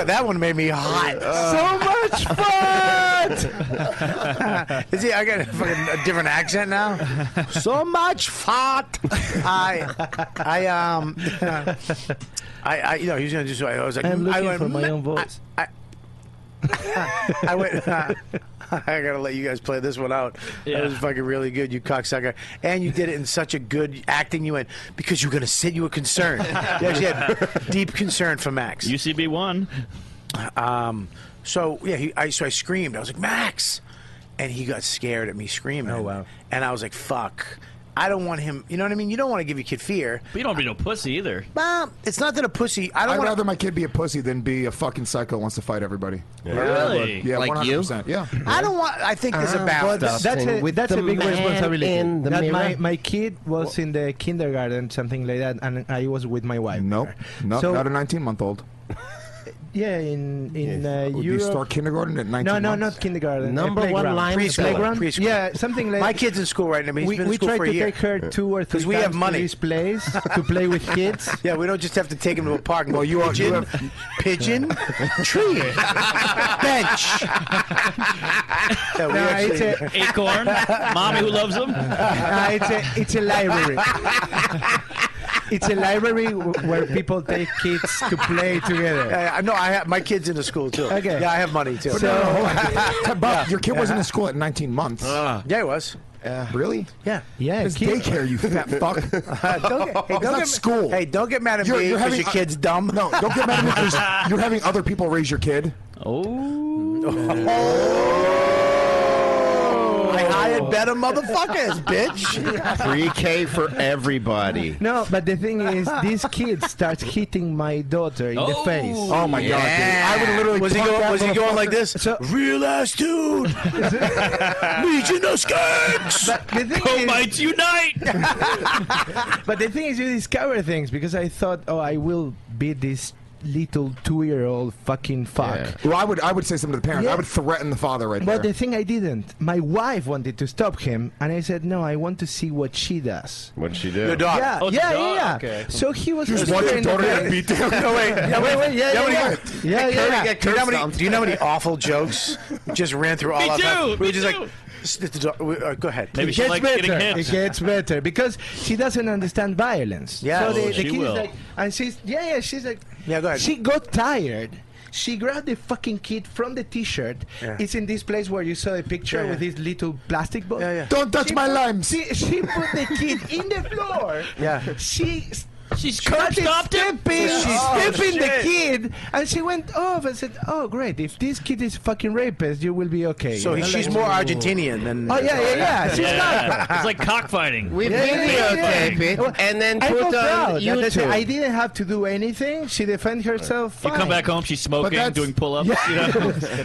[SPEAKER 7] fu- that one made me hot. so much fun. Is he? I got a, fucking, a different accent now. So much fat. I, I um, I, I, you know, he was gonna do so. I was like, "Mm,
[SPEAKER 10] I'm
[SPEAKER 7] I
[SPEAKER 10] looking
[SPEAKER 7] went,
[SPEAKER 10] for my
[SPEAKER 7] "Meh."
[SPEAKER 10] own voice.
[SPEAKER 7] I went. I gotta let you guys play this one out. That was fucking really good, you cocksucker. And you did it in such a good acting. You went because you were gonna sit. You were concerned. You actually had deep concern for Max.
[SPEAKER 12] UCB won.
[SPEAKER 7] Um. So yeah, he, I so I screamed. I was like Max, and he got scared at me screaming. Oh wow! And I was like fuck. I don't want him. You know what I mean? You don't want to give your kid fear.
[SPEAKER 12] But you don't be no pussy either.
[SPEAKER 7] Mom, Uh, it's not that a pussy. I
[SPEAKER 6] I'd
[SPEAKER 7] don't want
[SPEAKER 6] rather my kid be a pussy than be a fucking psycho who wants to fight everybody.
[SPEAKER 7] Yeah. Really?
[SPEAKER 6] Yeah,
[SPEAKER 7] Like
[SPEAKER 6] 100%. Yeah.
[SPEAKER 7] I don't want. I think there's Ah, Uh, a balance.
[SPEAKER 10] Well, that's a, that's a big responsibility.
[SPEAKER 13] in the
[SPEAKER 10] that my,
[SPEAKER 13] mirror.
[SPEAKER 10] my kid was in the kindergarten, something like that, and I was with my wife.
[SPEAKER 6] Nope, nope,
[SPEAKER 10] So-
[SPEAKER 6] not a 19 month old.
[SPEAKER 10] Yeah, in in uh,
[SPEAKER 6] Do
[SPEAKER 10] Europe.
[SPEAKER 6] you start kindergarten at 19
[SPEAKER 10] No, no,
[SPEAKER 6] months?
[SPEAKER 10] not kindergarten. uh,
[SPEAKER 6] Number one
[SPEAKER 10] playground.
[SPEAKER 6] line is
[SPEAKER 10] Preschool. Playground?
[SPEAKER 6] preschool.
[SPEAKER 10] Yeah, something like
[SPEAKER 7] My kid's in school right now. but He's
[SPEAKER 10] we
[SPEAKER 7] been in
[SPEAKER 10] we
[SPEAKER 7] school
[SPEAKER 10] try
[SPEAKER 7] for a
[SPEAKER 10] to
[SPEAKER 7] year.
[SPEAKER 10] take her two or three
[SPEAKER 7] we
[SPEAKER 10] times
[SPEAKER 7] have money.
[SPEAKER 10] to this place to play with kids.
[SPEAKER 7] Yeah, we don't just have to take him to a park. Well,
[SPEAKER 6] you are-
[SPEAKER 7] pigeon,
[SPEAKER 6] you
[SPEAKER 7] pigeon, tree, bench. Yeah, we
[SPEAKER 10] No,
[SPEAKER 7] actually-
[SPEAKER 10] it's a-
[SPEAKER 12] Acorn, mommy who loves them.
[SPEAKER 10] Uh, it's a it's a library. It's a library w- where people take kids to play together.
[SPEAKER 7] Yeah, yeah, no, I have my kids in the school too.
[SPEAKER 10] Okay.
[SPEAKER 7] Yeah, I have money too.
[SPEAKER 6] But no, no, hold on. Ted Buck, your kid wasn't in school at 19 months.
[SPEAKER 7] yeah, it was.
[SPEAKER 6] really?
[SPEAKER 7] Uh, Yeah.
[SPEAKER 10] Yeah.
[SPEAKER 6] It's daycare, you fat fuck.
[SPEAKER 7] Uh, don't get, hey, don't
[SPEAKER 6] It's not
[SPEAKER 7] get,
[SPEAKER 6] school.
[SPEAKER 7] Hey, don't get mad at
[SPEAKER 6] You're-
[SPEAKER 7] me
[SPEAKER 6] you're
[SPEAKER 7] because
[SPEAKER 6] having- uh,
[SPEAKER 7] your kid's dumb.
[SPEAKER 6] No, don't get mad at me because you're having other people raise your kid.
[SPEAKER 14] Oh.
[SPEAKER 7] I hired better motherfuckers, bitch.
[SPEAKER 13] Pre-K for everybody.
[SPEAKER 10] No, but the thing is, this kid starts hitting my daughter in the face.
[SPEAKER 6] Oh my god, dude! I would literally.
[SPEAKER 7] Was he
[SPEAKER 6] punk
[SPEAKER 7] going?
[SPEAKER 6] that
[SPEAKER 7] Was he going
[SPEAKER 6] motherfucker.
[SPEAKER 7] like this? Real ass dude. Legion of skanks.
[SPEAKER 10] But the thing
[SPEAKER 12] Co
[SPEAKER 10] is,
[SPEAKER 12] mites unite.
[SPEAKER 10] but the thing is, you discover things because I thought, oh, I will be this little two-year-old fucking fuck.
[SPEAKER 6] Well, I would. I would say something to the parent.
[SPEAKER 10] Yeah.
[SPEAKER 6] I would threaten the father right
[SPEAKER 10] But the
[SPEAKER 6] there.
[SPEAKER 10] thing I didn't. My wife wanted to stop him, and I said, no, I want to see what she does.
[SPEAKER 13] What'd she do?
[SPEAKER 7] Your daughter.
[SPEAKER 10] Yeah,
[SPEAKER 7] Oh, it's
[SPEAKER 10] yeah,
[SPEAKER 7] a
[SPEAKER 10] yeah,
[SPEAKER 7] dog,
[SPEAKER 10] yeah.
[SPEAKER 7] okay.
[SPEAKER 10] So he was
[SPEAKER 6] Just
[SPEAKER 10] hitting
[SPEAKER 6] watch
[SPEAKER 10] her
[SPEAKER 6] your
[SPEAKER 10] in the
[SPEAKER 6] daughter get
[SPEAKER 10] face.
[SPEAKER 6] beat down.
[SPEAKER 7] No wait.
[SPEAKER 10] Yeah, wait, wait, yeah,
[SPEAKER 7] Do you know
[SPEAKER 10] yeah,
[SPEAKER 7] how many-
[SPEAKER 10] yeah. Yeah,
[SPEAKER 7] Do you know
[SPEAKER 10] yeah.
[SPEAKER 7] how many-
[SPEAKER 10] Get
[SPEAKER 7] Do you know how many?
[SPEAKER 10] curb
[SPEAKER 7] Do you know how many awful jokes just ran through all
[SPEAKER 12] Me
[SPEAKER 7] our
[SPEAKER 12] too,
[SPEAKER 7] time? We
[SPEAKER 12] me
[SPEAKER 7] were just
[SPEAKER 12] too.
[SPEAKER 7] like, "S- the dog- we- uh, go ahead.
[SPEAKER 12] Maybe
[SPEAKER 10] it
[SPEAKER 12] she
[SPEAKER 10] gets
[SPEAKER 12] likes
[SPEAKER 10] better.
[SPEAKER 12] getting hit.
[SPEAKER 10] It gets better because she doesn't understand violence.
[SPEAKER 7] Yeah.
[SPEAKER 10] so the,
[SPEAKER 7] Oh,
[SPEAKER 10] the
[SPEAKER 12] she
[SPEAKER 10] kid
[SPEAKER 12] will.
[SPEAKER 10] is like, and she's yeah, yeah. She's like,
[SPEAKER 7] Yeah, go ahead.
[SPEAKER 10] She got tired. She grabbed the fucking kid from the T-shirt.
[SPEAKER 7] Yeah.
[SPEAKER 10] It's in this place where you saw a picture
[SPEAKER 7] Yeah, yeah.
[SPEAKER 10] with this little plastic ball.
[SPEAKER 7] Yeah, yeah.
[SPEAKER 6] Don't touch
[SPEAKER 10] She
[SPEAKER 6] my
[SPEAKER 10] put-
[SPEAKER 6] limes.
[SPEAKER 10] She, she put the kid in the floor.
[SPEAKER 7] Yeah.
[SPEAKER 10] She. s-
[SPEAKER 12] She's curb
[SPEAKER 10] started
[SPEAKER 12] stopped him.
[SPEAKER 10] stepping,
[SPEAKER 7] Yeah. Oh,
[SPEAKER 10] stepping the
[SPEAKER 7] shit.
[SPEAKER 10] kid, and she went off and said, "Oh, great! If this kid is fucking rapist, you will be okay." You
[SPEAKER 7] So he,
[SPEAKER 10] know,
[SPEAKER 7] she's
[SPEAKER 10] like-
[SPEAKER 7] more Argentinian than.
[SPEAKER 10] Oh yeah, yeah, yeah. She's
[SPEAKER 12] Yeah. It's like cockfighting.
[SPEAKER 13] We
[SPEAKER 10] Yeah, yeah, yeah, yeah.
[SPEAKER 13] videotape it
[SPEAKER 10] Well,
[SPEAKER 13] and then
[SPEAKER 10] I
[SPEAKER 13] put
[SPEAKER 10] felt
[SPEAKER 13] on
[SPEAKER 10] proud. That- that's it. I
[SPEAKER 13] YouTube.
[SPEAKER 10] didn't have to do anything. She defended herself.
[SPEAKER 12] You
[SPEAKER 10] Fine.
[SPEAKER 12] come back home, she's smoking,
[SPEAKER 6] that's-
[SPEAKER 12] doing pull ups.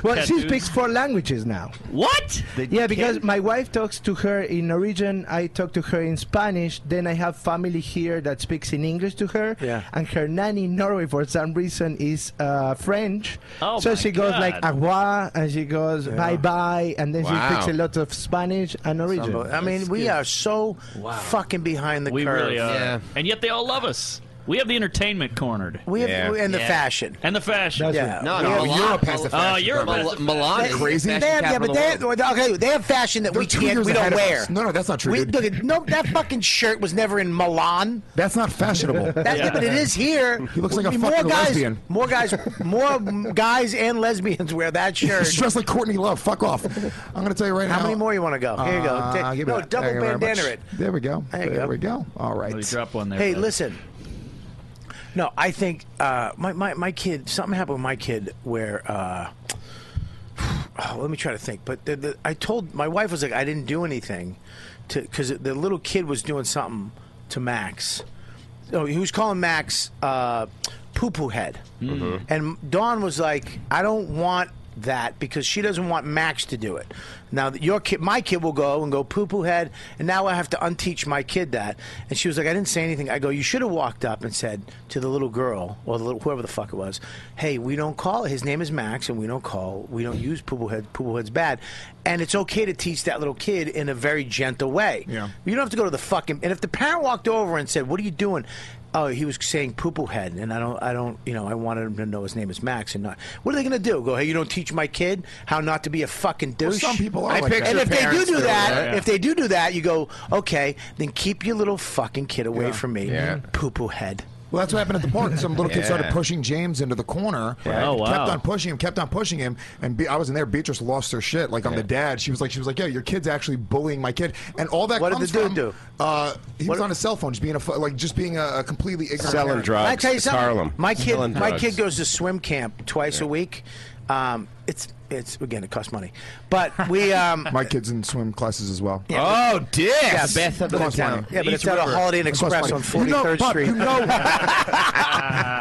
[SPEAKER 10] well, she speaks four languages now.
[SPEAKER 12] What?
[SPEAKER 10] yeah, because my wife talks to her in Norwegian. I talk to her in Spanish. Then I have family here that speaks in English to her.
[SPEAKER 7] Yeah.
[SPEAKER 10] And her nanny in Norway, for some reason, is uh, French.
[SPEAKER 12] Oh,
[SPEAKER 10] so
[SPEAKER 12] my
[SPEAKER 10] she goes like
[SPEAKER 12] God.
[SPEAKER 10] agua, and she goes bye bye, and then
[SPEAKER 13] Wow.
[SPEAKER 10] she speaks a lot of Spanish and Norwegian.
[SPEAKER 7] I mean, we are so fucking behind the
[SPEAKER 12] We
[SPEAKER 7] curve.
[SPEAKER 12] really are.
[SPEAKER 13] Yeah.
[SPEAKER 12] And yet they all love us. We have the entertainment cornered.
[SPEAKER 7] We have
[SPEAKER 13] Yeah.
[SPEAKER 7] and the
[SPEAKER 12] Yeah.
[SPEAKER 7] fashion.
[SPEAKER 12] And the fashion.
[SPEAKER 7] Yeah.
[SPEAKER 15] No,
[SPEAKER 7] We
[SPEAKER 15] no,
[SPEAKER 7] have-
[SPEAKER 15] Milan,
[SPEAKER 6] Europe has the
[SPEAKER 12] Oh,
[SPEAKER 6] fashion.
[SPEAKER 12] Europe has the
[SPEAKER 15] Milan is
[SPEAKER 6] Crazy?
[SPEAKER 15] the
[SPEAKER 7] They
[SPEAKER 15] fashion
[SPEAKER 7] have, yeah,
[SPEAKER 15] capital
[SPEAKER 7] but
[SPEAKER 15] of the
[SPEAKER 7] they
[SPEAKER 15] world.
[SPEAKER 7] okay, they have fashion that
[SPEAKER 6] They're
[SPEAKER 7] we
[SPEAKER 6] two
[SPEAKER 7] can't,
[SPEAKER 6] years
[SPEAKER 7] we don't
[SPEAKER 6] ahead of
[SPEAKER 7] wear.
[SPEAKER 6] us. No, no, that's not true,
[SPEAKER 7] We,
[SPEAKER 6] dude.
[SPEAKER 7] look at, no, that fucking shirt was never in Milan.
[SPEAKER 6] That's not fashionable.
[SPEAKER 7] That's yeah. but it is here.
[SPEAKER 6] He looks like a
[SPEAKER 7] I mean,
[SPEAKER 6] fucking
[SPEAKER 7] more guys,
[SPEAKER 6] lesbian.
[SPEAKER 7] More guys, more guys and lesbians wear that shirt.
[SPEAKER 6] She's dressed like Courtney Love. Fuck off. I'm gonna tell you right now.
[SPEAKER 7] How many more you want to go? Here you go.
[SPEAKER 6] Uh,
[SPEAKER 7] Ta-
[SPEAKER 6] give me
[SPEAKER 7] no,
[SPEAKER 6] that.
[SPEAKER 7] double
[SPEAKER 6] Thank you very
[SPEAKER 7] bandana
[SPEAKER 6] much.
[SPEAKER 7] it.
[SPEAKER 6] There we go.
[SPEAKER 7] There you go.
[SPEAKER 6] we go. All right.
[SPEAKER 12] You drop one there.
[SPEAKER 7] Hey,
[SPEAKER 12] bud.
[SPEAKER 7] listen. No, I think uh, my, my my kid. Something happened with my kid where. Uh, oh, let me try to think. But the, the, I told my wife was like I didn't do anything, to because the little kid was doing something to Max. Oh, he was calling Max uh, poo poo head, and Dawn was like, I don't want that because she doesn't want Max to do it. Now that your kid, my kid will go and go poo poo head, and now I have to unteach my kid that. And she was like, I didn't say anything. I go, you should have walked up and said to the little girl or the little, whoever the fuck it was, hey, we don't call. His name is Max, and we don't call. We don't use poo poo head. Poo poo head's bad, and it's okay to teach that little kid in a very gentle way.
[SPEAKER 6] Yeah.
[SPEAKER 7] You don't have to go to the fucking. And if the parent walked over and said, "What are you doing?" Oh, he was saying poo poo head, and I don't, I don't, you know, I wanted him to know his name is Max, and not. What are they gonna do? Go, hey, you don't teach my kid how not to be a fucking douche.
[SPEAKER 6] some people are
[SPEAKER 7] I
[SPEAKER 6] like
[SPEAKER 7] picture
[SPEAKER 6] that.
[SPEAKER 7] And if they do
[SPEAKER 13] parents
[SPEAKER 7] do
[SPEAKER 13] do
[SPEAKER 7] that,
[SPEAKER 13] that.
[SPEAKER 7] if they do do that, you go, okay, then keep your little fucking kid away
[SPEAKER 6] Yeah.
[SPEAKER 7] from me,
[SPEAKER 13] Yeah.
[SPEAKER 7] poo poo head.
[SPEAKER 6] Well, that's what happened at the park. Some little kid started
[SPEAKER 13] Yeah.
[SPEAKER 6] pushing James into the corner.
[SPEAKER 12] Oh, wow.
[SPEAKER 6] Kept on pushing him, kept on pushing him. And Be- I was in there. Beatrice lost her shit. Like, I'm the dad. She was like, she was like, yeah, your kid's actually bullying my kid. And all that
[SPEAKER 7] What did
[SPEAKER 6] comes
[SPEAKER 7] the dude
[SPEAKER 6] from,
[SPEAKER 7] do?
[SPEAKER 6] Uh, he was
[SPEAKER 7] What-
[SPEAKER 6] on his cell phone, just being a, fu- like, just being a, a completely ignorant
[SPEAKER 13] Selling
[SPEAKER 6] parent.
[SPEAKER 13] drugs.
[SPEAKER 7] I tell you
[SPEAKER 13] It's
[SPEAKER 7] something.
[SPEAKER 13] Harlem.
[SPEAKER 7] My kid,
[SPEAKER 13] Selling
[SPEAKER 7] my
[SPEAKER 13] drugs.
[SPEAKER 7] kid goes to swim camp twice a week. Um, it's it's again it costs money, but we um,
[SPEAKER 6] My kids in swim classes as well.
[SPEAKER 7] Yeah, but-
[SPEAKER 6] dear!
[SPEAKER 7] Yeah, Beth up in the town. Yeah, but it's at a Holiday Inn Express on 43rd Street.
[SPEAKER 6] You know,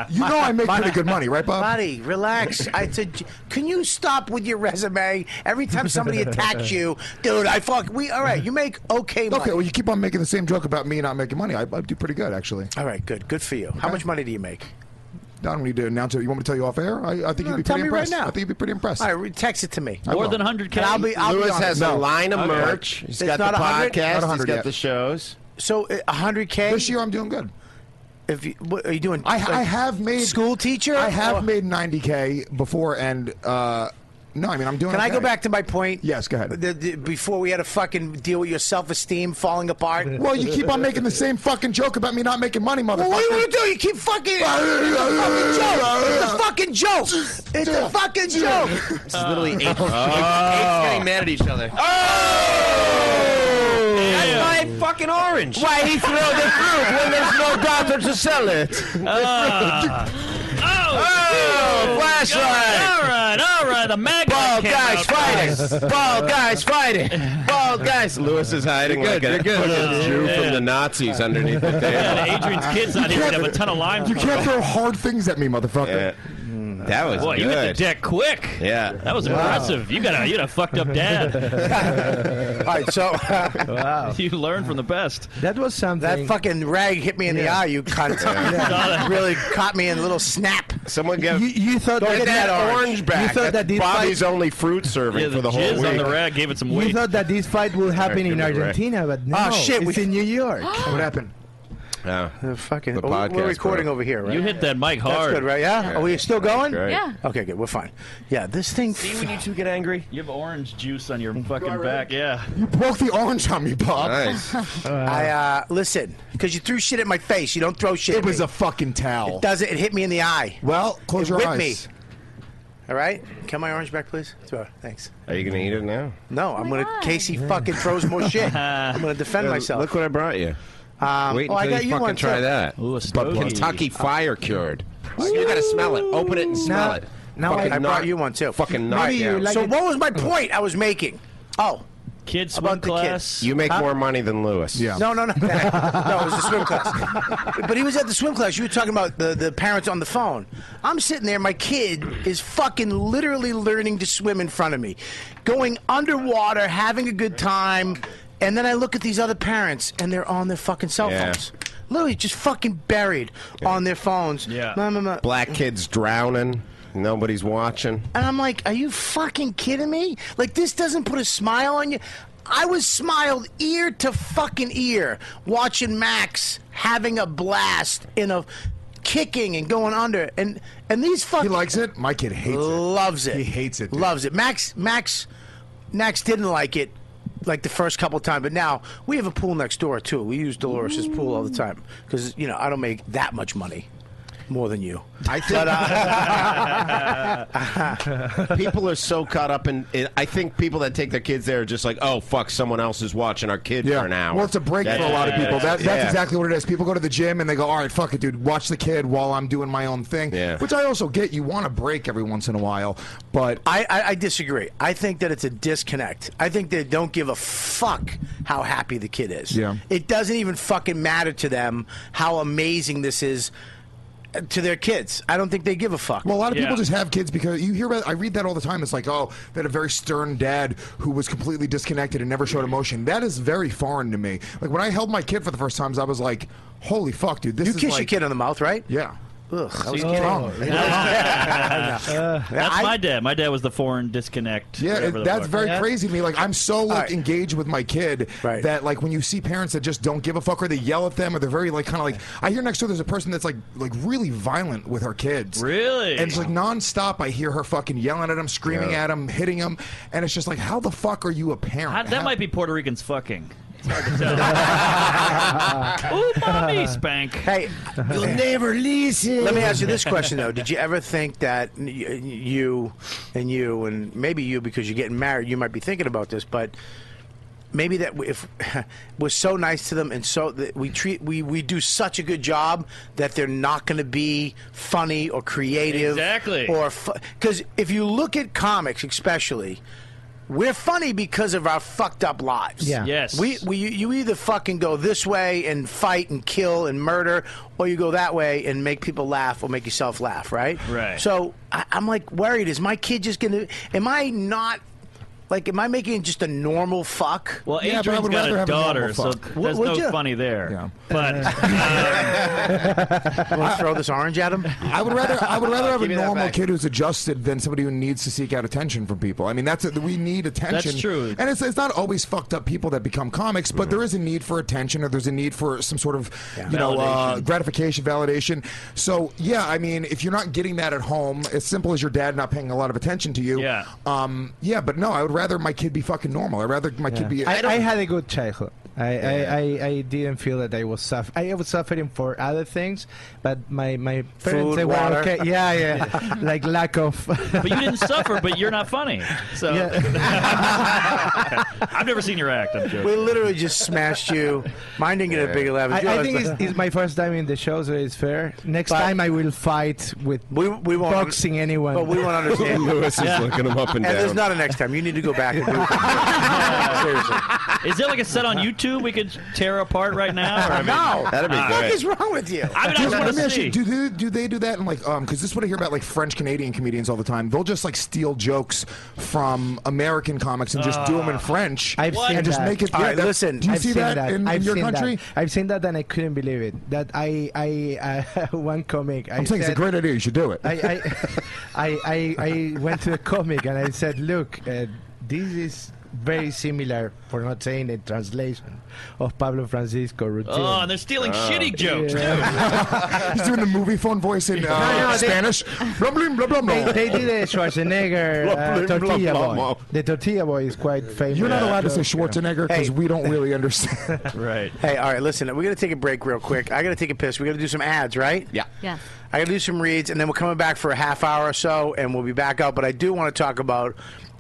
[SPEAKER 6] you know I make pretty good money, right, Bob?
[SPEAKER 7] Buddy, relax. I said, can you stop with your resume? Every time somebody attacks you, dude, I fuck. We all right? You make okay money.
[SPEAKER 6] Okay, well, you keep on making the same joke about me not making money. I, I do pretty good, actually.
[SPEAKER 7] All right, good. Good for you. How much money do you make?
[SPEAKER 6] I don't need to announce it. You want me to tell you off air? I, I think
[SPEAKER 7] No,
[SPEAKER 6] you'd be
[SPEAKER 7] tell
[SPEAKER 6] pretty
[SPEAKER 7] me right
[SPEAKER 6] impressed.
[SPEAKER 7] now.
[SPEAKER 6] I think you'd be pretty impressed.
[SPEAKER 7] All right, re- text it to me.
[SPEAKER 6] I More will. than 100K?
[SPEAKER 7] And I'll be. I'll be
[SPEAKER 6] Lewis
[SPEAKER 7] honest.
[SPEAKER 6] has a No. line of Okay. merch.
[SPEAKER 13] He's
[SPEAKER 7] It's
[SPEAKER 13] got
[SPEAKER 7] not
[SPEAKER 13] the
[SPEAKER 7] 100?
[SPEAKER 13] podcast,
[SPEAKER 7] Not
[SPEAKER 13] he's
[SPEAKER 7] 100
[SPEAKER 13] got
[SPEAKER 7] yet.
[SPEAKER 13] the shows.
[SPEAKER 7] So uh, 100K
[SPEAKER 6] this year, I'm doing good.
[SPEAKER 7] If you, what are you doing?
[SPEAKER 6] I,
[SPEAKER 7] like,
[SPEAKER 6] I have made
[SPEAKER 7] school teacher.
[SPEAKER 6] I have
[SPEAKER 7] Or-
[SPEAKER 6] made 90k before, and uh, no, I mean I'm doing.
[SPEAKER 7] Can I go
[SPEAKER 6] okay.
[SPEAKER 7] back to my point?
[SPEAKER 6] Yes, go ahead.
[SPEAKER 7] The, the, before we had to fucking deal with your self-esteem falling apart.
[SPEAKER 6] Well, you keep on making the same fucking joke about me not making money, motherfucker.
[SPEAKER 7] Well, what do you want to do? You keep fucking. It's a fucking joke. It's a fucking joke. It's a fucking joke.
[SPEAKER 13] It's literally apes, apes
[SPEAKER 9] Oh.
[SPEAKER 13] getting mad at each other.
[SPEAKER 9] That's my fucking orange.
[SPEAKER 13] Why he threw the fruit when there's no doctor to sell it?
[SPEAKER 12] Ah.
[SPEAKER 13] oh, flashlight!
[SPEAKER 12] All right, all right, the mag.
[SPEAKER 13] Bald
[SPEAKER 12] came
[SPEAKER 13] guys
[SPEAKER 12] out.
[SPEAKER 13] fighting! Bald guys fighting! Bald guys! Lewis is hiding
[SPEAKER 12] You're
[SPEAKER 13] like
[SPEAKER 12] good,
[SPEAKER 13] a
[SPEAKER 12] you're good.
[SPEAKER 13] fucking Jew
[SPEAKER 12] Yeah.
[SPEAKER 13] from the Nazis underneath the table.
[SPEAKER 12] Yeah, Adrian's kids out here would have a ton of limes.
[SPEAKER 6] You can't throw hard things at me, motherfucker.
[SPEAKER 7] Hmm.
[SPEAKER 13] That was
[SPEAKER 12] Boy,
[SPEAKER 13] good.
[SPEAKER 12] you hit the deck quick.
[SPEAKER 13] Yeah.
[SPEAKER 12] That was
[SPEAKER 13] Wow.
[SPEAKER 12] impressive. You got a you got a fucked up dad.
[SPEAKER 7] All right, so
[SPEAKER 12] wow. You learn from the best.
[SPEAKER 10] That was something.
[SPEAKER 7] that fucking rag hit me in the
[SPEAKER 12] Yeah.
[SPEAKER 7] eye. You cunt.
[SPEAKER 12] Yeah.
[SPEAKER 7] Really caught me in a little snap.
[SPEAKER 13] Someone get
[SPEAKER 10] You, you thought
[SPEAKER 13] Don't
[SPEAKER 10] that,
[SPEAKER 13] get that orange back.
[SPEAKER 10] You thought that
[SPEAKER 13] That's
[SPEAKER 10] this
[SPEAKER 13] Bobby's
[SPEAKER 10] fight,
[SPEAKER 13] only fruit serving
[SPEAKER 12] Yeah,
[SPEAKER 13] for
[SPEAKER 12] the,
[SPEAKER 13] the whole
[SPEAKER 12] jizz
[SPEAKER 13] week.
[SPEAKER 12] on the rag gave it some
[SPEAKER 10] you
[SPEAKER 12] weight.
[SPEAKER 10] thought that this fight will happen
[SPEAKER 13] give
[SPEAKER 10] in
[SPEAKER 13] me the rag.
[SPEAKER 10] Argentina, but no.
[SPEAKER 12] Oh, shit,
[SPEAKER 10] It's
[SPEAKER 12] we-
[SPEAKER 10] in New York.
[SPEAKER 6] what happened?
[SPEAKER 13] Yeah.
[SPEAKER 7] The fucking
[SPEAKER 13] The
[SPEAKER 7] oh,
[SPEAKER 13] podcast
[SPEAKER 7] we're recording
[SPEAKER 13] broke.
[SPEAKER 7] over here, right?
[SPEAKER 12] You hit that mic hard.
[SPEAKER 7] That's good, right? Yeah.
[SPEAKER 12] Yeah.
[SPEAKER 7] Are we still going?
[SPEAKER 12] Great. Yeah.
[SPEAKER 7] Okay, good. We're fine. Yeah, this thing.
[SPEAKER 12] See when you two get angry? You have orange juice on your fucking
[SPEAKER 7] already?
[SPEAKER 12] back. Yeah.
[SPEAKER 6] You broke the orange on me, Bob.
[SPEAKER 7] I uh, listen because you threw shit at my face. You don't throw shit.
[SPEAKER 6] It
[SPEAKER 7] at
[SPEAKER 6] was
[SPEAKER 7] me.
[SPEAKER 6] a fucking towel.
[SPEAKER 7] It doesn't. It hit me in the eye.
[SPEAKER 6] Well, close
[SPEAKER 7] it
[SPEAKER 6] your
[SPEAKER 7] whipped
[SPEAKER 6] eyes.
[SPEAKER 7] me. All right. Can my orange back, please? Sure, Thanks.
[SPEAKER 13] Are you going to eat it now?
[SPEAKER 7] No, I'm gonna. Casey fucking throws more shit. I'm gonna defend
[SPEAKER 13] Uh,
[SPEAKER 7] myself.
[SPEAKER 13] Look what I brought you.
[SPEAKER 7] Um,
[SPEAKER 13] Wait
[SPEAKER 7] oh,
[SPEAKER 13] until
[SPEAKER 7] I got
[SPEAKER 13] you
[SPEAKER 7] you
[SPEAKER 13] fucking
[SPEAKER 7] one,
[SPEAKER 13] try
[SPEAKER 7] too.
[SPEAKER 13] that.
[SPEAKER 12] Ooh, a Uh,
[SPEAKER 13] but
[SPEAKER 12] stogie.
[SPEAKER 13] Kentucky fire cured. You gotta smell it. Open it and smell
[SPEAKER 7] Now-
[SPEAKER 13] it.
[SPEAKER 7] now I-
[SPEAKER 13] fucking
[SPEAKER 7] I
[SPEAKER 13] knock-
[SPEAKER 7] brought you one, too.
[SPEAKER 13] Fucking knock
[SPEAKER 7] Maybe you
[SPEAKER 13] down.
[SPEAKER 7] like So it- what was my point I was making? Oh,
[SPEAKER 12] Kids
[SPEAKER 7] about the kids.
[SPEAKER 13] You make
[SPEAKER 7] Huh?
[SPEAKER 13] more money than Lewis. Yeah.
[SPEAKER 7] No, no, no. no, it was the swim class. But he was at the swim class. You were talking about the, the parents on the phone. I'm sitting there. My kid is fucking literally learning to swim in front of me, going underwater, having a good time. And then I look at these other parents, and they're on their fucking cell
[SPEAKER 13] Yeah.
[SPEAKER 7] phones. Literally just fucking buried on their phones.
[SPEAKER 13] Yeah.
[SPEAKER 7] Ma, ma, ma.
[SPEAKER 13] Black kids drowning. Nobody's watching.
[SPEAKER 7] And I'm like, are you fucking kidding me? Like, this doesn't put a smile on you. I was smiled ear to fucking ear watching Max having a blast in a kicking and going under and and these fucking
[SPEAKER 6] He likes it. My kid hates
[SPEAKER 7] loves it.
[SPEAKER 6] He hates it, dude.
[SPEAKER 7] Loves it. Max Max Max didn't like it like the first couple times, but now we have a pool next door too. We use Dolores's pool all the time because you know I don't make that much money, more than you. uh,
[SPEAKER 13] I think people are so caught up in, in. I think people that take their kids there are just like, oh fuck, someone else is watching our kid for an hour.
[SPEAKER 6] Well, it's a break
[SPEAKER 13] That's-
[SPEAKER 6] for a lot of people. That, that's
[SPEAKER 13] Yeah.
[SPEAKER 6] exactly what it is. People go to the gym and they go, "All right, fuck it, dude. Watch the kid while I'm doing my own thing."
[SPEAKER 13] Yeah.
[SPEAKER 6] Which I also get. You want a break every once in a while, but
[SPEAKER 7] I, I, I disagree. I think that it's a disconnect. I think they don't give a fuck how happy the kid is.
[SPEAKER 6] Yeah.
[SPEAKER 7] It doesn't even fucking matter to them how amazing this is uh, to their kids. I don't think they give a fuck.
[SPEAKER 6] Well, a lot of people just have kids because you hear about. I read that all the time. It's like, oh, they had a very stern dad who was completely disconnected and never showed emotion. That is very foreign to me. Like when I held my kid for the first times, I was like, holy fuck, dude. This
[SPEAKER 7] You
[SPEAKER 6] is
[SPEAKER 7] kiss
[SPEAKER 6] like,
[SPEAKER 7] your kid on the mouth, right?
[SPEAKER 6] Yeah.
[SPEAKER 7] Ugh, I was
[SPEAKER 6] See, oh,
[SPEAKER 7] kidding.
[SPEAKER 6] wrong.
[SPEAKER 12] That's my dad. My dad was the foreign disconnect.
[SPEAKER 6] Yeah,
[SPEAKER 12] whatever
[SPEAKER 6] it-
[SPEAKER 12] the
[SPEAKER 6] that's
[SPEAKER 12] fuck.
[SPEAKER 6] very crazy to me. Like, I'm so like engaged with my kid that like when you see parents that just don't give a fuck or they yell at them or they're very like kind of like I hear next door there's a person that's like like really violent with her kids.
[SPEAKER 12] Really?
[SPEAKER 6] And it's like nonstop. I hear her fucking yelling at him, screaming
[SPEAKER 12] Yeah.
[SPEAKER 6] at him, hitting him, and it's just like, how the fuck are you a parent?
[SPEAKER 12] How- that
[SPEAKER 6] How-
[SPEAKER 12] might be Puerto Ricans fucking. It's hard to tell. Ooh, mommy, spank.
[SPEAKER 7] Hey,
[SPEAKER 12] you'll
[SPEAKER 7] never listen. Let me ask you this question though: Did you ever think that y- you and you and maybe you because you're getting married, you might be thinking about this, but maybe that we- if we're so nice to them and so that we treat we we do such a good job that they're not going to be funny or creative,
[SPEAKER 12] Exactly.
[SPEAKER 7] or because if you look at comics, especially. We're funny because of our fucked up lives.
[SPEAKER 12] Yeah. Yes.
[SPEAKER 7] We, we you- you either fucking go this way and fight and kill and murder, or you go that way and make people laugh or make yourself laugh. Right.
[SPEAKER 12] Right.
[SPEAKER 7] So I, I'm like worried. Is my kid just gonna? Am I not? Like, am I making just a normal fuck?
[SPEAKER 12] Well, Adrian's got a daughter, so there's no funny there. But uh,
[SPEAKER 7] throw this orange at him.
[SPEAKER 6] I would rather I would rather have a
[SPEAKER 7] Give me that
[SPEAKER 6] normal
[SPEAKER 7] back.
[SPEAKER 6] kid who's adjusted than somebody who needs to seek out attention from people. I mean, that's a, we need attention.
[SPEAKER 12] true.
[SPEAKER 6] And it's, it's not always fucked up people that become comics, but there is a need for attention or there's a need for some sort of you know uh,
[SPEAKER 12] Validation.
[SPEAKER 6] gratification, validation. So yeah, I mean, if you're not getting that at home, as simple as your dad not paying a lot of attention to you. Yeah. Um. Yeah, but no, I would rather my kid be fucking normal. I'd rather my kid be.
[SPEAKER 10] I,
[SPEAKER 6] don't-
[SPEAKER 10] I had a good childhood. I, I, I, I didn't feel that I was suffering. I was suffering for other things, but my, my parents
[SPEAKER 12] Food,
[SPEAKER 10] they were
[SPEAKER 12] water.
[SPEAKER 10] okay. Yeah, yeah. like lack of.
[SPEAKER 12] but you didn't suffer, but you're not funny. So I've never seen your act. I'm
[SPEAKER 7] We
[SPEAKER 12] joking.
[SPEAKER 7] literally just smashed you. Mine didn't get a big eleven.
[SPEAKER 10] I, I think it's, it's my first time in the show, so it's fair. Next time I will fight with
[SPEAKER 7] we, we won't
[SPEAKER 10] boxing anyone.
[SPEAKER 7] but we won't understand.
[SPEAKER 12] Yeah. looking him up and
[SPEAKER 7] there's
[SPEAKER 12] down.
[SPEAKER 7] not a next time. You need to go back and do Seriously.
[SPEAKER 12] Is there like a set on YouTube we could tear apart right now? Or, I mean,
[SPEAKER 6] No. That'd be
[SPEAKER 12] Uh,
[SPEAKER 6] great.
[SPEAKER 7] What is wrong with you?
[SPEAKER 12] I mean, I
[SPEAKER 6] Dude,
[SPEAKER 12] just
[SPEAKER 6] let
[SPEAKER 12] want
[SPEAKER 6] me
[SPEAKER 12] to
[SPEAKER 6] ask you,
[SPEAKER 12] see.
[SPEAKER 6] do they do they do that? And like, um, because this is what I hear about like French Canadian comedians all the time. They'll just like steal jokes from American comics and just do 'em do them
[SPEAKER 12] Uh,
[SPEAKER 6] in
[SPEAKER 10] Ah.
[SPEAKER 6] French.
[SPEAKER 10] I've
[SPEAKER 6] and
[SPEAKER 10] seen
[SPEAKER 6] just
[SPEAKER 10] that.
[SPEAKER 6] make it. yeah, that- do you
[SPEAKER 10] I've
[SPEAKER 6] see
[SPEAKER 10] seen
[SPEAKER 6] that, in, in
[SPEAKER 10] I've
[SPEAKER 6] your
[SPEAKER 10] seen that.
[SPEAKER 6] country?
[SPEAKER 10] I've seen that and I couldn't believe it. That I, I, uh, one comic. I
[SPEAKER 6] I'm saying
[SPEAKER 10] said,
[SPEAKER 6] it's a great idea. You should do it.
[SPEAKER 10] I, I, I, I, I went to a comic and I said, look, uh, this is very similar, for not saying a translation, of Pablo Francisco routine.
[SPEAKER 12] Oh, and they're stealing
[SPEAKER 7] Uh,
[SPEAKER 12] shitty jokes
[SPEAKER 6] Uh, He's doing the movie phone voice in uh,
[SPEAKER 10] No, no, they-
[SPEAKER 6] Spanish. Blah, blah, blah, blah, blah.
[SPEAKER 10] They, they did a Schwarzenegger uh,
[SPEAKER 6] Blah, blah,
[SPEAKER 10] tortilla
[SPEAKER 6] blah, blah.
[SPEAKER 10] boy. The tortilla boy is quite famous.
[SPEAKER 6] You're not allowed to say
[SPEAKER 10] joke, yeah.
[SPEAKER 6] Schwarzenegger because we don't really understand.
[SPEAKER 12] right.
[SPEAKER 7] Hey, all right, listen, we're going to take a break real quick. I got to take a piss. we got to do some ads, right? Yeah.
[SPEAKER 11] Yeah.
[SPEAKER 7] I got to do some reads, and then we're coming back for a half hour or so, and we'll be back out. But I do want to talk about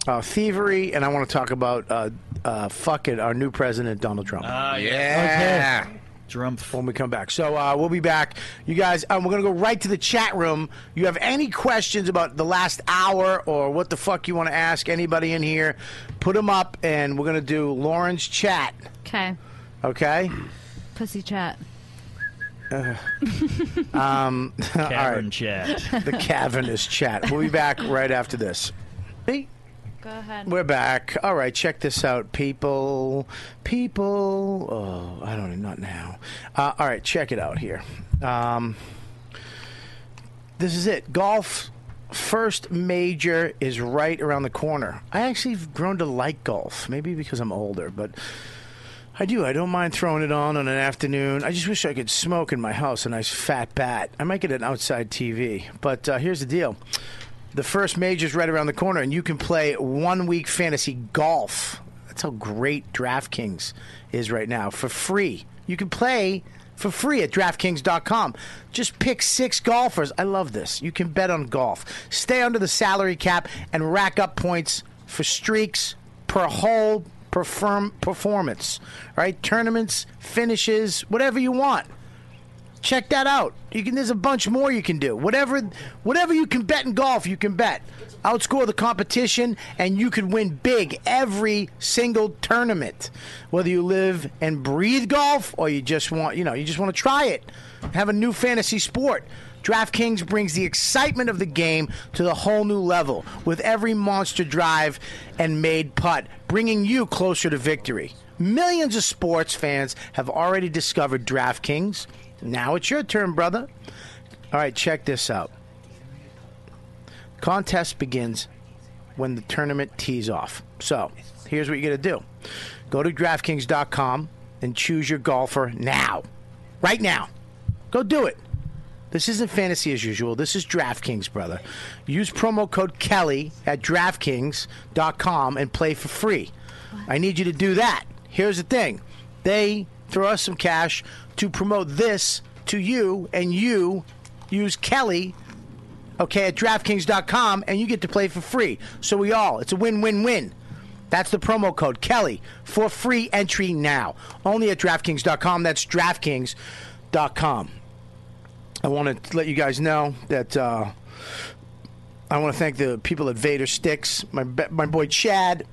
[SPEAKER 7] uh, thievery, and I want to talk about uh, uh, fucking our new president, Donald Trump.
[SPEAKER 12] Ah,
[SPEAKER 7] yeah.
[SPEAKER 12] Okay. Trump.
[SPEAKER 7] When we come back. So uh, we'll be back. You guys, um, we're going to go right to the chat room. You have any questions about the last hour or what the fuck you want to ask anybody in here, put them up, and we're going to do Lauren's chat.
[SPEAKER 11] Okay.
[SPEAKER 7] Okay?
[SPEAKER 11] Pussy chat.
[SPEAKER 7] Uh, um, all
[SPEAKER 12] Cavern
[SPEAKER 7] right.
[SPEAKER 12] chat.
[SPEAKER 7] The cavernous chat. We'll be back right after this.
[SPEAKER 11] Go ahead.
[SPEAKER 7] We're back. All right, check this out, people. People. Oh, I don't know. Not now. Uh, all right, check it out here. Um, this is it. Golf first major is right around the corner. I actually have grown to like golf, maybe because I'm older, but I do. I don't mind throwing it on on an afternoon. I just wish I could smoke in my house a nice fat bat. I might get an outside TV. But uh, here's the deal the first major's right around the corner, and you can play one week fantasy golf. That's how great DraftKings is right now for free. You can play for free at DraftKings.com. Just pick six golfers. I love this. You can bet on golf, stay under the salary cap, and rack up points for streaks per hole, per firm performance. Right? Tournaments, finishes, whatever you want check that out. You can. There's a bunch more you can do. Whatever, whatever you can bet in golf, you can bet. Outscore the competition, and you can win big every single tournament. Whether you live and breathe golf, or you just want, you know, you just want to try it, have a new fantasy sport. DraftKings brings the excitement of the game to a whole new level with every monster drive and made putt, bringing you closer to victory. Millions of sports fans have already discovered DraftKings. Now it's your turn, brother. All right, check this out. Contest begins when the tournament tees off. So here's what you got to do go to DraftKings.com and choose your golfer now. Right now. Go do it. This isn't fantasy as usual. This is DraftKings, brother. Use promo code Kelly at DraftKings.com and play for free. I need you to do that. Here's the thing they throw us some cash to promote this to you, and you use Kelly okay, at DraftKings.com, and you get to play for free. So we all, it's a win win win. That's the promo code Kelly for free entry now. Only at DraftKings.com. That's DraftKings.com. I want to let you guys know that uh, I want to thank the people at Vader Sticks, my be- my boy Chad,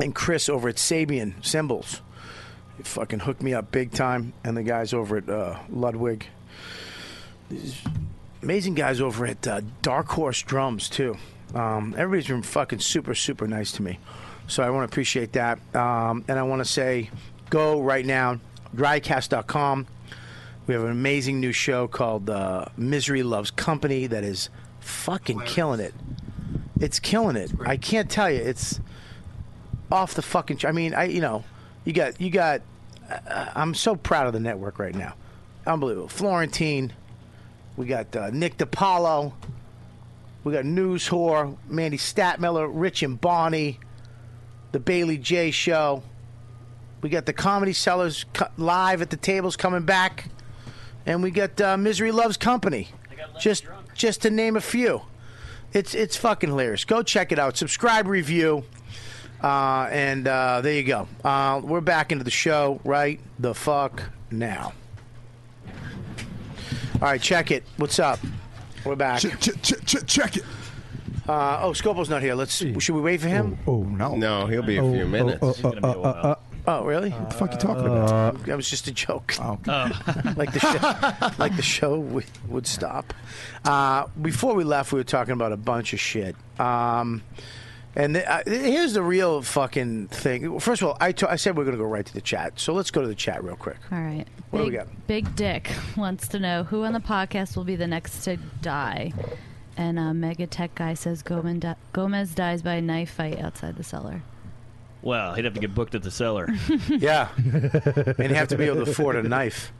[SPEAKER 7] and Chris over at Sabian Symbols. They fucking hooked me up big time, and the guys over at uh, Ludwig. These amazing guys over at uh, Dark Horse Drums too. Um, everybody's been fucking super super nice to me, so I want to appreciate that. Um, and I want to say, go right now, drycast.com. We have an amazing new show called uh, Misery Loves Company that is fucking killing it. It's killing it. I can't tell you. It's off the fucking. Ch- I mean, I you know, you got you got. Uh, I'm so proud of the network right now. Unbelievable. Florentine. We got uh, Nick DiPaolo. We got News Whore, Mandy Statmiller, Rich and Bonnie, The Bailey J Show. We got the Comedy Sellers co- live at the tables coming back, and we got uh, Misery Loves Company. Just, just to name a few, it's it's fucking hilarious. Go check it out. Subscribe, review, uh, and uh, there you go. Uh, we're back into the show right the fuck now. All right, check it. What's up? We're back. Check, it. Uh, oh, Scopo's not here. Let's. Should we wait for him?
[SPEAKER 13] Oh no. No, he'll be a few minutes.
[SPEAKER 7] Oh, really? what the fuck you talking about? That was just a joke. like the show, like the show w- would stop. Uh, before we left, we were talking about a bunch of shit. Um, and the, uh, here's the real fucking thing. First of all, I, t- I said we are going to go right to the chat, so let's go to the chat real quick.
[SPEAKER 11] All right.
[SPEAKER 7] What
[SPEAKER 11] big,
[SPEAKER 7] do we got?
[SPEAKER 11] Big Dick wants to know who on the podcast will be the next to die. And uh, Mega Tech Guy says Gomez, di- Gomez dies by a knife fight outside the cellar.
[SPEAKER 12] Well, he'd have to get booked at the cellar.
[SPEAKER 7] yeah, and you have to be able to afford a knife.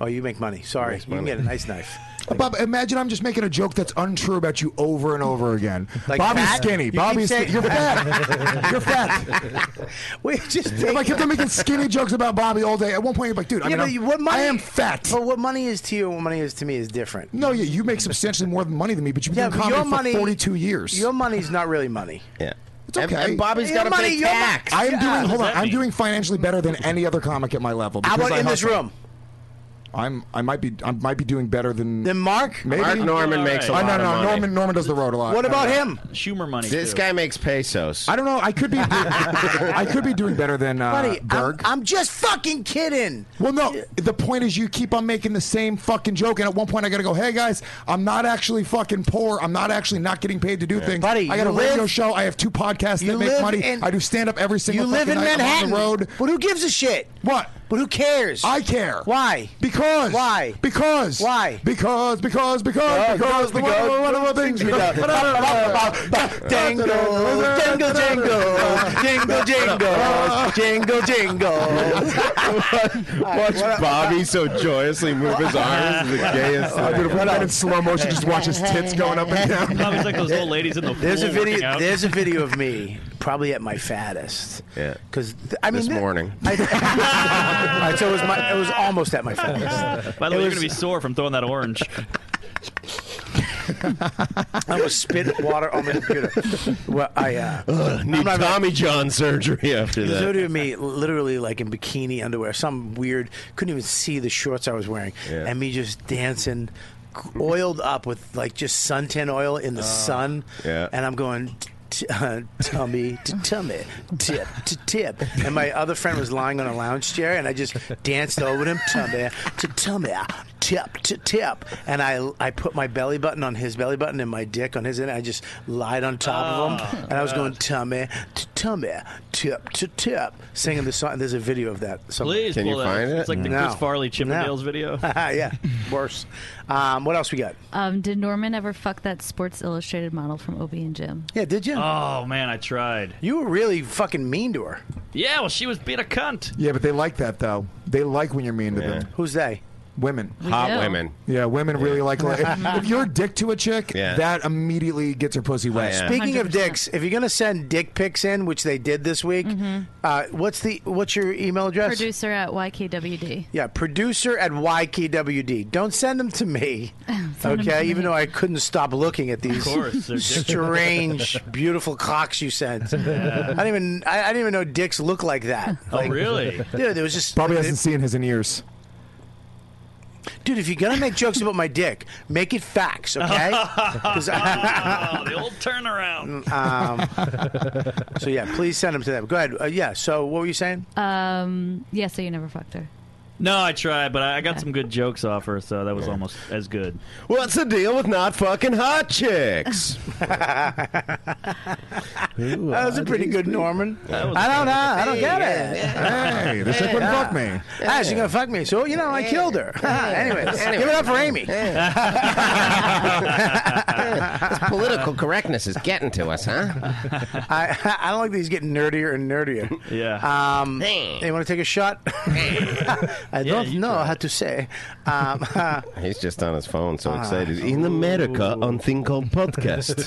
[SPEAKER 7] Oh, you make money. Sorry, you can get a nice knife.
[SPEAKER 6] Uh, Bob, imagine I'm just making a joke that's untrue about you over and over again.
[SPEAKER 7] Like
[SPEAKER 6] Bobby's
[SPEAKER 7] fat?
[SPEAKER 6] skinny.
[SPEAKER 7] You keep
[SPEAKER 6] Bobby's
[SPEAKER 7] saying-
[SPEAKER 6] skinny. You're fat. You're fat.
[SPEAKER 7] We just
[SPEAKER 6] if I kept on making skinny jokes about Bobby all day, at one point you're like, dude, I,
[SPEAKER 7] yeah,
[SPEAKER 6] mean,
[SPEAKER 7] but
[SPEAKER 6] I'm-
[SPEAKER 7] you- what money,
[SPEAKER 6] I am fat.
[SPEAKER 7] But what money is to you and what money is to me is different.
[SPEAKER 6] No, yeah, you make substantially more money than me, but you've been
[SPEAKER 7] Yeah,
[SPEAKER 6] doing
[SPEAKER 7] but
[SPEAKER 6] comedy
[SPEAKER 7] your
[SPEAKER 6] for
[SPEAKER 7] money,
[SPEAKER 6] 42 years.
[SPEAKER 7] Your money's not really money.
[SPEAKER 13] Yeah.
[SPEAKER 6] It's okay.
[SPEAKER 7] And- and Bobby's Your gotta money, pay your mo- tax.
[SPEAKER 6] I
[SPEAKER 7] Yeah,
[SPEAKER 6] am
[SPEAKER 7] what
[SPEAKER 6] doing.
[SPEAKER 7] does
[SPEAKER 6] Hold on.
[SPEAKER 7] that
[SPEAKER 6] I'm
[SPEAKER 7] mean?
[SPEAKER 6] doing financially better than any other comic at my level.
[SPEAKER 7] How
[SPEAKER 6] because
[SPEAKER 7] about
[SPEAKER 6] I
[SPEAKER 7] in this
[SPEAKER 6] hustle.
[SPEAKER 7] room?
[SPEAKER 6] I'm. I might be. I might be doing better than
[SPEAKER 7] than Mark.
[SPEAKER 6] Maybe
[SPEAKER 13] Mark Norman makes a
[SPEAKER 6] Oh,
[SPEAKER 13] lot
[SPEAKER 6] no, no,
[SPEAKER 13] of money.
[SPEAKER 6] Norman. Norman does the road a lot. I don't know.
[SPEAKER 12] Schumer money.
[SPEAKER 13] This
[SPEAKER 12] too.
[SPEAKER 13] guy makes pesos.
[SPEAKER 6] I don't know. I could be. I could be doing better than uh,
[SPEAKER 7] Buddy, I'm-
[SPEAKER 6] Berg.
[SPEAKER 7] I'm, just fucking kidding.
[SPEAKER 6] Well, no. The point is, you keep on making the same fucking joke, and at one point, I gotta go, "Hey guys, I'm not actually fucking poor. I'm not actually not getting paid to do things.
[SPEAKER 7] Buddy,
[SPEAKER 6] I got a
[SPEAKER 7] you
[SPEAKER 6] radio
[SPEAKER 7] live-
[SPEAKER 6] show. I have two podcasts
[SPEAKER 7] you
[SPEAKER 6] that make
[SPEAKER 7] live
[SPEAKER 6] money.
[SPEAKER 7] in-
[SPEAKER 6] I do stand up every
[SPEAKER 7] You
[SPEAKER 6] single.
[SPEAKER 7] live in
[SPEAKER 6] fucking night. I'm
[SPEAKER 7] Manhattan.
[SPEAKER 6] on the road.
[SPEAKER 7] But who gives a shit?
[SPEAKER 6] What?
[SPEAKER 7] But who cares?
[SPEAKER 6] I care.
[SPEAKER 7] Why?
[SPEAKER 6] Because.
[SPEAKER 7] Why?
[SPEAKER 6] Because.
[SPEAKER 7] Why?
[SPEAKER 6] Because. Because. Because. Because. Because. One of the things.
[SPEAKER 7] Jingle, jingle, jingle, jingle, jingle, jingle, jingle.
[SPEAKER 13] Watch Bobby so joyously move his arms. is the gayest
[SPEAKER 6] Oh, dude, if we
[SPEAKER 13] thing.
[SPEAKER 6] went in slow motion, just watch his tits going up and down.
[SPEAKER 12] Bobby's like those old ladies in the
[SPEAKER 7] There's a
[SPEAKER 12] pool working
[SPEAKER 7] video.
[SPEAKER 12] out.
[SPEAKER 7] There's a video of me probably at my fattest.
[SPEAKER 13] Yeah.
[SPEAKER 7] Because I mean,
[SPEAKER 13] This
[SPEAKER 7] th-
[SPEAKER 13] morning.
[SPEAKER 7] All right, so it was my. It was almost at my fattest.
[SPEAKER 12] By the
[SPEAKER 7] It
[SPEAKER 12] way, you're
[SPEAKER 7] was-
[SPEAKER 12] gonna be sore from throwing that orange.
[SPEAKER 7] I was spit water on my computer. Well, I uh,
[SPEAKER 13] Ugh, need Tommy John surgery
[SPEAKER 7] He
[SPEAKER 13] after
[SPEAKER 7] was
[SPEAKER 13] that.
[SPEAKER 7] literally at me, literally like in bikini underwear, some weird. Couldn't even see the shorts I was wearing,
[SPEAKER 13] Yeah.
[SPEAKER 7] and me just dancing, oiled up with like just suntan oil in the
[SPEAKER 6] Oh.
[SPEAKER 7] sun.
[SPEAKER 13] yeah.
[SPEAKER 7] And I'm going. T- uh, tummy to tummy, tip to tip, and my other friend was lying on a lounge chair, and I just danced over to him, tummy to tummy, tip to tip, and I I put my belly button on his belly button and my dick on his, and I just lied on top of him,
[SPEAKER 12] Oh,
[SPEAKER 7] and I was
[SPEAKER 12] God.
[SPEAKER 7] going tummy to tummy, tip to tip, singing the song. There's a video of that. somewhere.
[SPEAKER 12] Please Can you pull that. find it? It's like the Chris Farley Chippendales video.
[SPEAKER 7] yeah, worse. Um, what else we got?
[SPEAKER 11] Um, did Norman ever fuck that Sports Illustrated model from Obie and Jim?
[SPEAKER 7] Yeah, did you?
[SPEAKER 12] Oh man, I tried.
[SPEAKER 7] You were really fucking mean to her.
[SPEAKER 12] Yeah, well, she was being a cunt.
[SPEAKER 6] Yeah, but they like that though. They like when you're mean to them.
[SPEAKER 7] Who's they?
[SPEAKER 6] Women.
[SPEAKER 13] We Hot do. women.
[SPEAKER 6] Yeah, women really like. if, if you're a dick to a chick,
[SPEAKER 13] Yeah.
[SPEAKER 6] that immediately gets her pussy wet.
[SPEAKER 7] Oh, Speaking of dicks, if you're going to send dick pics in, which they did this week, uh, what's the what's your email address?
[SPEAKER 11] Producer at YKWd.
[SPEAKER 7] yeah, producer at YKWD. Don't send them to me.
[SPEAKER 11] them to
[SPEAKER 7] okay, even though I couldn't stop looking at these
[SPEAKER 12] Of course, they're different.
[SPEAKER 7] strange, beautiful cocks you sent.
[SPEAKER 6] Yeah.
[SPEAKER 7] I didn't even I, I didn't even know dicks look like that.
[SPEAKER 13] Oh,
[SPEAKER 12] Oh,
[SPEAKER 7] Like, Dude, there was just
[SPEAKER 6] probably
[SPEAKER 7] there-
[SPEAKER 6] hasn't seen his in years.
[SPEAKER 7] Dude, if you're gonna make jokes about my dick, make it facts, okay? 'Cause I-
[SPEAKER 12] Oh, the old turnaround.
[SPEAKER 7] um, so yeah, please send them to them. Go ahead. Uh, yeah. So what were you saying?
[SPEAKER 11] Um, yeah, so you never fucked her.
[SPEAKER 12] No, I tried, but I I got some good jokes off her, so that was almost as good.
[SPEAKER 13] What's the deal with not fucking hot chicks?
[SPEAKER 7] that was a pretty good Norman. I don't know. I don't get it.
[SPEAKER 6] Hey, this chick wouldn't fuck me.
[SPEAKER 7] Ah, she's gonna fuck me. So you know, I killed her. Anyways,
[SPEAKER 13] Anyway.
[SPEAKER 7] give it up for Amy.
[SPEAKER 13] this political correctness is getting to us, huh?
[SPEAKER 7] I, I like these getting nerdier and nerdier.
[SPEAKER 13] Yeah.
[SPEAKER 7] Um, you want to take a shot? I don't know how to say. Um,
[SPEAKER 13] He's just on his phone, so
[SPEAKER 7] Ah.
[SPEAKER 13] excited. In America, on thing called podcast.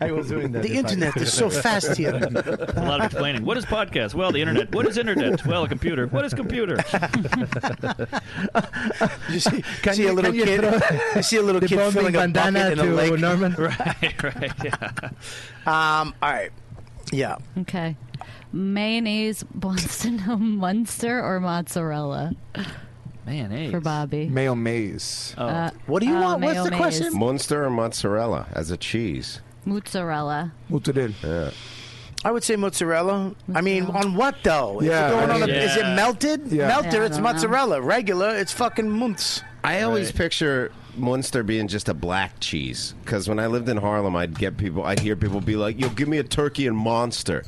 [SPEAKER 12] I was doing
[SPEAKER 7] that The if I internet could. is so fast here.
[SPEAKER 12] a lot of explaining. What is podcast? Well, the internet. What is internet? Well, a computer. What is computer?
[SPEAKER 7] you see, see a little
[SPEAKER 10] can you
[SPEAKER 7] kid.
[SPEAKER 10] throw
[SPEAKER 7] you see a little
[SPEAKER 10] the
[SPEAKER 7] kid
[SPEAKER 10] bombing
[SPEAKER 7] filling a
[SPEAKER 10] bandana
[SPEAKER 7] bucket in a
[SPEAKER 10] to
[SPEAKER 7] lake.
[SPEAKER 10] Norman?
[SPEAKER 12] right, right. Yeah.
[SPEAKER 7] Um, all right. Yeah.
[SPEAKER 11] Okay. Mayonnaise wants to know Munster or mozzarella
[SPEAKER 12] Mayonnaise.
[SPEAKER 11] for Bobby.
[SPEAKER 6] Mayo maze.
[SPEAKER 11] Uh, What do you uh, want? What's mayo the question? maze.
[SPEAKER 13] Munster or mozzarella as a cheese?
[SPEAKER 11] Mozzarella.
[SPEAKER 6] Mozzarella.
[SPEAKER 13] Yeah.
[SPEAKER 7] I would say mozzarella. I mean, on what though?
[SPEAKER 13] Yeah.
[SPEAKER 7] Is it, going on a,
[SPEAKER 13] Yeah.
[SPEAKER 7] is it melted?
[SPEAKER 13] Yeah.
[SPEAKER 7] Melter,
[SPEAKER 13] Yeah, I
[SPEAKER 7] it's
[SPEAKER 13] don't know.
[SPEAKER 7] mozzarella. Regular, it's fucking munts.
[SPEAKER 13] I always picture Munster being just a black cheese because when I lived in Harlem, I'd get people, I'd hear people be like, "Yo, give me a turkey and Monster,"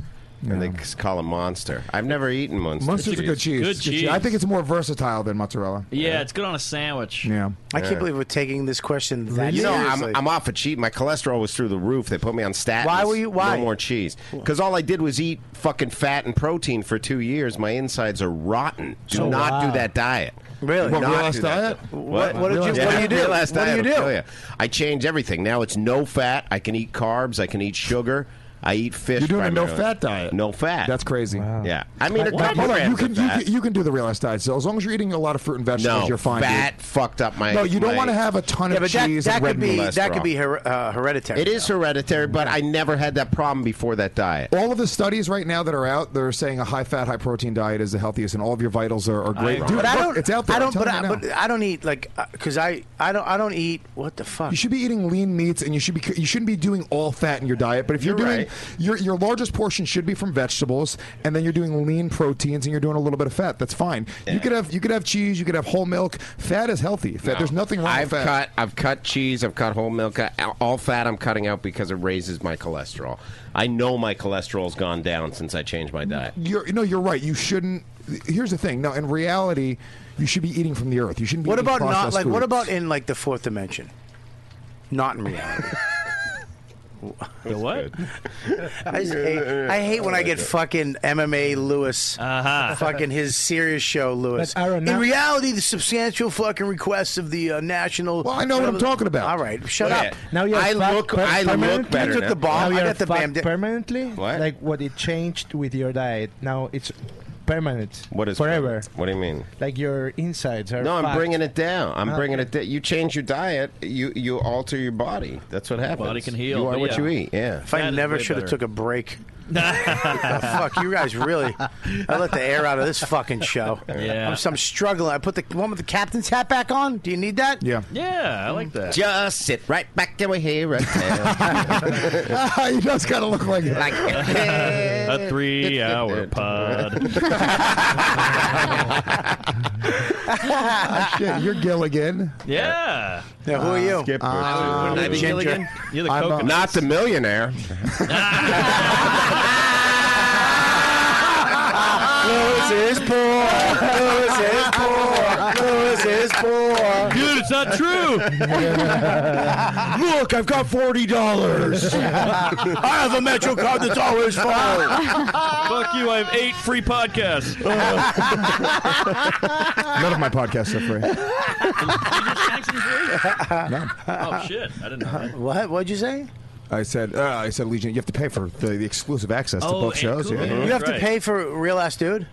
[SPEAKER 13] and they just call it Monster. I've never eaten Munster.
[SPEAKER 6] Munster's a good cheese.
[SPEAKER 12] Good
[SPEAKER 6] It's a
[SPEAKER 12] cheese.
[SPEAKER 6] I think it's more versatile than mozzarella.
[SPEAKER 12] Yeah, it's good on a sandwich.
[SPEAKER 6] Yeah.
[SPEAKER 7] I can't believe we're taking this question that
[SPEAKER 13] you know, I'm,
[SPEAKER 7] seriously.
[SPEAKER 13] I'm off a cheat. My cholesterol was through the roof. They put me on statins.
[SPEAKER 7] Why were you- why?
[SPEAKER 13] No more cheese. Because all I did was eat fucking fat and protein for two years. My insides are rotten. Do
[SPEAKER 7] So-
[SPEAKER 13] not
[SPEAKER 7] Wow.
[SPEAKER 13] do that diet.
[SPEAKER 7] Really?
[SPEAKER 13] Do
[SPEAKER 7] What,
[SPEAKER 13] not
[SPEAKER 7] real-ass
[SPEAKER 13] do that
[SPEAKER 7] diet?
[SPEAKER 13] di-
[SPEAKER 7] What- what did you- what do you do?
[SPEAKER 13] real-ass
[SPEAKER 7] What do
[SPEAKER 13] diet
[SPEAKER 7] you
[SPEAKER 13] will
[SPEAKER 7] do?
[SPEAKER 13] kill ya. I change everything. Now it's no fat. I can eat carbs. I can eat sugar. I eat fish.
[SPEAKER 6] You're doing a
[SPEAKER 13] primarily.
[SPEAKER 6] no-fat diet.
[SPEAKER 13] No fat.
[SPEAKER 6] That's crazy.
[SPEAKER 13] Yeah. I mean, a couple
[SPEAKER 6] Hold on, you
[SPEAKER 13] grams
[SPEAKER 6] can,
[SPEAKER 13] of
[SPEAKER 6] you
[SPEAKER 13] fat.
[SPEAKER 6] can you can do the real ass diet. So as long as you're eating a lot of fruit and vegetables,
[SPEAKER 13] no,
[SPEAKER 6] you're fine. dude.
[SPEAKER 13] fat fucked up my.
[SPEAKER 6] No, you don't
[SPEAKER 13] my-
[SPEAKER 6] want to have a ton of cheese.
[SPEAKER 7] that
[SPEAKER 6] and red
[SPEAKER 7] could be
[SPEAKER 6] meat.
[SPEAKER 7] that could be her, uh, hereditary.
[SPEAKER 13] It is hereditary, but I never had that problem before that diet.
[SPEAKER 6] All of the studies right now that are out, they're saying a high fat, high protein diet is the healthiest, and all of your vitals are, are great. Dude,
[SPEAKER 7] but I
[SPEAKER 6] look,
[SPEAKER 7] don't.
[SPEAKER 6] it's out
[SPEAKER 7] I
[SPEAKER 6] there. I'm
[SPEAKER 7] don't. But
[SPEAKER 6] telling
[SPEAKER 7] I,
[SPEAKER 6] you now.
[SPEAKER 7] but I don't eat like because I I don't I don't eat what the fuck.
[SPEAKER 6] You should be eating lean meats, and you should be you shouldn't be doing all fat in your diet. But if you're,
[SPEAKER 7] You're
[SPEAKER 6] doing
[SPEAKER 7] right.
[SPEAKER 6] your your largest portion should be from vegetables, and then you're doing lean proteins, and you're doing a little bit of fat. That's fine. You could have you could have cheese, you could have whole milk. Fat is healthy. Fat,
[SPEAKER 13] No.
[SPEAKER 6] There's nothing wrong
[SPEAKER 13] I've
[SPEAKER 6] with fat.
[SPEAKER 13] cut. I've cut cheese. I've cut whole milk. I- All fat I'm cutting out because it raises my cholesterol. I know my cholesterol's gone down since I changed my diet.
[SPEAKER 6] You're, no, you're right. You shouldn't. Here's the thing. No, in reality, you should be eating from the earth. You shouldn't. Be
[SPEAKER 7] What
[SPEAKER 6] eating
[SPEAKER 7] about not
[SPEAKER 6] processed
[SPEAKER 7] like what
[SPEAKER 6] foods.
[SPEAKER 7] about in like the fourth dimension? Not in reality.
[SPEAKER 12] The what?
[SPEAKER 7] I, just hate, I hate when I get fucking MMA Lewis,
[SPEAKER 12] Uh-huh.
[SPEAKER 7] fucking his serious show Lewis.
[SPEAKER 4] But Aaron,
[SPEAKER 7] In
[SPEAKER 4] now-
[SPEAKER 7] reality, the substantial fucking requests of the uh, national.
[SPEAKER 6] Well, I know what I'm talking about.
[SPEAKER 7] All right, shut
[SPEAKER 13] Well,
[SPEAKER 7] up.
[SPEAKER 13] yeah. Now you're I fucked look- per- I look permanently? better
[SPEAKER 7] I took
[SPEAKER 13] now.
[SPEAKER 7] the bomb.
[SPEAKER 10] Now
[SPEAKER 7] I
[SPEAKER 10] you're
[SPEAKER 7] got the
[SPEAKER 10] fucked
[SPEAKER 7] bam.
[SPEAKER 10] permanently.
[SPEAKER 13] What?
[SPEAKER 10] Like what it changed with your diet. Now it's permanent.
[SPEAKER 13] What is
[SPEAKER 10] forever?
[SPEAKER 13] What do you mean?
[SPEAKER 10] Like your insides are.
[SPEAKER 13] No, I'm
[SPEAKER 10] fucked.
[SPEAKER 13] bringing it down. I'm
[SPEAKER 10] Ah,
[SPEAKER 13] bringing
[SPEAKER 10] okay.
[SPEAKER 13] it down. You change your diet, you you alter your body. That's what happens.
[SPEAKER 12] Body can heal,
[SPEAKER 13] You are
[SPEAKER 12] but
[SPEAKER 13] what
[SPEAKER 12] yeah.
[SPEAKER 13] you eat. Yeah.
[SPEAKER 7] If I
[SPEAKER 12] That is
[SPEAKER 7] never
[SPEAKER 12] way
[SPEAKER 7] should have
[SPEAKER 12] better.
[SPEAKER 7] took a break. Oh, fuck you guys really i let the air out of this fucking show
[SPEAKER 12] Yeah.
[SPEAKER 7] I'm, I'm struggling i put the one with the captain's hat back on do you need that
[SPEAKER 6] Yeah.
[SPEAKER 12] Yeah, I like that.
[SPEAKER 13] Just sit right back there with here right
[SPEAKER 6] he does kind of look like it.
[SPEAKER 12] A three-hour pod.
[SPEAKER 6] Ah, shit, you're Gilligan.
[SPEAKER 12] Yeah.
[SPEAKER 7] Yeah, who are you?
[SPEAKER 13] Skipper.
[SPEAKER 6] Ah,
[SPEAKER 13] Would I be
[SPEAKER 7] Uh, Ginger.
[SPEAKER 13] Gilligan?
[SPEAKER 12] You're the
[SPEAKER 6] I'm, uh,
[SPEAKER 12] coconut.
[SPEAKER 13] Not the millionaire.
[SPEAKER 7] Lewis is poor. Lewis is poor. Lewis is poor.
[SPEAKER 12] Dude, it's not true.
[SPEAKER 6] Look, I've got forty dollars.
[SPEAKER 12] I
[SPEAKER 7] have a MetroCard that's always full.
[SPEAKER 12] Fuck you! I have eight free podcasts.
[SPEAKER 6] None of my podcasts are free.
[SPEAKER 12] Oh shit! I didn't know. That.
[SPEAKER 7] What? What'd you say?
[SPEAKER 6] I said, uh, I said, Legion, you have to pay for the, the exclusive access
[SPEAKER 7] Oh,
[SPEAKER 6] to both
[SPEAKER 7] and
[SPEAKER 6] shows.
[SPEAKER 7] cool.
[SPEAKER 6] yeah.
[SPEAKER 7] You have to pay for real ass dude.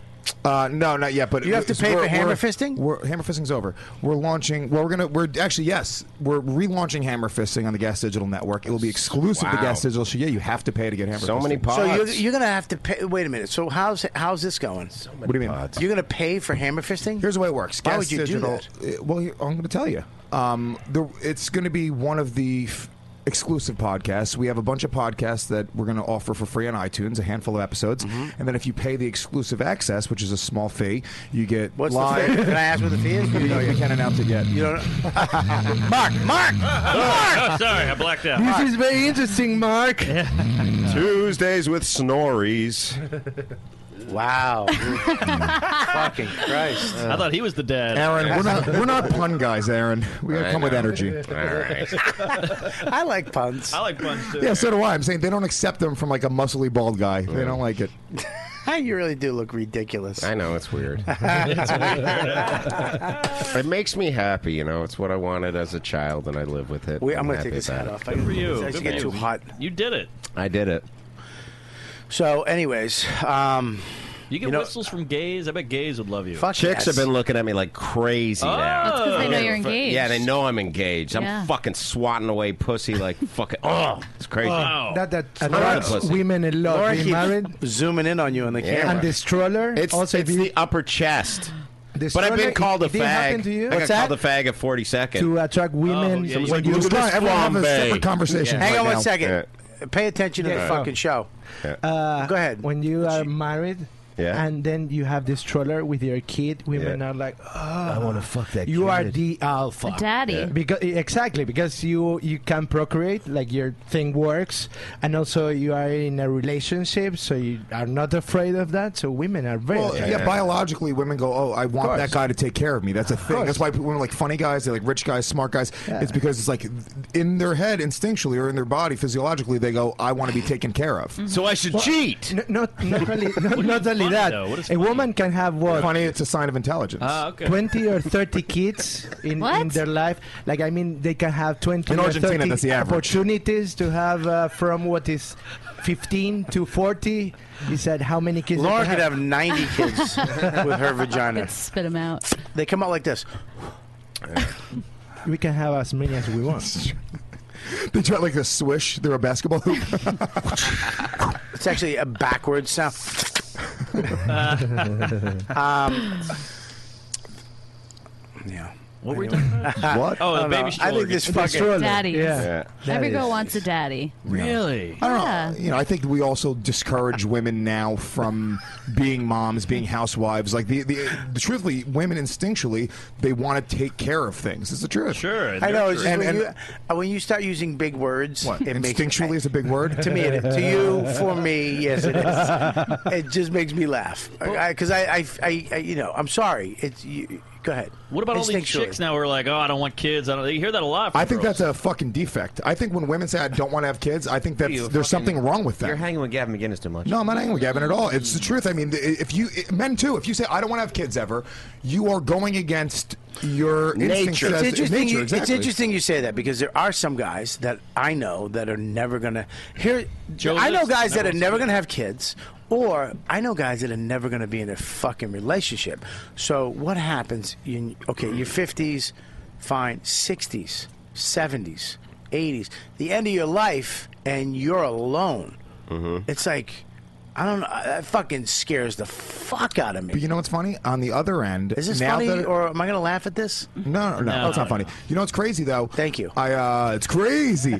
[SPEAKER 6] Uh, no, not yet. But
[SPEAKER 7] You have to
[SPEAKER 6] it's-
[SPEAKER 7] pay
[SPEAKER 6] we're-
[SPEAKER 7] for Hammer
[SPEAKER 6] we're-
[SPEAKER 7] Fisting?
[SPEAKER 6] We're, hammer fisting's over. We're launching. Well, we're gonna. We're actually yes. We're relaunching hammer fisting on the Gas Digital Network. It will be exclusive to
[SPEAKER 7] Wow.
[SPEAKER 6] Gas Digital. So yeah, you have to pay to get hammer. fisting.
[SPEAKER 7] So you're, you're gonna have to pay. Wait a minute. So how's how's this going? So
[SPEAKER 6] many What do you mean? pods.
[SPEAKER 7] You're gonna pay for hammer fisting?
[SPEAKER 6] Here's the way it works.
[SPEAKER 7] Why
[SPEAKER 6] Gas
[SPEAKER 7] would you do
[SPEAKER 6] Digital,
[SPEAKER 7] that?
[SPEAKER 6] uh, well, here- I'm going to tell you. Um, the, it's going to be one of the f- exclusive podcasts. We have a bunch of podcasts that we're going to offer for free on iTunes, a handful of episodes,
[SPEAKER 7] Mm-hmm.
[SPEAKER 6] and then if you pay the exclusive access, which is a small fee, you get
[SPEAKER 7] What's the
[SPEAKER 6] live.
[SPEAKER 7] fee? Can I ask what the fee is?
[SPEAKER 6] You know, you can't announce it yet. You
[SPEAKER 7] don't.
[SPEAKER 6] Mark, Mark,
[SPEAKER 12] Oh, sorry, I blacked out.
[SPEAKER 10] This is very interesting, Mark.
[SPEAKER 13] Tuesdays with Snorries.
[SPEAKER 7] wow. Fucking Christ.
[SPEAKER 12] I thought he was the dad.
[SPEAKER 6] Aaron, we're not we're not pun guys, Aaron. We got to
[SPEAKER 12] I
[SPEAKER 6] come with
[SPEAKER 12] know.
[SPEAKER 6] energy.
[SPEAKER 12] All right.
[SPEAKER 7] I like puns.
[SPEAKER 12] I like puns too.
[SPEAKER 6] Yeah, so do I. I'm saying they don't accept them from like a muscly bald guy. They
[SPEAKER 13] Yeah.
[SPEAKER 6] don't like it.
[SPEAKER 7] you really do look ridiculous.
[SPEAKER 13] I know it's weird. it makes me happy. You know, it's what I wanted as a child, and I live with it.
[SPEAKER 7] Wait, I'm gonna
[SPEAKER 13] happy
[SPEAKER 7] take this
[SPEAKER 13] about
[SPEAKER 7] hat
[SPEAKER 13] it.
[SPEAKER 7] off. I- Good for you. it's actually Good for getting you. too hot.
[SPEAKER 12] You did it.
[SPEAKER 13] I did it.
[SPEAKER 7] So, anyways, um,
[SPEAKER 12] You get
[SPEAKER 7] know-
[SPEAKER 12] whistles from gays. I bet gays would love you.
[SPEAKER 13] Chicks have been looking at me like crazy
[SPEAKER 12] Oh.
[SPEAKER 13] now.
[SPEAKER 12] That's 'cause they know you're engaged.
[SPEAKER 13] Yeah, they know I'm engaged.
[SPEAKER 11] Yeah.
[SPEAKER 13] I'm fucking swatting away pussy like fucking. Oh, it's crazy.
[SPEAKER 10] That that
[SPEAKER 13] Slap the
[SPEAKER 10] attracts
[SPEAKER 13] pussy.
[SPEAKER 10] women a lot.
[SPEAKER 7] Laura
[SPEAKER 10] Being
[SPEAKER 7] keeps
[SPEAKER 10] married
[SPEAKER 7] zooming in on you on the
[SPEAKER 13] Yeah.
[SPEAKER 7] camera.
[SPEAKER 10] and the stroller.
[SPEAKER 13] It's,
[SPEAKER 10] also,
[SPEAKER 13] it's
[SPEAKER 10] if you-
[SPEAKER 13] the upper chest.
[SPEAKER 10] The
[SPEAKER 13] but I've
[SPEAKER 10] stroller,
[SPEAKER 13] been called a
[SPEAKER 10] it did happen
[SPEAKER 13] fag.
[SPEAKER 10] to you?
[SPEAKER 13] I got
[SPEAKER 10] What's
[SPEAKER 13] called a
[SPEAKER 10] that?
[SPEAKER 13] fag at 42nd.
[SPEAKER 10] to attract
[SPEAKER 7] Oh,
[SPEAKER 10] women.
[SPEAKER 13] yeah, Someone's you- like, you- look at this
[SPEAKER 6] everyone have a
[SPEAKER 13] flambe.
[SPEAKER 6] separate conversation.
[SPEAKER 7] Hang
[SPEAKER 6] right
[SPEAKER 7] on
[SPEAKER 6] now.
[SPEAKER 7] one second. Pay attention to
[SPEAKER 10] Yeah.
[SPEAKER 7] the fucking show.
[SPEAKER 10] Uh,
[SPEAKER 7] Go ahead.
[SPEAKER 10] When you are married,
[SPEAKER 7] Yeah.
[SPEAKER 10] and then you have this stroller with your kid, women are like, oh, I want to fuck that. You are the alpha,
[SPEAKER 11] Daddy. Yeah.
[SPEAKER 10] Because exactly because you you can procreate, like your thing works, and also you are in a relationship, so you are not afraid of that. So women are very
[SPEAKER 6] Well, yeah,
[SPEAKER 10] attracted.
[SPEAKER 6] biologically, women go, "Oh, I want
[SPEAKER 10] course.
[SPEAKER 6] that guy to take care of me." That's a thing.
[SPEAKER 10] course.
[SPEAKER 6] That's why people are like funny guys, they like rich guys, smart guys.
[SPEAKER 10] Yeah.
[SPEAKER 6] It's because it's like in their head, instinctually, or in their body, physiologically, they go, "I want to be taken care of."
[SPEAKER 13] So I should
[SPEAKER 10] Well,
[SPEAKER 13] cheat.
[SPEAKER 10] n- not not only, not, not only that, a woman can have what?
[SPEAKER 6] Funny, it's a sign of intelligence.
[SPEAKER 10] Ah, 20 or 30 kids in, in their life. Like, I mean, they can have 20
[SPEAKER 6] In
[SPEAKER 10] or
[SPEAKER 6] Argentina,
[SPEAKER 10] 30
[SPEAKER 6] that's the average.
[SPEAKER 10] opportunities to have uh, from what is 15 to 40. He said, how many kids?
[SPEAKER 7] Laura
[SPEAKER 10] you
[SPEAKER 7] could
[SPEAKER 10] can
[SPEAKER 7] have 90 kids with her vagina.
[SPEAKER 11] Spit them out.
[SPEAKER 7] They come out like this.
[SPEAKER 10] We can have as many as we want.
[SPEAKER 6] They try like a swish through a basketball hoop.
[SPEAKER 7] It's actually a backwards sound. um, yeah.
[SPEAKER 12] What were you
[SPEAKER 7] Anyway.
[SPEAKER 12] talking about?
[SPEAKER 6] What?
[SPEAKER 12] Oh, the
[SPEAKER 7] I don't
[SPEAKER 12] baby
[SPEAKER 7] know. I
[SPEAKER 12] stroller
[SPEAKER 7] think this
[SPEAKER 12] gets-
[SPEAKER 7] fucking
[SPEAKER 11] Daddies. Every girl wants a daddy.
[SPEAKER 12] Really?
[SPEAKER 6] I don't
[SPEAKER 11] Yeah.
[SPEAKER 6] know. You know, I think we also discourage women now from being moms, being housewives. Like the, the, the truthfully, women instinctually they want to take care of things. It's the truth.
[SPEAKER 12] Sure,
[SPEAKER 7] I know. It's just when, you, uh, when you start using big words, it makes
[SPEAKER 6] instinctually is a big word
[SPEAKER 7] to me. It, to you, for me, yes, it is. It just makes me laugh because I, I, I, I, you know, I'm sorry. It's you, go ahead.
[SPEAKER 12] What about all these
[SPEAKER 7] Instinctually.
[SPEAKER 12] chicks now? who are like, oh, I don't want kids. I don't. You hear that a lot. From
[SPEAKER 6] I think
[SPEAKER 12] girls.
[SPEAKER 6] that's a fucking defect. I think when women say I don't want to have kids, I think that
[SPEAKER 9] You
[SPEAKER 6] there's
[SPEAKER 9] fucking-
[SPEAKER 6] something wrong with
[SPEAKER 9] You're
[SPEAKER 6] that.
[SPEAKER 9] hanging with Gavin McGinnis too much.
[SPEAKER 6] No, I'm not angry with Gavin at all. It's the truth. I mean, if you men too, if you say I don't want to have kids ever, you are going against your instincts
[SPEAKER 7] It's
[SPEAKER 6] as-
[SPEAKER 7] interesting,
[SPEAKER 6] nature,
[SPEAKER 7] you, it's
[SPEAKER 6] exactly.
[SPEAKER 7] interesting you say that because there are some guys that I know that are never going to. Here,
[SPEAKER 12] Joe
[SPEAKER 7] I know
[SPEAKER 12] lives-
[SPEAKER 7] guys that
[SPEAKER 12] never
[SPEAKER 7] are
[SPEAKER 12] lives
[SPEAKER 7] never going to have kids, or I know guys that are never going to be in a fucking relationship. So what happens? You, okay, your fifties, fine, sixties, seventies, eighties, the end of your life, and you're alone. It's like. I don't know. That fucking scares the fuck out of me.
[SPEAKER 6] But you know what's funny? On the other end,
[SPEAKER 7] Is this
[SPEAKER 6] now
[SPEAKER 7] funny,
[SPEAKER 6] that-
[SPEAKER 7] or am I going to laugh at this?
[SPEAKER 6] No, no, no,
[SPEAKER 7] No,
[SPEAKER 6] that's not
[SPEAKER 7] no,
[SPEAKER 6] funny.
[SPEAKER 7] no.
[SPEAKER 6] You know what's crazy though? Thank you. I uh it's crazy.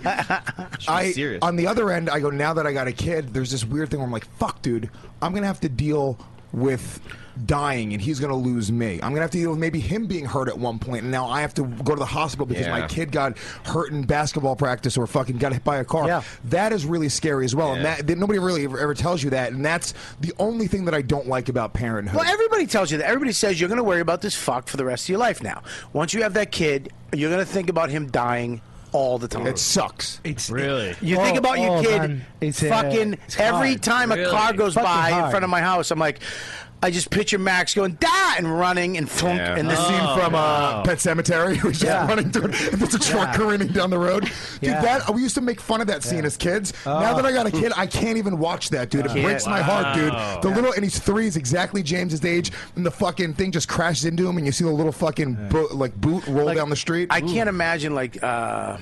[SPEAKER 6] I
[SPEAKER 7] serious.
[SPEAKER 6] on the other end, I go now that I got a kid, there's this weird thing where I'm like, fuck dude, I'm going to have to deal with dying and he's going to lose me. I'm going to have to deal with maybe him being hurt at one point and now I have to go to the hospital because
[SPEAKER 13] Yeah.
[SPEAKER 6] my kid got hurt in basketball practice or fucking got hit by a car. That is really scary as well. And
[SPEAKER 7] Yeah.
[SPEAKER 6] that, that nobody really ever, ever tells you that and that's the only thing that I don't like about parenthood.
[SPEAKER 7] Well, everybody tells you that. Everybody says you're going to worry about this fuck for the rest of your life now. Once you have that kid, you're going to think about him dying all the time. It
[SPEAKER 6] sucks.
[SPEAKER 7] It's
[SPEAKER 12] really.
[SPEAKER 7] You think
[SPEAKER 10] Oh,
[SPEAKER 7] about your
[SPEAKER 10] oh,
[SPEAKER 7] kid
[SPEAKER 10] man. It's, uh,
[SPEAKER 7] fucking
[SPEAKER 10] it's
[SPEAKER 7] every
[SPEAKER 10] hard.
[SPEAKER 7] time a
[SPEAKER 10] Really?
[SPEAKER 7] car goes
[SPEAKER 10] Fucking
[SPEAKER 7] by in
[SPEAKER 10] hard.
[SPEAKER 7] front of my house. I'm like, I just picture Max going da and running and thunk
[SPEAKER 6] Yeah.
[SPEAKER 7] and
[SPEAKER 6] The
[SPEAKER 7] this
[SPEAKER 10] Oh,
[SPEAKER 6] scene from uh, Pet Cemetery, which
[SPEAKER 7] Yeah.
[SPEAKER 6] is running through, there's a truck careening down the road. Dude,
[SPEAKER 7] Yeah.
[SPEAKER 6] that we used to make fun of that scene as kids. Now
[SPEAKER 7] Oh.
[SPEAKER 6] that I got a kid, I can't even watch that, dude. It
[SPEAKER 7] Yeah.
[SPEAKER 6] breaks my heart, dude.
[SPEAKER 7] Wow.
[SPEAKER 6] The little and he's three, he's exactly James's age, and the fucking thing just crashes into him, and you see the little fucking bo- like boot roll down the street.
[SPEAKER 7] I can't imagine like uh,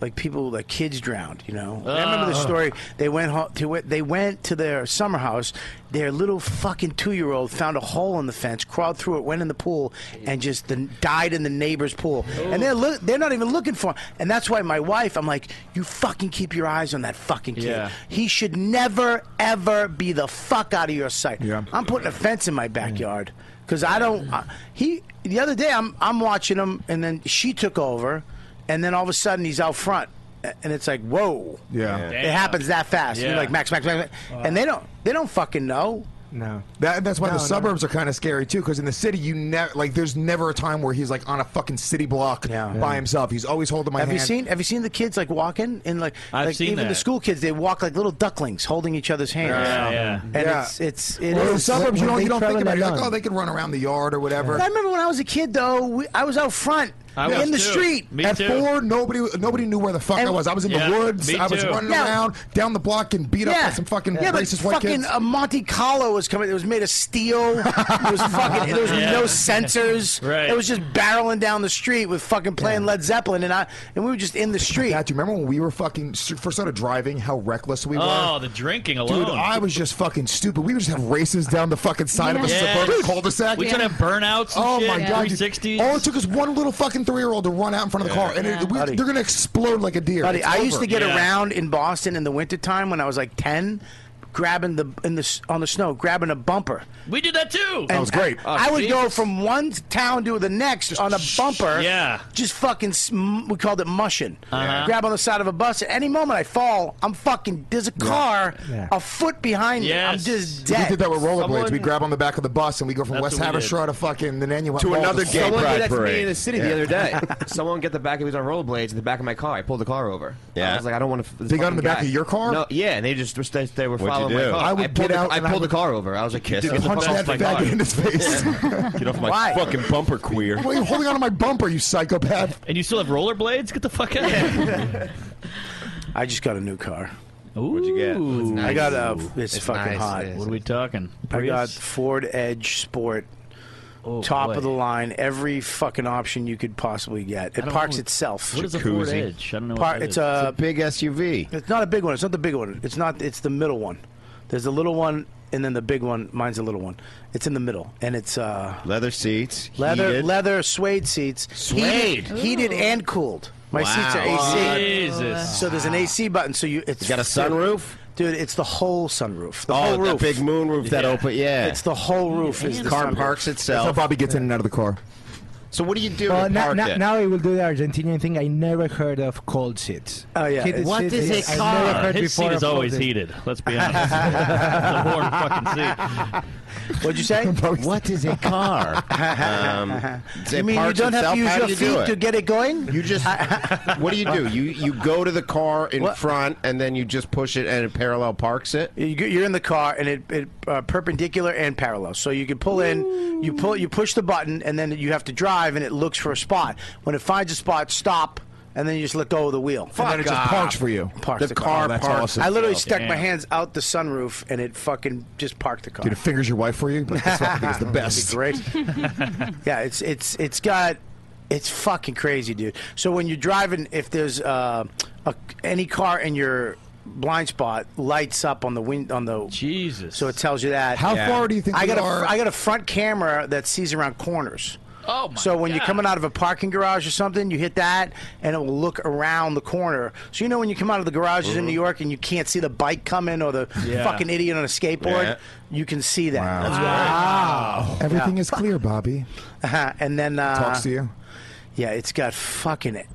[SPEAKER 7] like people like kids drowned. You know, I remember the
[SPEAKER 6] Ah.
[SPEAKER 7] story. They went ho- to it. They went to their summer house. Their little fucking two year old found a hole in the fence, crawled through it, went in the pool, and just the, died in the neighbor's pool. And they're look they're not even looking for him. And that's why my wife, I'm like, you fucking keep your eyes on that fucking kid.
[SPEAKER 12] Yeah.
[SPEAKER 7] He should never ever be the fuck out of your sight. I'm putting a fence in my backyard because I don't. I, he the other day I'm I'm watching him and then she took over, and then all of a sudden he's out front a- and it's like whoa.
[SPEAKER 6] Yeah.
[SPEAKER 7] It happens that fast. You're
[SPEAKER 6] Yeah.
[SPEAKER 7] like Max, Max, Max, Max. and they don't they don't fucking know.
[SPEAKER 10] No.
[SPEAKER 6] That, that's why
[SPEAKER 7] No,
[SPEAKER 6] the
[SPEAKER 7] no.
[SPEAKER 6] suburbs are kind of scary too, because in the city you never like. There's never a time where he's like on a fucking city block by himself. He's always holding my
[SPEAKER 7] Have
[SPEAKER 6] hand.
[SPEAKER 7] you seen Have you seen the kids like walking and like,
[SPEAKER 6] I've
[SPEAKER 7] like
[SPEAKER 6] seen
[SPEAKER 7] even the
[SPEAKER 6] that.
[SPEAKER 7] school kids they walk like little ducklings holding each other's hands.
[SPEAKER 6] Yeah, yeah.
[SPEAKER 7] And
[SPEAKER 6] Yeah.
[SPEAKER 7] it's it's it
[SPEAKER 6] Well, in the
[SPEAKER 7] is-
[SPEAKER 6] suburbs, you don't, you don't think about it. You're like, oh, they could run around the yard or whatever.
[SPEAKER 7] I remember when I was a kid, though. We, I was out front
[SPEAKER 6] I was
[SPEAKER 7] in the
[SPEAKER 6] too.
[SPEAKER 7] street.
[SPEAKER 6] At four, nobody nobody knew where the fuck
[SPEAKER 7] And-
[SPEAKER 6] I was. I was in
[SPEAKER 7] Yeah,
[SPEAKER 6] the woods.
[SPEAKER 7] me
[SPEAKER 6] I was
[SPEAKER 7] too.
[SPEAKER 6] running
[SPEAKER 7] Yeah.
[SPEAKER 6] around down the block and beat up by some fucking
[SPEAKER 7] yeah, but
[SPEAKER 6] racist white
[SPEAKER 7] fucking
[SPEAKER 6] kids.
[SPEAKER 7] uh, Monte Carlo was coming. It was made of steel. it was fucking. There was
[SPEAKER 6] Yeah.
[SPEAKER 7] no sensors.
[SPEAKER 6] Right.
[SPEAKER 7] It was just barreling down the street with fucking playing Led Zeppelin, and I and we were just in the street.
[SPEAKER 6] Pat, do you remember when we were fucking s- first started driving? How reckless we
[SPEAKER 12] Oh,
[SPEAKER 6] were.
[SPEAKER 12] the drinking alone.
[SPEAKER 6] Dude, I was just fucking stupid. We would just have races down the fucking side of a
[SPEAKER 12] Yes.
[SPEAKER 6] suburban
[SPEAKER 12] Dude,
[SPEAKER 6] cul-de-sac.
[SPEAKER 12] we could have burnouts and
[SPEAKER 6] oh
[SPEAKER 12] shit,
[SPEAKER 6] my god, dude.
[SPEAKER 12] 360s.
[SPEAKER 6] All it took us one little fucking three-year-old to run out in front of the
[SPEAKER 7] Yeah.
[SPEAKER 6] car, and
[SPEAKER 7] Yeah.
[SPEAKER 6] it, we, they're gonna explode like a deer.
[SPEAKER 7] Buddy,
[SPEAKER 6] It's
[SPEAKER 7] I used
[SPEAKER 6] over.
[SPEAKER 7] to get around in Boston in the wintertime when I was like ten, grabbing the in the s- on the snow, grabbing a bumper.
[SPEAKER 12] we did that too. oh,
[SPEAKER 7] And
[SPEAKER 6] Oh,
[SPEAKER 7] I, I would go from one town to the next on a bumper.
[SPEAKER 12] yeah.
[SPEAKER 7] Just fucking, sm- we called it mushing.
[SPEAKER 12] Uh-huh.
[SPEAKER 7] Grab on the side of a bus. At any moment I fall, I'm fucking, there's a car
[SPEAKER 6] Yeah.
[SPEAKER 7] a foot behind
[SPEAKER 6] Yes.
[SPEAKER 7] me. I'm just
[SPEAKER 6] We
[SPEAKER 7] dead.
[SPEAKER 6] did that with rollerblades. We
[SPEAKER 7] Someone-
[SPEAKER 6] grab on the back of the bus and we go from
[SPEAKER 7] That's
[SPEAKER 6] West
[SPEAKER 7] what we did.
[SPEAKER 6] Haverstraw to fucking the Nanuet
[SPEAKER 9] To
[SPEAKER 6] Mall
[SPEAKER 9] another
[SPEAKER 6] fuck-
[SPEAKER 9] gay Someone did that to me in the city the other day. Someone got the back. He was on rollerblades in the back of my car. I pulled the car over. I
[SPEAKER 13] Yeah.
[SPEAKER 9] was like, I don't want to.
[SPEAKER 13] They got in the back of your car?
[SPEAKER 9] No, yeah, and they just were- they, they were
[SPEAKER 13] What'd you
[SPEAKER 9] following
[SPEAKER 13] do?
[SPEAKER 9] my car.
[SPEAKER 13] I
[SPEAKER 9] pulled
[SPEAKER 13] would get
[SPEAKER 9] the-
[SPEAKER 13] out
[SPEAKER 9] I
[SPEAKER 13] and I
[SPEAKER 9] pulled the
[SPEAKER 13] would
[SPEAKER 9] car over. I was like,
[SPEAKER 13] kiss
[SPEAKER 9] dude,
[SPEAKER 13] him.
[SPEAKER 9] get the
[SPEAKER 13] Punch
[SPEAKER 9] fuck off
[SPEAKER 13] that
[SPEAKER 9] my
[SPEAKER 13] faggot
[SPEAKER 9] car.
[SPEAKER 13] in his face.
[SPEAKER 6] Get
[SPEAKER 13] off my
[SPEAKER 12] Why?
[SPEAKER 13] fucking bumper, queer.
[SPEAKER 6] Well, you're holding onto my bumper, you psychopath.
[SPEAKER 12] And you still have rollerblades? Get the fuck out! of here.
[SPEAKER 7] I just got a new car.
[SPEAKER 12] What'd you get?
[SPEAKER 7] Ooh. I got a, it's, fucking hot.
[SPEAKER 12] What are we talking?
[SPEAKER 7] I got
[SPEAKER 12] Prius? Oh,
[SPEAKER 7] Ford Edge Sport. Top of the line, every fucking option you could possibly get.
[SPEAKER 12] I
[SPEAKER 7] It
[SPEAKER 12] don't
[SPEAKER 7] parks
[SPEAKER 12] know.
[SPEAKER 7] itself.
[SPEAKER 12] What is a Ford Jacuzzi. Edge? I don't know what that
[SPEAKER 7] it's
[SPEAKER 12] is.
[SPEAKER 7] a
[SPEAKER 12] It's
[SPEAKER 7] big SUV. It's not a big one. It's not the big one. It's not. It's the middle one. There's the little one and then the big one. Mine's the little one. It's in the middle, and it's uh,
[SPEAKER 13] Leather seats.
[SPEAKER 7] leather,
[SPEAKER 13] heated.
[SPEAKER 7] leather suede seats,
[SPEAKER 13] Suede.
[SPEAKER 7] heated, heated and cooled. My
[SPEAKER 13] Wow.
[SPEAKER 7] seats are AC.
[SPEAKER 13] Jesus.
[SPEAKER 7] So there's an AC button. So you it's
[SPEAKER 13] You got a sunroof?
[SPEAKER 7] dude. It's the whole sunroof. The
[SPEAKER 13] oh,
[SPEAKER 7] whole
[SPEAKER 13] that
[SPEAKER 7] roof.
[SPEAKER 13] big moon roof that
[SPEAKER 7] Yeah.
[SPEAKER 13] open. Yeah.
[SPEAKER 7] It's the whole roof. Is the
[SPEAKER 13] car
[SPEAKER 7] sunroof.
[SPEAKER 13] parks
[SPEAKER 6] That's how
[SPEAKER 13] itself.
[SPEAKER 6] Bobby gets in and out of the car.
[SPEAKER 13] So what do you
[SPEAKER 7] Uh,
[SPEAKER 13] do
[SPEAKER 10] Well,
[SPEAKER 13] to
[SPEAKER 10] Oh, now,
[SPEAKER 13] park
[SPEAKER 10] now,
[SPEAKER 13] it?
[SPEAKER 10] now I will do the Argentinian thing. I never heard of cold seats.
[SPEAKER 7] Oh yeah.
[SPEAKER 10] Heated
[SPEAKER 7] What
[SPEAKER 10] seats
[SPEAKER 7] is a
[SPEAKER 10] I
[SPEAKER 7] car?
[SPEAKER 10] never heard
[SPEAKER 12] His
[SPEAKER 10] before
[SPEAKER 12] seat is
[SPEAKER 10] of
[SPEAKER 12] always
[SPEAKER 10] cold seats.
[SPEAKER 12] heated. Let's be honest. it's a warm fucking seat.
[SPEAKER 7] What'd you say?
[SPEAKER 13] what is a car? um,
[SPEAKER 7] You mean you don't have to use your feet to get it going?
[SPEAKER 13] You just what do you do? You you go to the car in
[SPEAKER 7] What?
[SPEAKER 13] front and then you just push it and it parallel parks it.
[SPEAKER 7] You- You're in the car, and it, it uh, perpendicular and parallel. So you can pull in, you pull, you push the button, and then you have to drive, and it looks for a spot. When it finds a spot, stop, and then you just let go of the wheel.
[SPEAKER 6] and then it just parks for you.
[SPEAKER 7] Parks the,
[SPEAKER 6] Oh, that's awesome.
[SPEAKER 7] I literally stuck my hands out the sunroof, and it fucking just parked the car.
[SPEAKER 6] Dude, it fingers your wife for you. But that's I think it's the best.
[SPEAKER 7] That'd be great. yeah, it's it's it's got it's fucking crazy, dude. So when you're driving, if there's uh, a, any car in your blind spot lights up on the wind on the Jesus, so it tells you that.
[SPEAKER 6] How Yeah. far do you think
[SPEAKER 7] I
[SPEAKER 6] we
[SPEAKER 7] got a
[SPEAKER 6] are-
[SPEAKER 7] I got a front camera that sees around corners. Oh my so when you're coming out of a parking garage or something, you hit that, and it will look around the corner. So you know when you come out of the garages in New York and you can't see the bike coming or the
[SPEAKER 6] Yeah.
[SPEAKER 7] fucking idiot on a skateboard,
[SPEAKER 6] Yeah.
[SPEAKER 7] you can see that.
[SPEAKER 6] Everything is clear, Bobby.
[SPEAKER 7] Uh-huh. and then uh,
[SPEAKER 6] Talks to you.
[SPEAKER 7] Yeah, it's got fucking it.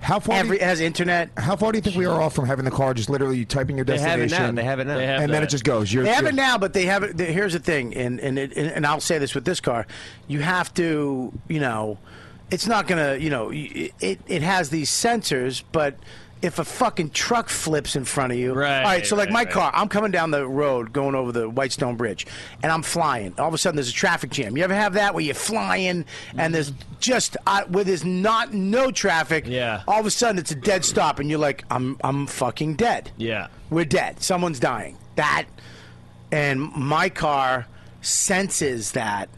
[SPEAKER 6] How far?
[SPEAKER 7] Every, it has internet.
[SPEAKER 6] How far do you think we are off from having the car? Just literally you typing your destination. and then it just goes. You're,
[SPEAKER 7] they have
[SPEAKER 6] you're-
[SPEAKER 7] it now, but they have it. they- here's the thing, and and, it, and and I'll say this with this car, you have to, you know, it's not gonna, you know, y- it it has these sensors, but. If a fucking truck flips in front of you,
[SPEAKER 12] Right,
[SPEAKER 7] all right. So, like
[SPEAKER 12] right,
[SPEAKER 7] my
[SPEAKER 12] right.
[SPEAKER 7] car, I'm coming down the road, going over the Whitestone Bridge, and I'm flying. All of a sudden, there's a traffic jam. You ever have that where you're flying and there's just uh, where there's not no traffic? Yeah. All of a sudden, it's a dead stop, and you're like, I'm I'm fucking dead.
[SPEAKER 12] Yeah.
[SPEAKER 7] We're dead. Someone's dying. That, and my car senses that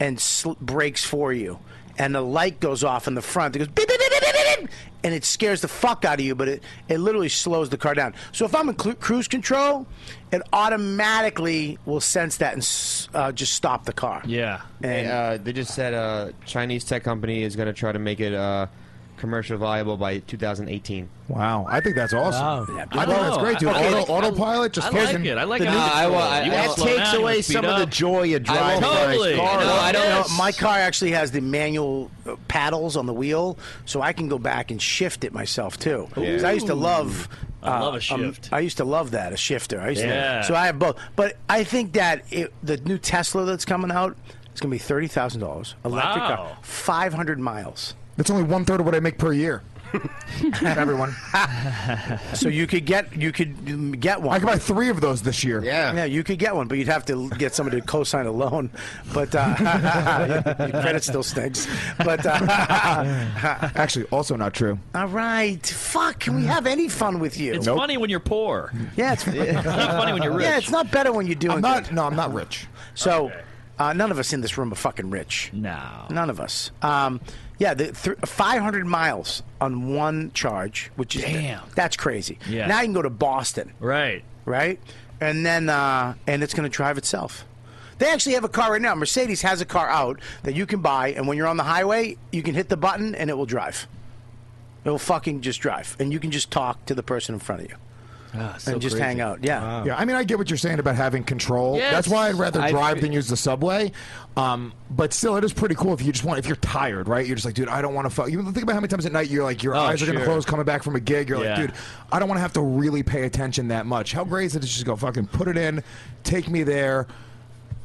[SPEAKER 7] and sl- brakes for you. And the light goes off in the front. It goes beep, beep, beep, beep, beep, beep, and it scares the fuck out of you. But it, it literally slows the car down. So if I'm in clu- cruise control, it automatically will sense that and s- uh, just stop the car.
[SPEAKER 12] Yeah.
[SPEAKER 9] And uh, they just said uh, Chinese tech company is going to try to make it uh, commercial viable by 2018.
[SPEAKER 6] Wow, I think that's awesome.
[SPEAKER 9] Wow.
[SPEAKER 6] I think that's great, dude.
[SPEAKER 9] Okay.
[SPEAKER 6] Auto, autopilot just fucking-
[SPEAKER 13] Uh, I, wa- I, that takes away some of the joy of driving. a nice car.
[SPEAKER 7] You know, I don't know. My car actually has the manual uh, paddles on the wheel, so I can go back and shift it myself too. 'Cause I used to
[SPEAKER 12] Ooh.
[SPEAKER 7] love.
[SPEAKER 12] I love a
[SPEAKER 7] um,
[SPEAKER 12] shift.
[SPEAKER 7] I used to love that a shifter. I used
[SPEAKER 12] Yeah.
[SPEAKER 7] to, so I have both. But I think that it, the new Tesla that's coming out, it's going to be thirty thousand dollars electric
[SPEAKER 6] Wow.
[SPEAKER 7] car, five hundred miles.
[SPEAKER 6] That's only one third of what I make per year. Everyone.
[SPEAKER 7] so you could get you could mm, get one.
[SPEAKER 6] I could buy three of those this year.
[SPEAKER 7] Yeah, yeah, you could get one, but you'd have to get somebody to co-sign a loan. But uh, your credit still stinks. But uh,
[SPEAKER 6] Actually, also not true.
[SPEAKER 7] All right. Fuck. Can we have any fun with you?
[SPEAKER 12] It's funny when you're poor.
[SPEAKER 7] Yeah, it's,
[SPEAKER 12] It's not funny when you're
[SPEAKER 7] Yeah,
[SPEAKER 12] rich.
[SPEAKER 7] it's not better when you're doing.
[SPEAKER 12] I'm not-
[SPEAKER 7] good.
[SPEAKER 6] No, I'm not rich.
[SPEAKER 7] So, uh, none of us in this room are fucking rich.
[SPEAKER 12] No,
[SPEAKER 7] none of us. Um, yeah, the th- 500 miles on one charge, which is
[SPEAKER 12] Damn.
[SPEAKER 7] that's crazy.
[SPEAKER 12] Yeah.
[SPEAKER 7] Now you can go to Boston.
[SPEAKER 12] Right.
[SPEAKER 7] Right. And then uh, and it's going to drive itself. They actually have a car right now. Mercedes has a car out that you can buy, and when you're on the highway, you can hit the button and it will drive. It will fucking just drive, and you can just talk to the person in front of you. and just hang out. Yeah.
[SPEAKER 6] Yeah, I mean, I get what you're saying about having control.
[SPEAKER 7] Yes.
[SPEAKER 6] That's why I'd rather
[SPEAKER 7] I-
[SPEAKER 6] drive than use the subway. Um, but still, it is pretty cool if you just want. If you're tired, right? You're just like, dude, I don't want to. Fuck. You think about how many times at night you're like, your
[SPEAKER 12] Oh,
[SPEAKER 6] eyes are gonna
[SPEAKER 12] sure.
[SPEAKER 6] close coming back from a gig. You're
[SPEAKER 12] Yeah.
[SPEAKER 6] like, dude, I don't want to have to really pay attention that much. How great is it to just go fucking put it in, take me there.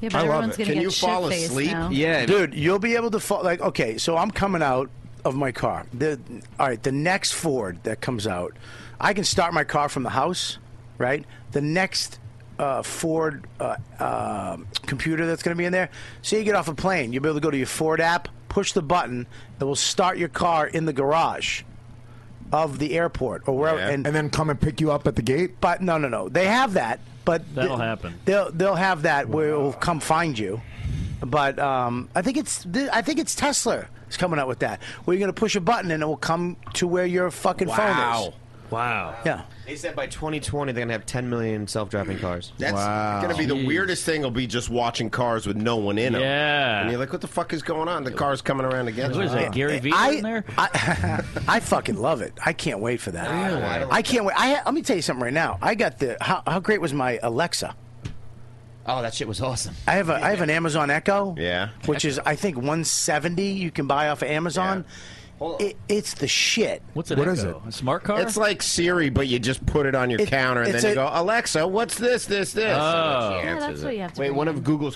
[SPEAKER 11] Yeah, but
[SPEAKER 6] I love
[SPEAKER 11] everyone's
[SPEAKER 6] it.
[SPEAKER 11] gonna
[SPEAKER 6] Can
[SPEAKER 11] get
[SPEAKER 6] you fall
[SPEAKER 11] shit-faced
[SPEAKER 6] asleep?
[SPEAKER 11] Now.
[SPEAKER 6] Yeah.
[SPEAKER 7] dude, you'll be able to fall. Like, okay, so I'm coming out of my car. The all right, the next Ford that comes out, I can start my car from the house, right? The next uh, Ford uh, uh, computer that's going to be in there. Say you get off a plane, you'll be able to go to your Ford app, push the button, it will start your car in the garage of the airport or wherever, and,
[SPEAKER 6] and then come and pick you up at the gate.
[SPEAKER 7] But no, no, no, they have that. But
[SPEAKER 12] That'll
[SPEAKER 7] they-
[SPEAKER 12] happen.
[SPEAKER 7] They'll they'll have that where it'll come find you. But um, I think it's th- I think it's Tesla is coming out with that. Where you're gonna push a button and it will come to where your fucking phone is.
[SPEAKER 12] Wow.
[SPEAKER 7] Yeah.
[SPEAKER 9] They said by 2020 they're going to have 10 million self-driving cars.
[SPEAKER 13] That's
[SPEAKER 12] Oh,
[SPEAKER 13] gonna be the weirdest thing. Will be just watching cars with no one in them.
[SPEAKER 12] Yeah.
[SPEAKER 13] and you're like, what the fuck is going on? The car's coming around again.
[SPEAKER 12] Who is that, Gary Vee
[SPEAKER 7] I,
[SPEAKER 12] in there?
[SPEAKER 7] I, I fucking love it. I can't wait for that. I can't wait. I ha- let me tell you something right now. I got the how, how great was my Alexa?
[SPEAKER 9] Oh, that shit was awesome.
[SPEAKER 7] I have a I have an Amazon Echo.
[SPEAKER 13] Yeah.
[SPEAKER 7] Which is I think 170 you can buy off of Amazon. It, it's the shit.
[SPEAKER 12] What's
[SPEAKER 7] it?
[SPEAKER 12] an What is Echo? it? A smart car?
[SPEAKER 13] It's like Siri, but you just put it on your
[SPEAKER 7] It-
[SPEAKER 13] counter and
[SPEAKER 7] it's
[SPEAKER 13] then you
[SPEAKER 7] a-
[SPEAKER 13] go, Alexa, what's this, this, this?
[SPEAKER 12] Oh.
[SPEAKER 13] And she
[SPEAKER 11] Yeah,
[SPEAKER 13] answers
[SPEAKER 11] that's what
[SPEAKER 13] it.
[SPEAKER 11] you have to. bring in.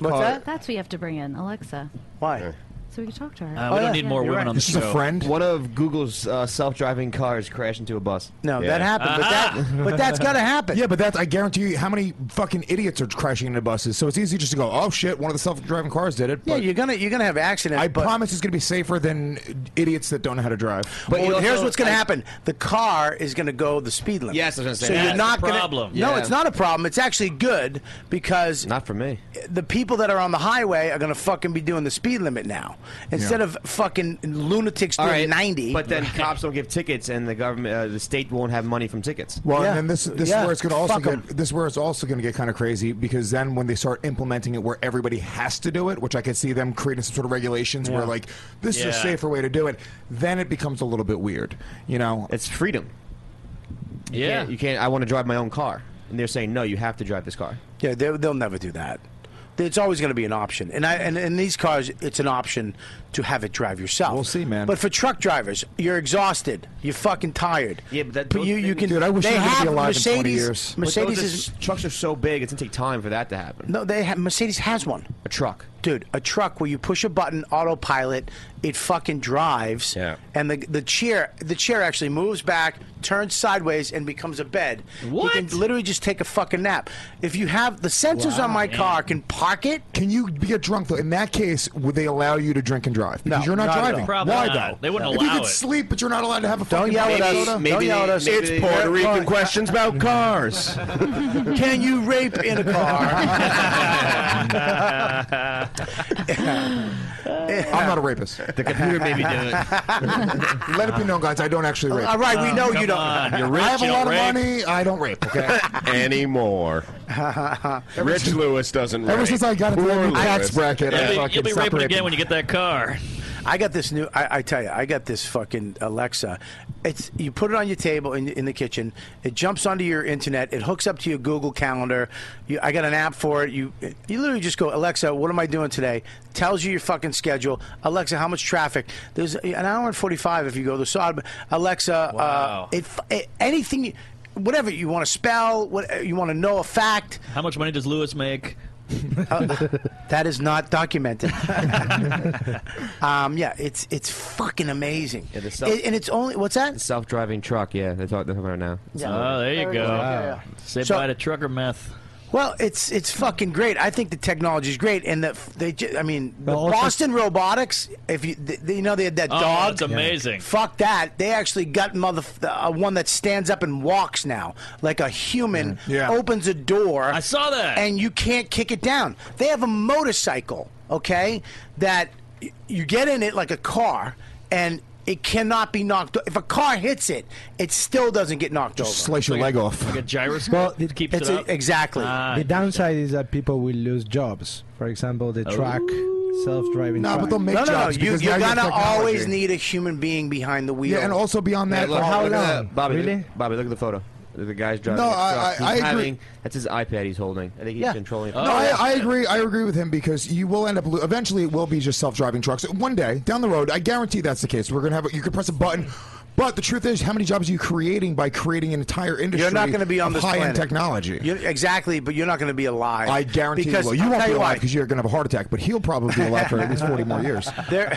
[SPEAKER 13] car-
[SPEAKER 11] That's what you have to bring in, Alexa.
[SPEAKER 7] Why?
[SPEAKER 11] So we can talk to her.
[SPEAKER 7] Oh,
[SPEAKER 11] Oh,
[SPEAKER 9] Uh, we don't need more women on the show. One of Google's uh, self-driving cars crashed into a bus.
[SPEAKER 7] No, that happened, but that but that's gotta happen.
[SPEAKER 6] Yeah, but that's I guarantee you how many fucking idiots are crashing into buses. So it's easy just to go, oh shit, one of the self-driving cars did it.
[SPEAKER 7] Yeah, you're gonna you're gonna have accidents.
[SPEAKER 6] I promise it's gonna be safer than idiots that don't know how to drive.
[SPEAKER 7] But here's what's going to happen: the car is going to go the speed limit.
[SPEAKER 6] Yes, I was gonna say
[SPEAKER 7] So
[SPEAKER 6] that.
[SPEAKER 7] you're
[SPEAKER 6] That's
[SPEAKER 7] not
[SPEAKER 6] the
[SPEAKER 7] gonna-
[SPEAKER 6] problem.
[SPEAKER 7] No,
[SPEAKER 6] Yeah.
[SPEAKER 7] it's not a problem. It's actually good because
[SPEAKER 9] not for me.
[SPEAKER 7] The people that are on the highway are going to fucking be doing the speed limit now. instead of fucking lunatics
[SPEAKER 9] All
[SPEAKER 7] doing
[SPEAKER 9] right,
[SPEAKER 7] 90.
[SPEAKER 9] But then cops don't give tickets, and the government, uh, the state won't have money from tickets.
[SPEAKER 6] Well, and then this this is where it's going to also
[SPEAKER 9] Fuck 'em.
[SPEAKER 6] get this is where it's also going to get kind of crazy because then when they start implementing it where everybody has to do it, which I could see them creating some sort of regulations where
[SPEAKER 9] Yeah.
[SPEAKER 6] like this is a
[SPEAKER 9] Yeah.
[SPEAKER 6] safer way to do it, then it becomes a little bit weird. You know,
[SPEAKER 9] it's freedom. You
[SPEAKER 6] Yeah.
[SPEAKER 9] can't, you can't. I want to drive my own car, and they're saying no, you have to drive this car.
[SPEAKER 7] Yeah, they, they'll never do that. It's always going to be an option, and I and in these cars, it's an option to have it drive yourself. We'll see, man. But for truck drivers, you're exhausted, you're fucking tired. Yeah, but, that,
[SPEAKER 9] those
[SPEAKER 7] you you
[SPEAKER 9] things-
[SPEAKER 7] can. they have Mercedes, Mercedes
[SPEAKER 9] But those
[SPEAKER 7] is
[SPEAKER 9] are- trucks are so big; it's gonna take time for that to happen.
[SPEAKER 7] no. They have Mercedes has one.
[SPEAKER 9] A truck,
[SPEAKER 7] dude. A truck where you push a button, autopilot, it fucking drives. Yeah. And the the chair the chair actually moves back, turns sideways, and becomes a bed. What? You can literally just take a fucking nap. If you have the sensors on my car, can park it.
[SPEAKER 6] Can you get drunk though? In that case, would they allow you to drink and drive? Because
[SPEAKER 7] No,
[SPEAKER 6] you're not,
[SPEAKER 7] not at
[SPEAKER 6] driving.
[SPEAKER 7] all. Probably
[SPEAKER 6] Why
[SPEAKER 7] not.
[SPEAKER 6] though?
[SPEAKER 7] They wouldn't
[SPEAKER 6] if you
[SPEAKER 7] allow
[SPEAKER 6] could
[SPEAKER 7] it.
[SPEAKER 6] sleep, but you're not allowed to have a
[SPEAKER 7] Don't
[SPEAKER 6] fucking
[SPEAKER 7] yell at
[SPEAKER 6] baby
[SPEAKER 7] us.
[SPEAKER 6] soda?
[SPEAKER 7] Don't yell at us.
[SPEAKER 13] It's Puerto Rican questions about cars.
[SPEAKER 7] Can you rape in a car?
[SPEAKER 6] I'm not a rapist.
[SPEAKER 9] The
[SPEAKER 7] computer made me do it.
[SPEAKER 6] Let it be known, guys. I don't actually rape.
[SPEAKER 7] All right, we know you don't.
[SPEAKER 6] I have a lot of money. I don't rape. Okay.
[SPEAKER 13] anymore. Rich Lewis doesn't.
[SPEAKER 6] Ever
[SPEAKER 13] rape.
[SPEAKER 6] since I got into
[SPEAKER 13] Poor
[SPEAKER 6] that new
[SPEAKER 13] Lewis.
[SPEAKER 6] tax bracket, I You'll be- fucking you'll be stopped raping raping. again
[SPEAKER 12] when you get that car.
[SPEAKER 7] I got this new. I, I tell you, I got this fucking Alexa. It's you put it on your table in, in the kitchen. It jumps onto your internet. It hooks up to your Google Calendar. You, I got an app for it. You you literally just go, Alexa, what am I doing today? Tells you your fucking schedule. Alexa, how much traffic? There's an hour and forty five if you go to Sod. Alexa, uh, it, it, anything, you- whatever you want to spell, what you want to know a fact.
[SPEAKER 12] How much money does Lewis make?
[SPEAKER 7] Uh, that is not documented. um, yeah, it's it's fucking amazing.
[SPEAKER 9] Yeah, the self-
[SPEAKER 7] It- and it's only what's that?
[SPEAKER 9] self-driving truck. Yeah, that's what they're talking about now.
[SPEAKER 7] Yeah.
[SPEAKER 12] Oh, there you
[SPEAKER 7] There it
[SPEAKER 12] go.
[SPEAKER 7] is. Yeah, yeah.
[SPEAKER 12] Say
[SPEAKER 7] So-
[SPEAKER 12] bye to trucker meth.
[SPEAKER 7] Well, it's it's fucking great. I think the technology is great, and the they. ju- I mean, the
[SPEAKER 12] Well, also-
[SPEAKER 7] Boston Robotics. If you they, they- you know they had that
[SPEAKER 12] Oh,
[SPEAKER 7] dog.
[SPEAKER 12] that's amazing.
[SPEAKER 7] Fuck that. They actually got mother uh, one that stands up and walks now, like a human.
[SPEAKER 12] Yeah.
[SPEAKER 7] Opens a door. I
[SPEAKER 12] saw that.
[SPEAKER 7] And you can't kick it down. They have a motorcycle. Okay, that y- you get in it like a car and. It cannot be knocked. o- If a car hits it, it still doesn't get knocked over.
[SPEAKER 6] slice your leg off.
[SPEAKER 12] Like a gyroscope that keeps
[SPEAKER 7] it's
[SPEAKER 12] it
[SPEAKER 7] a-
[SPEAKER 12] up.
[SPEAKER 7] exactly.
[SPEAKER 12] Ah,
[SPEAKER 10] the downside is that people will lose jobs. For example, the truck, self-driving.
[SPEAKER 6] No,
[SPEAKER 10] truck.
[SPEAKER 6] but they'll make
[SPEAKER 7] Oh. no,
[SPEAKER 6] jobs
[SPEAKER 7] no, you,
[SPEAKER 6] because now
[SPEAKER 7] you're
[SPEAKER 6] you have
[SPEAKER 7] gonna
[SPEAKER 6] technology.
[SPEAKER 7] always need a human being behind the wheel.
[SPEAKER 6] Yeah, and also beyond
[SPEAKER 9] Hey,
[SPEAKER 6] that,
[SPEAKER 9] look,
[SPEAKER 6] for how
[SPEAKER 9] look at
[SPEAKER 6] long?
[SPEAKER 9] that. Bobby, Look, Bobby, look at the photo. The guy's driving.
[SPEAKER 6] No,
[SPEAKER 9] the
[SPEAKER 6] I-
[SPEAKER 9] truck.
[SPEAKER 6] I-
[SPEAKER 9] He's
[SPEAKER 6] I agree.
[SPEAKER 9] having- That's his iPad he's holding. I think he's controlling. it.
[SPEAKER 12] Oh,
[SPEAKER 6] no,
[SPEAKER 7] Oh,
[SPEAKER 6] I, I agree. I agree with him because you will end up. lo- Eventually, it will be just self-driving trucks. One day down the road, I guarantee that's the case. We're gonna have. a- You can press a button, but the truth is, how many jobs are you creating by creating an entire industry?
[SPEAKER 7] You're not going to be on
[SPEAKER 6] of
[SPEAKER 7] this
[SPEAKER 6] high-end
[SPEAKER 7] planet.
[SPEAKER 6] technology.
[SPEAKER 7] You- exactly, but you're not going to be alive.
[SPEAKER 6] I guarantee
[SPEAKER 7] because
[SPEAKER 6] you will. You
[SPEAKER 7] I'll
[SPEAKER 6] won't
[SPEAKER 7] tell
[SPEAKER 6] be
[SPEAKER 7] you
[SPEAKER 6] alive
[SPEAKER 7] why.
[SPEAKER 6] because you're going to have a heart attack, but he'll probably be alive for at least 40 more years.
[SPEAKER 7] There,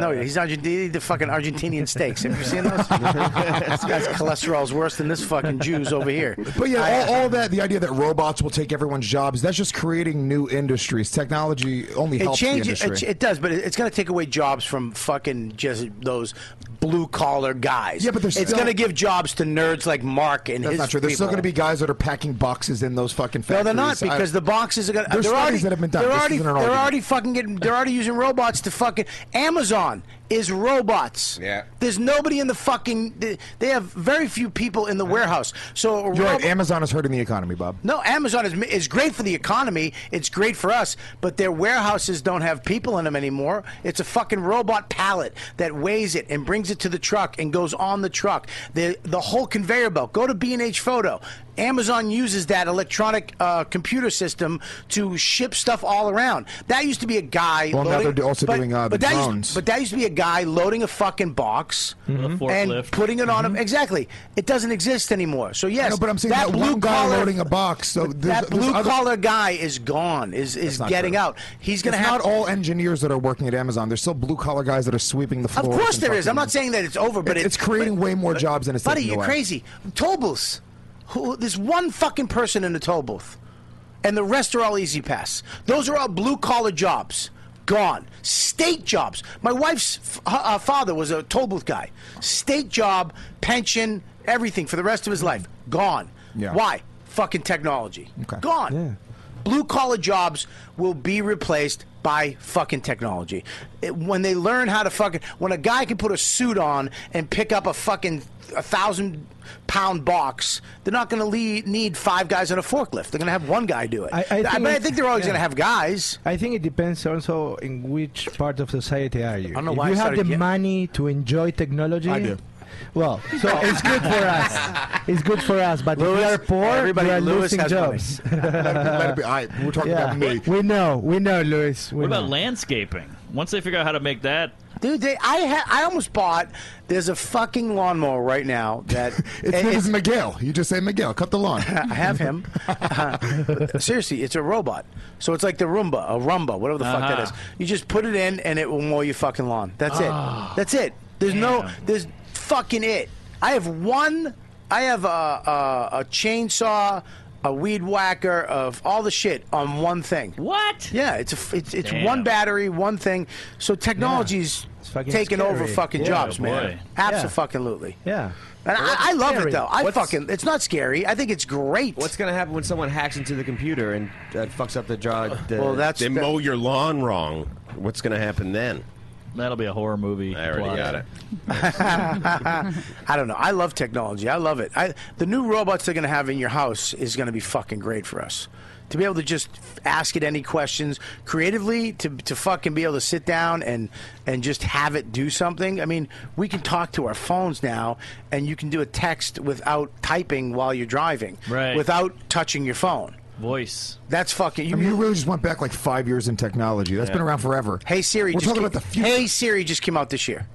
[SPEAKER 7] no, he's Argentinian. The fucking Argentinian steaks. Have you seen those? this guy's cholesterol's worse than this fucking Jews over here.
[SPEAKER 6] But yeah, all, all that, the idea that robots will take everyone's jobs, that's just creating new industries. Technology only
[SPEAKER 7] It
[SPEAKER 6] helps
[SPEAKER 7] changes.
[SPEAKER 6] the
[SPEAKER 7] It,
[SPEAKER 6] industry.
[SPEAKER 7] it does, but it- it's going to take away jobs from fucking just those blue collar guys.
[SPEAKER 6] Yeah, but they're
[SPEAKER 7] it's
[SPEAKER 6] still-
[SPEAKER 7] going to give jobs to nerds like Mark and
[SPEAKER 6] that's
[SPEAKER 7] his
[SPEAKER 6] not true. There's still
[SPEAKER 7] people.
[SPEAKER 6] going to be guys that are packing boxes in those fucking
[SPEAKER 7] No,
[SPEAKER 6] factories.
[SPEAKER 7] they're not
[SPEAKER 6] I-
[SPEAKER 7] because the boxes are going.
[SPEAKER 6] There's
[SPEAKER 7] they're already,
[SPEAKER 6] studies that have been done.
[SPEAKER 7] They're
[SPEAKER 6] This
[SPEAKER 7] already
[SPEAKER 6] isn't an
[SPEAKER 7] they're
[SPEAKER 6] argument.
[SPEAKER 7] already fucking getting. They're already using robots to fucking. Amazon is robots.
[SPEAKER 6] Yeah.
[SPEAKER 7] There's nobody in the fucking. They, they have very few people in the warehouse. So a
[SPEAKER 6] You're right.
[SPEAKER 7] robo-
[SPEAKER 6] Amazon is hurting the economy, Bob.
[SPEAKER 7] no, Amazon is is great for the economy. It's great for us, but their warehouses don't have people in them anymore. It's a fucking robot pallet that weighs it and brings it to the truck and goes on the truck. The the whole conveyor belt. Go to B and H Photo. Amazon uses that electronic uh, computer system to ship stuff all around. That used to be a guy.
[SPEAKER 6] Well, now
[SPEAKER 7] loading-
[SPEAKER 6] they're do- also doing, uh, the
[SPEAKER 7] but that used-
[SPEAKER 6] drones.
[SPEAKER 7] but that used to be a guy loading a fucking box
[SPEAKER 6] Mhm. With a
[SPEAKER 7] and
[SPEAKER 6] forklift. Mm-hmm.
[SPEAKER 7] putting it on him. Exactly. It doesn't exist anymore. So yes,
[SPEAKER 6] No, but I'm saying
[SPEAKER 7] that,
[SPEAKER 6] that
[SPEAKER 7] blue
[SPEAKER 6] one guy
[SPEAKER 7] collar
[SPEAKER 6] loading a box, so
[SPEAKER 7] but
[SPEAKER 6] there's-
[SPEAKER 7] that
[SPEAKER 6] there's
[SPEAKER 7] blue
[SPEAKER 6] other-
[SPEAKER 7] collar guy is gone. Is is
[SPEAKER 6] That's not
[SPEAKER 7] getting
[SPEAKER 6] true.
[SPEAKER 7] out. He's gonna
[SPEAKER 6] it's
[SPEAKER 7] have
[SPEAKER 6] not all engineers that are working at Amazon. There's still blue collar guys that are sweeping the
[SPEAKER 7] Of
[SPEAKER 6] floor.
[SPEAKER 7] course there is. I'm not saying that it's over, but
[SPEAKER 6] it's,
[SPEAKER 7] it-
[SPEAKER 6] creating way more jobs than it's
[SPEAKER 7] buddy,
[SPEAKER 6] taking
[SPEAKER 7] you're
[SPEAKER 6] away.
[SPEAKER 7] crazy. Toll booths. Who? There's one fucking person in the toll booth, and the rest are all easy pass. Those are all blue collar jobs. Gone. State jobs. My wife's f- her- uh, father was a toll booth guy. State job, pension, everything for the rest of his life. Gone.
[SPEAKER 6] Yeah.
[SPEAKER 7] Why? Fucking technology. Gone. Blue collar jobs will be replaced by fucking technology. It- when they learn how to fucking, when a guy can put a suit on and pick up a fucking a thousand pound box, they're not going to le- need five guys on a forklift. They're going to have one guy do it. I, but I
[SPEAKER 10] it-
[SPEAKER 7] think they're always
[SPEAKER 10] yeah.
[SPEAKER 7] going to have guys.
[SPEAKER 10] I think it depends also in which part of society are you. I
[SPEAKER 7] don't know
[SPEAKER 10] if
[SPEAKER 7] why
[SPEAKER 10] you
[SPEAKER 7] I
[SPEAKER 10] have
[SPEAKER 7] started
[SPEAKER 10] the
[SPEAKER 7] ye-
[SPEAKER 10] money to enjoy technology.
[SPEAKER 7] I do.
[SPEAKER 10] Well, so it's good for us. It's good for us, but if we are poor,
[SPEAKER 6] everybody-
[SPEAKER 10] we are
[SPEAKER 6] Louis
[SPEAKER 10] losing
[SPEAKER 6] has
[SPEAKER 10] jobs.
[SPEAKER 6] Let it be- let it be. All right, we're talking
[SPEAKER 10] Yeah.
[SPEAKER 6] about me.
[SPEAKER 10] We know, we know, Luis. We
[SPEAKER 12] What
[SPEAKER 10] know.
[SPEAKER 12] about landscaping? Once they figure out how to make that,
[SPEAKER 7] Dude, they, I ha- I almost bought. There's a fucking lawnmower right now that
[SPEAKER 6] His name is Miguel. You just say Miguel. Cut the lawn.
[SPEAKER 7] I have him. Uh, seriously, it's a robot. So it's like the Roomba, a Rumba, whatever the fuck that
[SPEAKER 12] Uh-huh.
[SPEAKER 7] is. You just put it in and it will mow your fucking lawn. That's
[SPEAKER 12] Ah.
[SPEAKER 7] it. That's it. There's no. There's fucking it. I have one. I have a, a, a chainsaw, a weed whacker, of all the shit on one thing.
[SPEAKER 12] What?
[SPEAKER 7] Yeah, it's a, f- it's it's
[SPEAKER 12] Damn.
[SPEAKER 7] one battery, one thing. So technology's
[SPEAKER 10] fucking
[SPEAKER 7] taking over
[SPEAKER 10] scary.
[SPEAKER 7] fucking
[SPEAKER 10] Yeah, Oh,
[SPEAKER 7] jobs,
[SPEAKER 10] boy.
[SPEAKER 7] man.
[SPEAKER 10] Yeah.
[SPEAKER 7] Absolutely.
[SPEAKER 10] Yeah.
[SPEAKER 7] And I, I love it though. I
[SPEAKER 9] What's-
[SPEAKER 7] fucking. It's not scary. I think it's great.
[SPEAKER 9] What's going to happen when someone hacks into the computer and uh, fucks up the jaw? The,
[SPEAKER 13] they mow your lawn wrong. What's going to happen then?
[SPEAKER 12] That'll be a horror movie.
[SPEAKER 13] I already
[SPEAKER 12] plot.
[SPEAKER 13] got it.
[SPEAKER 7] I don't know. I love technology. I love it. I, the new robots they're going to have in your house is going to be fucking great for us. To be able to just ask it any questions creatively, to, to fucking be able to sit down and, and just have it do something. I mean, we can talk to our phones now, and you can do a text without typing while you're driving,
[SPEAKER 12] Right.
[SPEAKER 7] without touching your phone.
[SPEAKER 12] Voice.
[SPEAKER 7] That's fucking.
[SPEAKER 6] I mean, you really just went back like five years in technology. That's
[SPEAKER 7] Yeah.
[SPEAKER 6] been around forever.
[SPEAKER 7] Hey Siri,
[SPEAKER 6] We're
[SPEAKER 7] just
[SPEAKER 6] talking
[SPEAKER 7] came,
[SPEAKER 6] about the
[SPEAKER 7] Hey Siri just came out this year.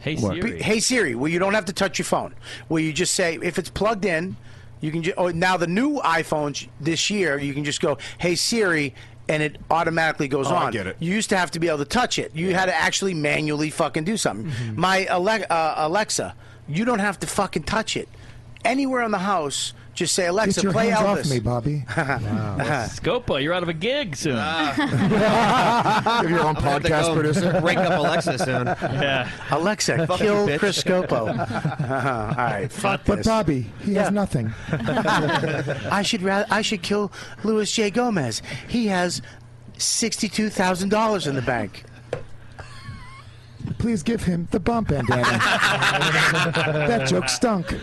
[SPEAKER 12] Hey
[SPEAKER 6] What?
[SPEAKER 12] Siri.
[SPEAKER 7] Be- Hey Siri, where you don't have to touch your phone, where you just say if it's plugged in, you can. Ju- oh, now the new iPhones this year, you can just go, "Hey Siri." And it automatically goes
[SPEAKER 6] Oh, I
[SPEAKER 7] on.
[SPEAKER 6] get it.
[SPEAKER 7] You used to have to be able to touch it. You had to actually manually fucking do something.
[SPEAKER 12] Mm-hmm.
[SPEAKER 7] My Ale- uh, Alexa, you don't have to fucking touch it. Anywhere in the house, just say Alexa,
[SPEAKER 6] Get your
[SPEAKER 7] play
[SPEAKER 6] hands
[SPEAKER 7] Elvis.
[SPEAKER 6] off me, Bobby.
[SPEAKER 12] Wow. Scopa, you're out of a gig soon.
[SPEAKER 13] Ah.
[SPEAKER 6] Give your own podcast producer.
[SPEAKER 12] Yeah.
[SPEAKER 7] Alexa,
[SPEAKER 6] Fuck
[SPEAKER 7] kill
[SPEAKER 6] you, bitch.
[SPEAKER 7] Chris Scopo. All right, fuck
[SPEAKER 6] But
[SPEAKER 7] this.
[SPEAKER 6] Bobby, he has nothing.
[SPEAKER 7] I should ra- I should kill Luis J. Gomez. He has sixty-two thousand dollars in the bank.
[SPEAKER 6] Please give him the bomb bandana. that joke stunk.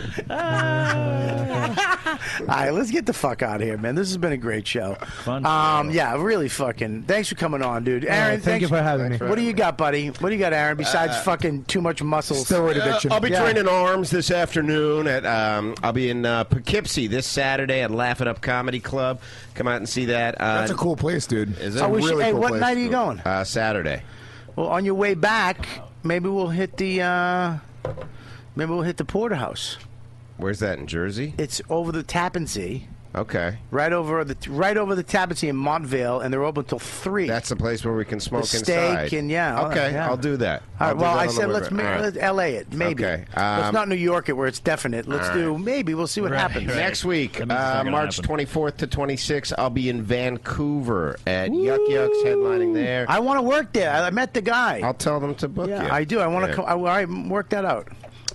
[SPEAKER 7] All right, let's get the fuck out of here, man. This has been a great show. Fun. Um, yeah, really fucking. Thanks for coming on, dude.
[SPEAKER 10] right,
[SPEAKER 7] Aaron,
[SPEAKER 10] thank you for having me.
[SPEAKER 7] What do you got, buddy? What do you got, Aaron? Besides
[SPEAKER 13] Uh,
[SPEAKER 7] fucking too much muscles,
[SPEAKER 13] Uh, I'll be training arms this afternoon. At um, I'll be in uh, Poughkeepsie this Saturday at Laugh It Up Comedy Club. Come out and see that. Uh,
[SPEAKER 6] That's a cool place, dude.
[SPEAKER 13] Is
[SPEAKER 7] I wish- hey, what night are you going?
[SPEAKER 13] Uh, Saturday.
[SPEAKER 7] Well, on your way back, maybe we'll hit the. Uh, maybe we'll hit the porterhouse.
[SPEAKER 13] Where's that in Jersey?
[SPEAKER 7] It's over the Tappan Sea.
[SPEAKER 13] Okay.
[SPEAKER 7] Right over the right over the Tappan Sea in Montvale, and they're open till three.
[SPEAKER 13] That's the place where we can smoke
[SPEAKER 7] the steak
[SPEAKER 13] inside.
[SPEAKER 7] and yeah. all
[SPEAKER 13] Okay,
[SPEAKER 7] that, yeah.
[SPEAKER 13] I'll do that.
[SPEAKER 7] All
[SPEAKER 13] I'll
[SPEAKER 7] right.
[SPEAKER 13] do
[SPEAKER 7] Well,
[SPEAKER 13] that
[SPEAKER 7] I
[SPEAKER 13] on the
[SPEAKER 7] said
[SPEAKER 13] way
[SPEAKER 7] let's
[SPEAKER 13] back.
[SPEAKER 7] ma-
[SPEAKER 13] All right.
[SPEAKER 7] let's LA it maybe.
[SPEAKER 13] Okay,
[SPEAKER 7] let's
[SPEAKER 13] um,
[SPEAKER 7] not New York it where it's definite. Let's
[SPEAKER 13] all
[SPEAKER 7] do maybe. We'll see what happens
[SPEAKER 13] Next week,
[SPEAKER 7] That means it's
[SPEAKER 13] uh,
[SPEAKER 7] not gonna
[SPEAKER 13] March
[SPEAKER 7] happen.
[SPEAKER 13] 24th to 26th, I'll be in Vancouver at Yuck Yucks, headlining there.
[SPEAKER 7] I want to work there. I I met the guy.
[SPEAKER 13] I'll tell them to book
[SPEAKER 7] yeah,
[SPEAKER 13] you.
[SPEAKER 7] I do. I want
[SPEAKER 13] Yeah.
[SPEAKER 7] to. come I, I work that out.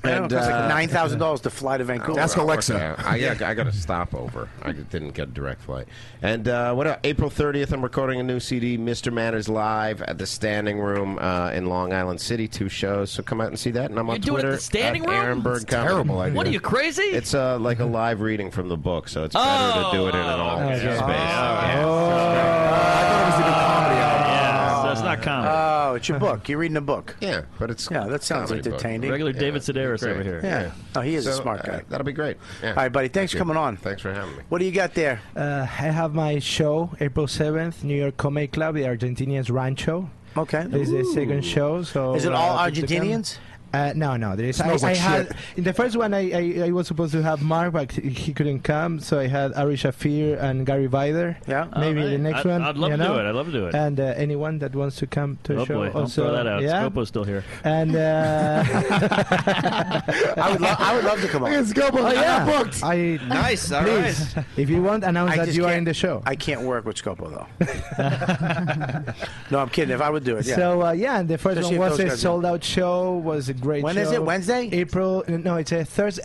[SPEAKER 7] I don't
[SPEAKER 13] And,
[SPEAKER 7] know, it costs
[SPEAKER 13] uh,
[SPEAKER 7] like nine thousand dollars to fly to Vancouver.
[SPEAKER 13] Ask Alexa. I, yeah, I got a stopover. I didn't get a direct flight. And uh, what? el- April 30th, I'm recording a new CD, Mr. Manners Live, at the Standing Room uh, in Long Island City. Two shows, so come out and see that. And I'm on
[SPEAKER 12] You do it at
[SPEAKER 13] Twitter.
[SPEAKER 12] the Standing
[SPEAKER 13] at
[SPEAKER 12] Room?
[SPEAKER 13] Ehrenberg
[SPEAKER 12] It's
[SPEAKER 13] Comedy.
[SPEAKER 12] terrible idea. What are you, crazy? Mm-hmm.
[SPEAKER 13] It's uh, like a live reading from the book, so it's better
[SPEAKER 12] Oh,
[SPEAKER 13] to do it in an all
[SPEAKER 12] okay.
[SPEAKER 13] space.
[SPEAKER 12] Oh,
[SPEAKER 13] Yeah.
[SPEAKER 12] Yeah, so it's not comedy.
[SPEAKER 7] Oh, it's your book. You're reading a book.
[SPEAKER 13] Yeah, but it's
[SPEAKER 7] yeah. That sounds
[SPEAKER 13] comedy book.
[SPEAKER 7] entertaining.
[SPEAKER 12] Regular David Sedaris
[SPEAKER 13] great.
[SPEAKER 12] over here.
[SPEAKER 7] Yeah.
[SPEAKER 13] Yeah.
[SPEAKER 7] Oh, he is a
[SPEAKER 13] So,
[SPEAKER 7] smart
[SPEAKER 13] uh,
[SPEAKER 7] guy.
[SPEAKER 13] that'll be great. Yeah.
[SPEAKER 7] All right, buddy. Thanks
[SPEAKER 13] Thank
[SPEAKER 7] for
[SPEAKER 13] you.
[SPEAKER 7] coming on.
[SPEAKER 13] Thanks for having me.
[SPEAKER 7] What do you got there?
[SPEAKER 10] Uh, I have my show April 7th, New York Comedy Club, the Argentinians Rancho.
[SPEAKER 7] Okay.
[SPEAKER 10] This is the second show. So
[SPEAKER 7] Is it all
[SPEAKER 10] uh, people can-
[SPEAKER 7] Argentinians?
[SPEAKER 10] Uh, no, no. There is. I,
[SPEAKER 7] Smells like
[SPEAKER 10] I had
[SPEAKER 7] shit.
[SPEAKER 10] in the first one. I, I, I was supposed to have Mark, but he- he couldn't come, so I had Ari Shafir and Gary Vider.
[SPEAKER 7] Yeah.
[SPEAKER 10] Maybe
[SPEAKER 12] All right.
[SPEAKER 10] the next
[SPEAKER 12] I'd-
[SPEAKER 10] one.
[SPEAKER 12] I'd love
[SPEAKER 10] you
[SPEAKER 12] to do
[SPEAKER 10] know?
[SPEAKER 12] it. I'd love to do it.
[SPEAKER 10] And uh, anyone that wants to come to
[SPEAKER 12] Oh
[SPEAKER 10] a show,
[SPEAKER 12] boy,
[SPEAKER 10] also
[SPEAKER 12] don't throw that out.
[SPEAKER 10] Yeah.
[SPEAKER 12] Scopo's still here.
[SPEAKER 10] And uh,
[SPEAKER 7] I would, lo- I would love to come on.
[SPEAKER 10] Oh, yeah. I,
[SPEAKER 7] Nice, all
[SPEAKER 10] please, If you want, announce
[SPEAKER 7] I
[SPEAKER 10] that
[SPEAKER 7] just
[SPEAKER 10] you are
[SPEAKER 7] can't-
[SPEAKER 10] in the show.
[SPEAKER 7] I can't work with Scopo though. no, I'm kidding. If I would do it, yeah.
[SPEAKER 10] So uh, yeah, and the first
[SPEAKER 7] Especially if
[SPEAKER 10] one was
[SPEAKER 7] those
[SPEAKER 10] a
[SPEAKER 7] guys are-
[SPEAKER 10] sold out show. Was great
[SPEAKER 7] When
[SPEAKER 10] show.
[SPEAKER 7] is it? Wednesday?
[SPEAKER 10] April. uh, No, it's a Thursday.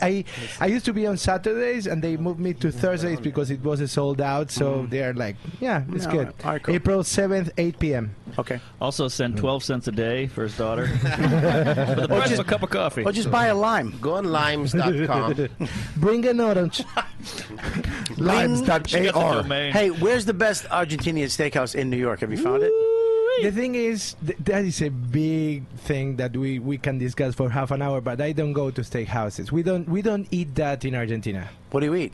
[SPEAKER 10] I, I used to be on Saturdays, and they moved me to Thursdays because it wasn't sold out.
[SPEAKER 7] Mm.
[SPEAKER 10] So they are like, yeah, it's
[SPEAKER 12] No,
[SPEAKER 10] good.
[SPEAKER 12] all right, cool.
[SPEAKER 10] April 7th, 8 p.m.
[SPEAKER 7] Okay.
[SPEAKER 12] Also,
[SPEAKER 10] Hmm.
[SPEAKER 12] send 12 cents a day for his daughter. for the price of a cup of coffee.
[SPEAKER 7] Or just buy a lime.
[SPEAKER 13] Go on limes.com.
[SPEAKER 10] Bring an orange.
[SPEAKER 7] Limes.ar. Hey, where's the best Argentinian steakhouse in New York? Have you found it?
[SPEAKER 10] The thing is, th- that is a big thing that we, we can discuss for half an hour. But I don't go to steakhouses. We don't we don't eat that in Argentina.
[SPEAKER 7] What do you eat?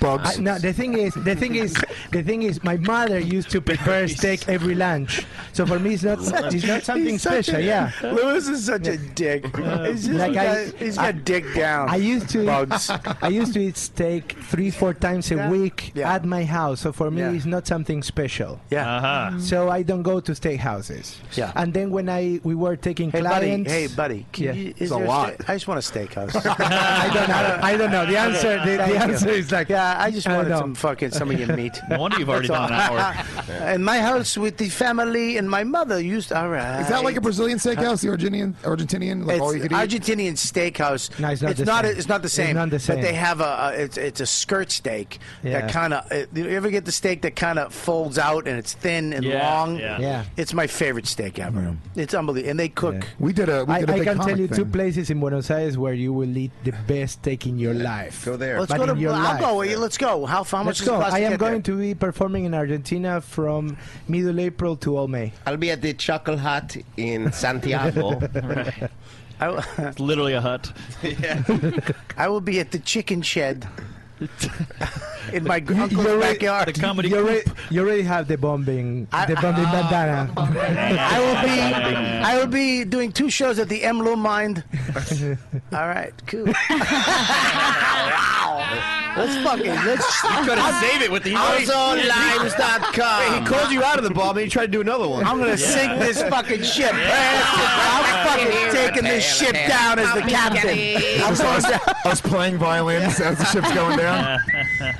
[SPEAKER 10] Bugs. no, the thing is, the thing is, the thing is, my mother used to prepare steak every lunch. So for me, it's not it's not something
[SPEAKER 7] He's such
[SPEAKER 10] special.
[SPEAKER 7] a-
[SPEAKER 10] yeah, Uh,
[SPEAKER 7] Lewis is such a dick. He's just got- he's got dick down.
[SPEAKER 10] I used to
[SPEAKER 7] Bugs.
[SPEAKER 10] I used to eat steak three four times a week at my house. So for me,
[SPEAKER 7] Yeah.
[SPEAKER 10] it's not something special.
[SPEAKER 7] Yeah.
[SPEAKER 12] Uh-huh.
[SPEAKER 10] So I don't go to steak houses.
[SPEAKER 7] Yeah.
[SPEAKER 10] And then when I we were taking
[SPEAKER 7] Hey buddy,
[SPEAKER 10] clients,
[SPEAKER 7] hey buddy, can
[SPEAKER 10] Yeah.
[SPEAKER 7] you, is
[SPEAKER 10] It's a
[SPEAKER 7] there
[SPEAKER 10] lot.
[SPEAKER 7] steak- I just want a steakhouse.
[SPEAKER 10] I don't know. I don't know. The answer- the- the
[SPEAKER 7] Thank you.
[SPEAKER 10] answer is like,
[SPEAKER 7] yeah. I just
[SPEAKER 10] I
[SPEAKER 7] wanted
[SPEAKER 10] know.
[SPEAKER 7] some fucking some of your meat.
[SPEAKER 12] No wonder you've already
[SPEAKER 7] That's
[SPEAKER 12] done
[SPEAKER 7] all.
[SPEAKER 12] an hour.
[SPEAKER 7] and my house with the family and my mother used. All right.
[SPEAKER 6] Is that like a Brazilian steakhouse, the Argentinian, Argentinian, like
[SPEAKER 7] It's
[SPEAKER 6] all you could eat?
[SPEAKER 7] Argentinian steakhouse.
[SPEAKER 6] No, it's not
[SPEAKER 7] it's
[SPEAKER 6] the
[SPEAKER 7] not.
[SPEAKER 6] same.
[SPEAKER 7] A, it's not the
[SPEAKER 6] It's
[SPEAKER 7] same.
[SPEAKER 6] not the
[SPEAKER 7] But
[SPEAKER 6] same.
[SPEAKER 7] they have a. a it's, it's a skirt steak
[SPEAKER 10] Yeah.
[SPEAKER 7] that kind of. You ever get the steak that kind of folds out and it's thin and
[SPEAKER 10] Yeah,
[SPEAKER 7] long?
[SPEAKER 10] yeah. Yeah.
[SPEAKER 7] It's my favorite steak ever. It's unbelievable, and they cook.
[SPEAKER 6] We did a.
[SPEAKER 10] I, I can tell you two places in Buenos Aires where you will eat the best steak in your life. Go there.
[SPEAKER 7] Let's go to. I'll go. Let's go. How, how much?
[SPEAKER 10] Let's
[SPEAKER 7] does it
[SPEAKER 10] go.
[SPEAKER 7] cost
[SPEAKER 10] I
[SPEAKER 7] to
[SPEAKER 10] am
[SPEAKER 7] get there?
[SPEAKER 10] going to be performing in Argentina from middle April to all May.
[SPEAKER 13] I'll be at the Chuckle Hut in Santiago.
[SPEAKER 12] it's literally a hut.
[SPEAKER 7] I will be at the chicken shed in my gr- uncle's backyard.
[SPEAKER 10] you already, you already have the bombing, the bombing bandana.
[SPEAKER 7] uh, I will be. I will be doing two shows at the M. Lo Mind. All right, cool. let's fucking let's.
[SPEAKER 12] save it with the.
[SPEAKER 13] Wait,
[SPEAKER 7] he called
[SPEAKER 13] you out of the bomb, and you tried to do another one.
[SPEAKER 7] I'm gonna sink this fucking ship. I'm fucking taking this ship down as the captain. I'm
[SPEAKER 6] Just
[SPEAKER 7] going
[SPEAKER 6] us,
[SPEAKER 7] down.
[SPEAKER 6] us playing violins as the ship's going down.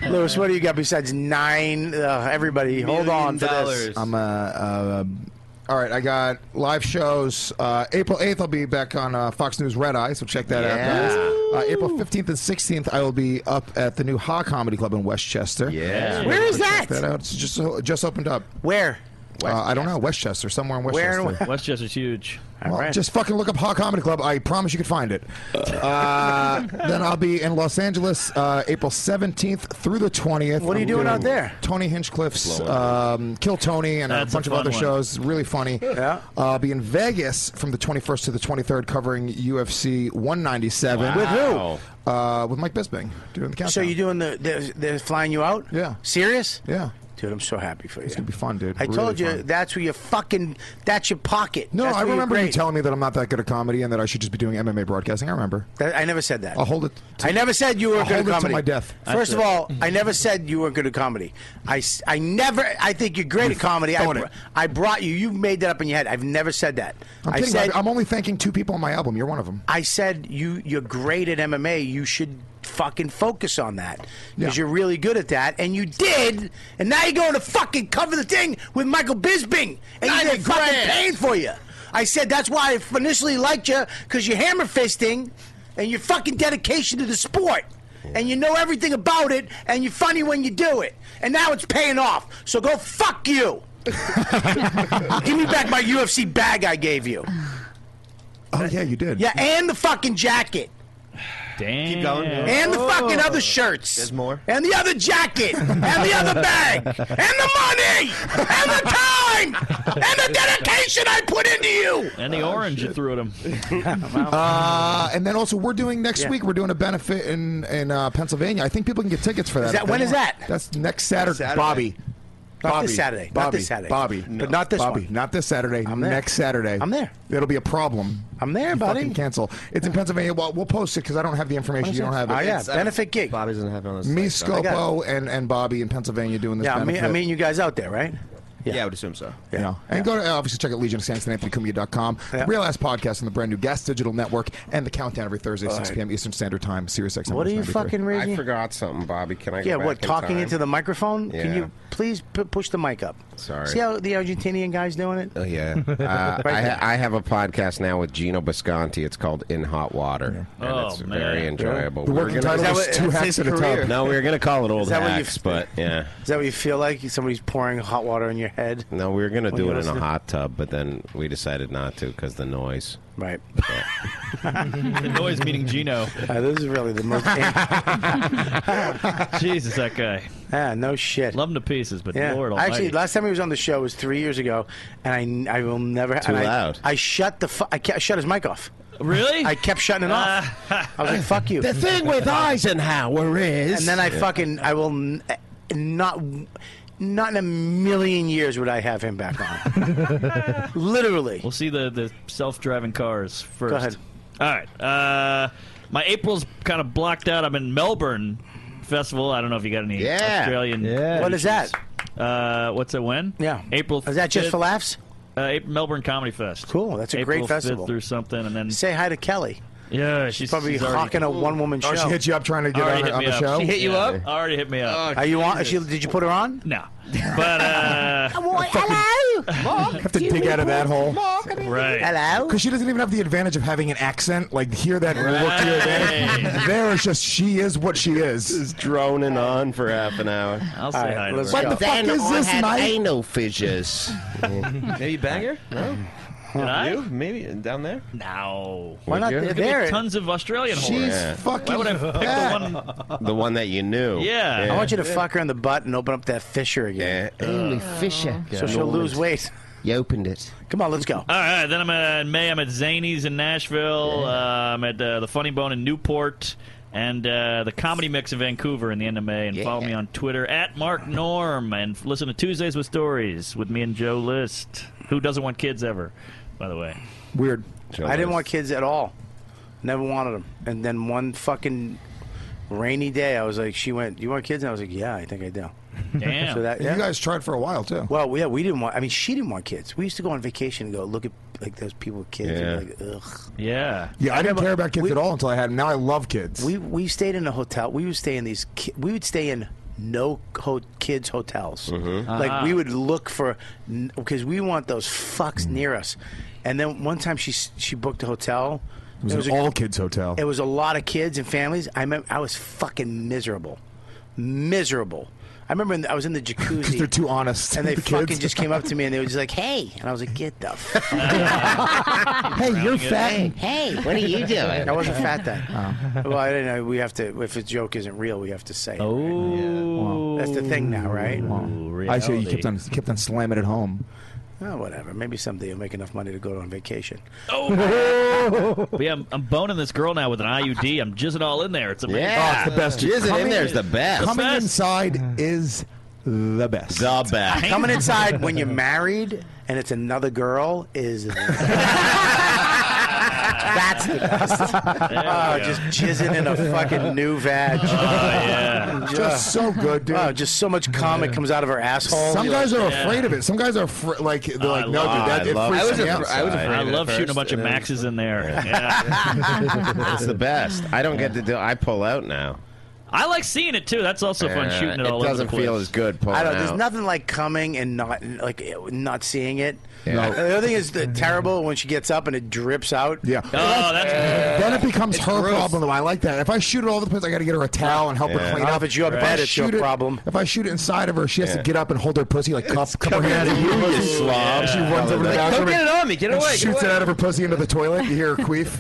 [SPEAKER 7] Lewis, what do you got besides nine? Uh, everybody, hold on for this.
[SPEAKER 6] I'm uh, uh, all right. I got live shows. Uh, April 8th, I'll be back on uh, Fox News Red Eye, so check that
[SPEAKER 13] Yeah.
[SPEAKER 6] out, guys. Uh, April 15th and 16th, I will be up at the new Ha Comedy Club in Westchester.
[SPEAKER 13] Yeah.
[SPEAKER 7] Where is that?
[SPEAKER 6] Check that out. It's just just opened up.
[SPEAKER 7] Where?
[SPEAKER 6] Uh, I don't know. Westchester, somewhere in Westchester.
[SPEAKER 12] Westchester's huge.
[SPEAKER 6] Well, Just fucking look up Haw Comedy Club. I promise you could find it. Uh, then I'll be in Los Angeles uh, April 17th through the 20th.
[SPEAKER 7] What are you doing
[SPEAKER 6] I'm doing
[SPEAKER 7] out there?
[SPEAKER 6] Tony Hinchcliffe's um, Kill Tony and
[SPEAKER 12] That's
[SPEAKER 6] a bunch
[SPEAKER 12] a
[SPEAKER 6] of other
[SPEAKER 12] fun one.
[SPEAKER 6] shows. Really funny. Yeah. Uh, I'll be in Vegas from the 21st to the 23rd covering UFC 197.
[SPEAKER 7] With who?
[SPEAKER 6] who? Uh, with Mike Bisping doing the countdown.
[SPEAKER 7] So you're doing the they're, they're flying you out? Yeah. Serious?
[SPEAKER 6] Yeah.
[SPEAKER 7] Dude, I'm so happy for you. It's gonna
[SPEAKER 6] be fun, dude.
[SPEAKER 7] I
[SPEAKER 6] Really
[SPEAKER 7] told you
[SPEAKER 6] fun.
[SPEAKER 7] that's where your fucking that's your pocket.
[SPEAKER 6] No,
[SPEAKER 7] That's
[SPEAKER 6] I
[SPEAKER 7] where you're
[SPEAKER 6] remember you
[SPEAKER 7] great.
[SPEAKER 6] telling me that I'm not that good at comedy and that I should just be doing MMA broadcasting. I remember.
[SPEAKER 7] That, I never said that.
[SPEAKER 6] I'll hold it. Oh, to-
[SPEAKER 7] I never said you were
[SPEAKER 6] I'll
[SPEAKER 7] good at
[SPEAKER 6] hold it Mm-hmm. to
[SPEAKER 7] comedy.
[SPEAKER 6] my death.
[SPEAKER 7] First of all, I never said you weren't good at comedy. I, s- I never. I think you're great at comedy. I,
[SPEAKER 6] thought
[SPEAKER 7] br-
[SPEAKER 6] it.
[SPEAKER 7] I brought you. You made that up in your head. I've never said that.
[SPEAKER 6] I'm
[SPEAKER 7] I
[SPEAKER 6] kidding.
[SPEAKER 7] said
[SPEAKER 6] I'm only thanking two people on my album. You're one of them.
[SPEAKER 7] I said you you're great at MMA. You should fucking focus on that because
[SPEAKER 6] Yeah.
[SPEAKER 7] you're really good at that, and you did. And now you're going to fucking cover the thing with Michael Bisping, and you did fucking pain for you. I said that's why I initially liked you because your hammer fisting and your fucking dedication to the sport. And you know everything about it, and you're funny when you do it. And now it's paying off. So go fuck you. Give me back my UFC bag I gave you.
[SPEAKER 6] Oh yeah, you did.
[SPEAKER 7] Yeah, and the fucking jacket.
[SPEAKER 12] Damn. Oh.
[SPEAKER 13] Keep going.
[SPEAKER 7] And the fucking other shirts.
[SPEAKER 13] There's more.
[SPEAKER 7] And the other jacket. and the other bag. And the money. And the time. And the dedication I put into you.
[SPEAKER 12] And the orange you threw at him.
[SPEAKER 6] Uh, and then also, we're doing next
[SPEAKER 12] Yeah.
[SPEAKER 6] week. We're doing a benefit in in uh, Pennsylvania. I think people can get tickets for that.
[SPEAKER 7] Is that-
[SPEAKER 6] if they
[SPEAKER 7] when is
[SPEAKER 6] want.
[SPEAKER 7] that?
[SPEAKER 6] That's next Saturday,
[SPEAKER 7] Saturday.
[SPEAKER 6] Bobby.
[SPEAKER 7] Not
[SPEAKER 6] Bobby.
[SPEAKER 7] this Saturday.
[SPEAKER 6] Bobby.
[SPEAKER 7] Not this Saturday.
[SPEAKER 6] Bobby.
[SPEAKER 7] But not this
[SPEAKER 6] Bobby.
[SPEAKER 7] one.
[SPEAKER 6] Not this Saturday.
[SPEAKER 7] I'm there.
[SPEAKER 6] Next Saturday.
[SPEAKER 7] I'm there.
[SPEAKER 6] It'll be a problem.
[SPEAKER 7] I'm there,
[SPEAKER 6] you
[SPEAKER 7] buddy.
[SPEAKER 6] fucking Cancel. It's in Pennsylvania. Well, we'll post it because I don't have the information. You don't have it.
[SPEAKER 7] Oh, yeah.
[SPEAKER 6] It's, uh,
[SPEAKER 7] Benefit gig.
[SPEAKER 13] Bobby doesn't have it on his
[SPEAKER 6] me,
[SPEAKER 13] site, so-
[SPEAKER 6] Scopo, and, and Bobby in Pennsylvania doing this.
[SPEAKER 7] Yeah, I mean,
[SPEAKER 6] benefit.
[SPEAKER 7] I mean, you guys out there, right?
[SPEAKER 9] Yeah, I would assume so.
[SPEAKER 6] You know, and go to obviously check out Legion of Saints and AnthonyCumia.com.
[SPEAKER 9] Yeah.
[SPEAKER 6] Real ass podcast on the brand new Gas Digital Network and the countdown every Thursday,
[SPEAKER 13] All
[SPEAKER 6] 6
[SPEAKER 13] right.
[SPEAKER 6] p.m. Eastern Standard Time, Sirius XM.
[SPEAKER 13] I forgot something, Bobby. Can I? Go
[SPEAKER 7] yeah,
[SPEAKER 13] back
[SPEAKER 7] what?
[SPEAKER 13] in
[SPEAKER 7] Talking
[SPEAKER 13] time?
[SPEAKER 7] into the microphone? Can
[SPEAKER 13] Yeah.
[SPEAKER 7] you please p- push the mic up?
[SPEAKER 13] Sorry.
[SPEAKER 7] See how the Argentinian guy's doing it?
[SPEAKER 13] Oh yeah, uh,
[SPEAKER 7] Right
[SPEAKER 13] I,
[SPEAKER 7] there.
[SPEAKER 13] ha- I have a podcast now with Gino Bisconti. It's called In Hot Water, and
[SPEAKER 7] Oh,
[SPEAKER 13] it's
[SPEAKER 7] man.
[SPEAKER 13] very enjoyable.
[SPEAKER 7] The
[SPEAKER 13] We were
[SPEAKER 7] working
[SPEAKER 13] gonna-
[SPEAKER 7] title Is that is what- Two that's Hacks his at a Tub. career.
[SPEAKER 13] No, we were going to call it Old
[SPEAKER 7] Is that what you-
[SPEAKER 13] Hacks, but yeah.
[SPEAKER 7] Is that what you feel like? Somebody's pouring hot water in your head?
[SPEAKER 13] No, we were going to
[SPEAKER 7] When
[SPEAKER 13] do
[SPEAKER 7] you
[SPEAKER 13] it in
[SPEAKER 7] listen
[SPEAKER 13] a
[SPEAKER 7] to-
[SPEAKER 13] hot tub, but then we decided not to because the noise.
[SPEAKER 7] Right.
[SPEAKER 12] the noise meeting Gino.
[SPEAKER 7] Uh, this is really the most.
[SPEAKER 12] Jesus, that guy.
[SPEAKER 7] Yeah, no shit.
[SPEAKER 12] Love him to pieces, but
[SPEAKER 7] Yeah.
[SPEAKER 12] Lord Almighty.
[SPEAKER 7] Actually, last time he was on the show was three years ago, and I, I will never.
[SPEAKER 12] Too
[SPEAKER 7] and I-
[SPEAKER 12] loud.
[SPEAKER 7] I, shut the. Fu- I, kept, I shut his mic off.
[SPEAKER 12] Really? Uh,
[SPEAKER 7] I kept shutting it off. I was like, "Fuck you."
[SPEAKER 13] The thing with Eisenhower is,
[SPEAKER 7] And then I fucking. I will n- not. Not in a million years would I have him back on. Literally.
[SPEAKER 12] We'll see the, the self driving cars first.
[SPEAKER 7] Go ahead.
[SPEAKER 12] All right. Uh, my April's kind of blocked out. I'm in Melbourne Festival. I don't know if you got any
[SPEAKER 7] Yeah.
[SPEAKER 12] Australian.
[SPEAKER 7] Yeah. What is
[SPEAKER 12] traditions. Uh, what's it when? Yeah. April. Is
[SPEAKER 7] that just for laughs?
[SPEAKER 12] Uh, April, Melbourne Comedy Fest.
[SPEAKER 7] Cool. That's a
[SPEAKER 12] April
[SPEAKER 7] great
[SPEAKER 12] 5th
[SPEAKER 7] festival.
[SPEAKER 12] Through something, and then
[SPEAKER 7] Say hi to Kelly.
[SPEAKER 12] yeah, she's,
[SPEAKER 7] She's probably
[SPEAKER 12] she's already-
[SPEAKER 7] hawking a one-woman
[SPEAKER 12] Oh,
[SPEAKER 7] show.
[SPEAKER 12] she hit you
[SPEAKER 6] up trying to
[SPEAKER 12] Already hit me up. She hit you
[SPEAKER 7] Yeah. Oh,
[SPEAKER 12] up. Already hit me up.
[SPEAKER 7] Are you on? Is she, did you put her on?
[SPEAKER 12] No. But uh,
[SPEAKER 14] hello, Mark.
[SPEAKER 6] Have to dig out of that hole.
[SPEAKER 12] Right.
[SPEAKER 14] Hello?
[SPEAKER 6] Because she doesn't even have the advantage of having an accent. Like, hear that look to your advantage. There is just, she is what she is.
[SPEAKER 13] Is droning on for half an hour.
[SPEAKER 12] I'll
[SPEAKER 6] say hi to let's her. go. What the fuck is this, mate?
[SPEAKER 13] Anal fissures.
[SPEAKER 9] Maybe banger? No.
[SPEAKER 13] Did
[SPEAKER 12] I?
[SPEAKER 9] You? Maybe down there?
[SPEAKER 12] No.
[SPEAKER 13] Why not
[SPEAKER 12] There could be
[SPEAKER 13] there?
[SPEAKER 12] tons of Australian
[SPEAKER 13] She's
[SPEAKER 12] whores.
[SPEAKER 13] fucking
[SPEAKER 12] Why would I pick
[SPEAKER 13] fat.
[SPEAKER 12] the one?
[SPEAKER 13] the one that you knew.
[SPEAKER 7] I want you to fuck her in the butt and open up that fissure again.
[SPEAKER 13] Uh, Holy fissure.
[SPEAKER 7] So she'll lose weight.
[SPEAKER 13] You opened it.
[SPEAKER 7] Come on, let's go.
[SPEAKER 12] All right, then I'm uh, in May. I'm at Zanies in Nashville. Uh, I'm at uh, the Funny Bone in Newport, and uh, the Comedy Mix in Vancouver in the end of May. And follow me on Twitter at Mark Norm, and listen to Tuesdays with Stories with me and Joe List. Who doesn't want kids ever? By the way,
[SPEAKER 6] Weird.
[SPEAKER 7] I didn't want kids at all. Never wanted them. And then one fucking rainy day, I was like, she went, "Do you want kids?" And I was like, "Yeah, I think I do."
[SPEAKER 6] Damn.
[SPEAKER 7] So that,
[SPEAKER 6] You guys tried for a while too.
[SPEAKER 7] Well, yeah, we didn't want. I mean, she didn't want kids. We used to go on vacation and go look at like those people with kids. And be like, Ugh.
[SPEAKER 12] Yeah.
[SPEAKER 6] Yeah, I didn't care about kids at all until I had them. Now I love kids.
[SPEAKER 7] We we stayed in a hotel. We would stay in these. ki- We would stay in no ho- kids hotels. Like
[SPEAKER 12] Ah.
[SPEAKER 7] we would look for because we want those fucks near us. And then one time she s- she booked a hotel.
[SPEAKER 6] It was, an
[SPEAKER 7] a-
[SPEAKER 6] all kids hotel.
[SPEAKER 7] It was a lot of kids and families. I remember I was fucking miserable, miserable. I remember in the, I was in the jacuzzi.
[SPEAKER 6] they're too honest.
[SPEAKER 7] And they
[SPEAKER 6] the
[SPEAKER 7] fucking
[SPEAKER 6] kids.
[SPEAKER 7] just came up to me and they were just like, "Hey," and I was like, "Get the." Fuck.
[SPEAKER 6] hey, you're fat.
[SPEAKER 14] Hey, what are you doing?
[SPEAKER 7] I wasn't fat then.
[SPEAKER 6] Oh.
[SPEAKER 7] Well, I didn't know. We have to. If a joke isn't real, we have to say.
[SPEAKER 12] Oh,
[SPEAKER 7] that's the thing now, right?
[SPEAKER 6] I see you kept on kept on slamming it home.
[SPEAKER 7] Oh, whatever. Maybe someday you'll make enough money to go on vacation.
[SPEAKER 12] Oh, but yeah, I'm, I'm boning this girl now with an IUD. I'm jizzing all in there. It's amazing.
[SPEAKER 13] Yeah. Oh, it's the best. Jizzing in Coming- there is the best.
[SPEAKER 12] The
[SPEAKER 6] Coming
[SPEAKER 12] best.
[SPEAKER 6] inside is the best.
[SPEAKER 13] The best.
[SPEAKER 7] Coming inside when you're married and it's another girl is. That's the best. Oh, just jizzing in a fucking new vag. Oh,
[SPEAKER 12] yeah.
[SPEAKER 6] Just so good, dude.
[SPEAKER 7] Oh, just so much comic comes out of her asshole.
[SPEAKER 6] Some
[SPEAKER 7] You're
[SPEAKER 6] guys
[SPEAKER 7] like,
[SPEAKER 6] are
[SPEAKER 7] yeah.
[SPEAKER 6] afraid of it. Some guys are afra- like they're
[SPEAKER 7] Oh, I
[SPEAKER 6] like, no,
[SPEAKER 7] love
[SPEAKER 6] dude,
[SPEAKER 7] it.
[SPEAKER 6] that
[SPEAKER 7] I
[SPEAKER 6] it
[SPEAKER 7] love
[SPEAKER 6] freaks
[SPEAKER 7] it. I was
[SPEAKER 6] me
[SPEAKER 7] af-
[SPEAKER 6] out.
[SPEAKER 7] I was afraid
[SPEAKER 12] I
[SPEAKER 7] of it
[SPEAKER 12] love shooting a
[SPEAKER 7] first,
[SPEAKER 12] bunch of
[SPEAKER 7] and then-
[SPEAKER 12] maxes in there. Yeah.
[SPEAKER 13] It's the best. I don't get to do. I pull out now.
[SPEAKER 12] I like seeing it too. That's also fun
[SPEAKER 13] Yeah,
[SPEAKER 6] Uh,
[SPEAKER 12] shooting it,
[SPEAKER 13] it
[SPEAKER 12] all over the
[SPEAKER 13] doesn't feel
[SPEAKER 12] place.
[SPEAKER 13] as good pulling
[SPEAKER 7] I don't.
[SPEAKER 13] out.
[SPEAKER 7] There's nothing like coming and not like not seeing it.
[SPEAKER 13] Yeah. No.
[SPEAKER 7] And The other thing is the terrible when she gets up and it drips out.
[SPEAKER 6] Yeah.
[SPEAKER 12] Oh, that's
[SPEAKER 6] Then it becomes her
[SPEAKER 7] gross.
[SPEAKER 6] problem, though. I like that. If I shoot it all over the place, I got to get her a towel and help
[SPEAKER 7] Yeah.
[SPEAKER 6] her clean
[SPEAKER 7] Oh,
[SPEAKER 6] up.
[SPEAKER 7] if it's your
[SPEAKER 6] I
[SPEAKER 7] bed, it's your
[SPEAKER 6] shoot it-
[SPEAKER 7] problem.
[SPEAKER 6] If I shoot it inside of her, she has
[SPEAKER 13] Yeah.
[SPEAKER 6] to get up and hold her pussy like cup, cup her hand
[SPEAKER 13] out of you, you
[SPEAKER 6] pussy.
[SPEAKER 13] slob.
[SPEAKER 6] And She
[SPEAKER 13] Yeah.
[SPEAKER 6] runs over to the
[SPEAKER 13] Like, don't
[SPEAKER 6] bathroom.
[SPEAKER 13] get
[SPEAKER 6] and-
[SPEAKER 13] it on me. Get
[SPEAKER 6] and
[SPEAKER 13] away. Get
[SPEAKER 6] Shoots it
[SPEAKER 13] away.
[SPEAKER 6] out of her pussy into the toilet. You hear her queef.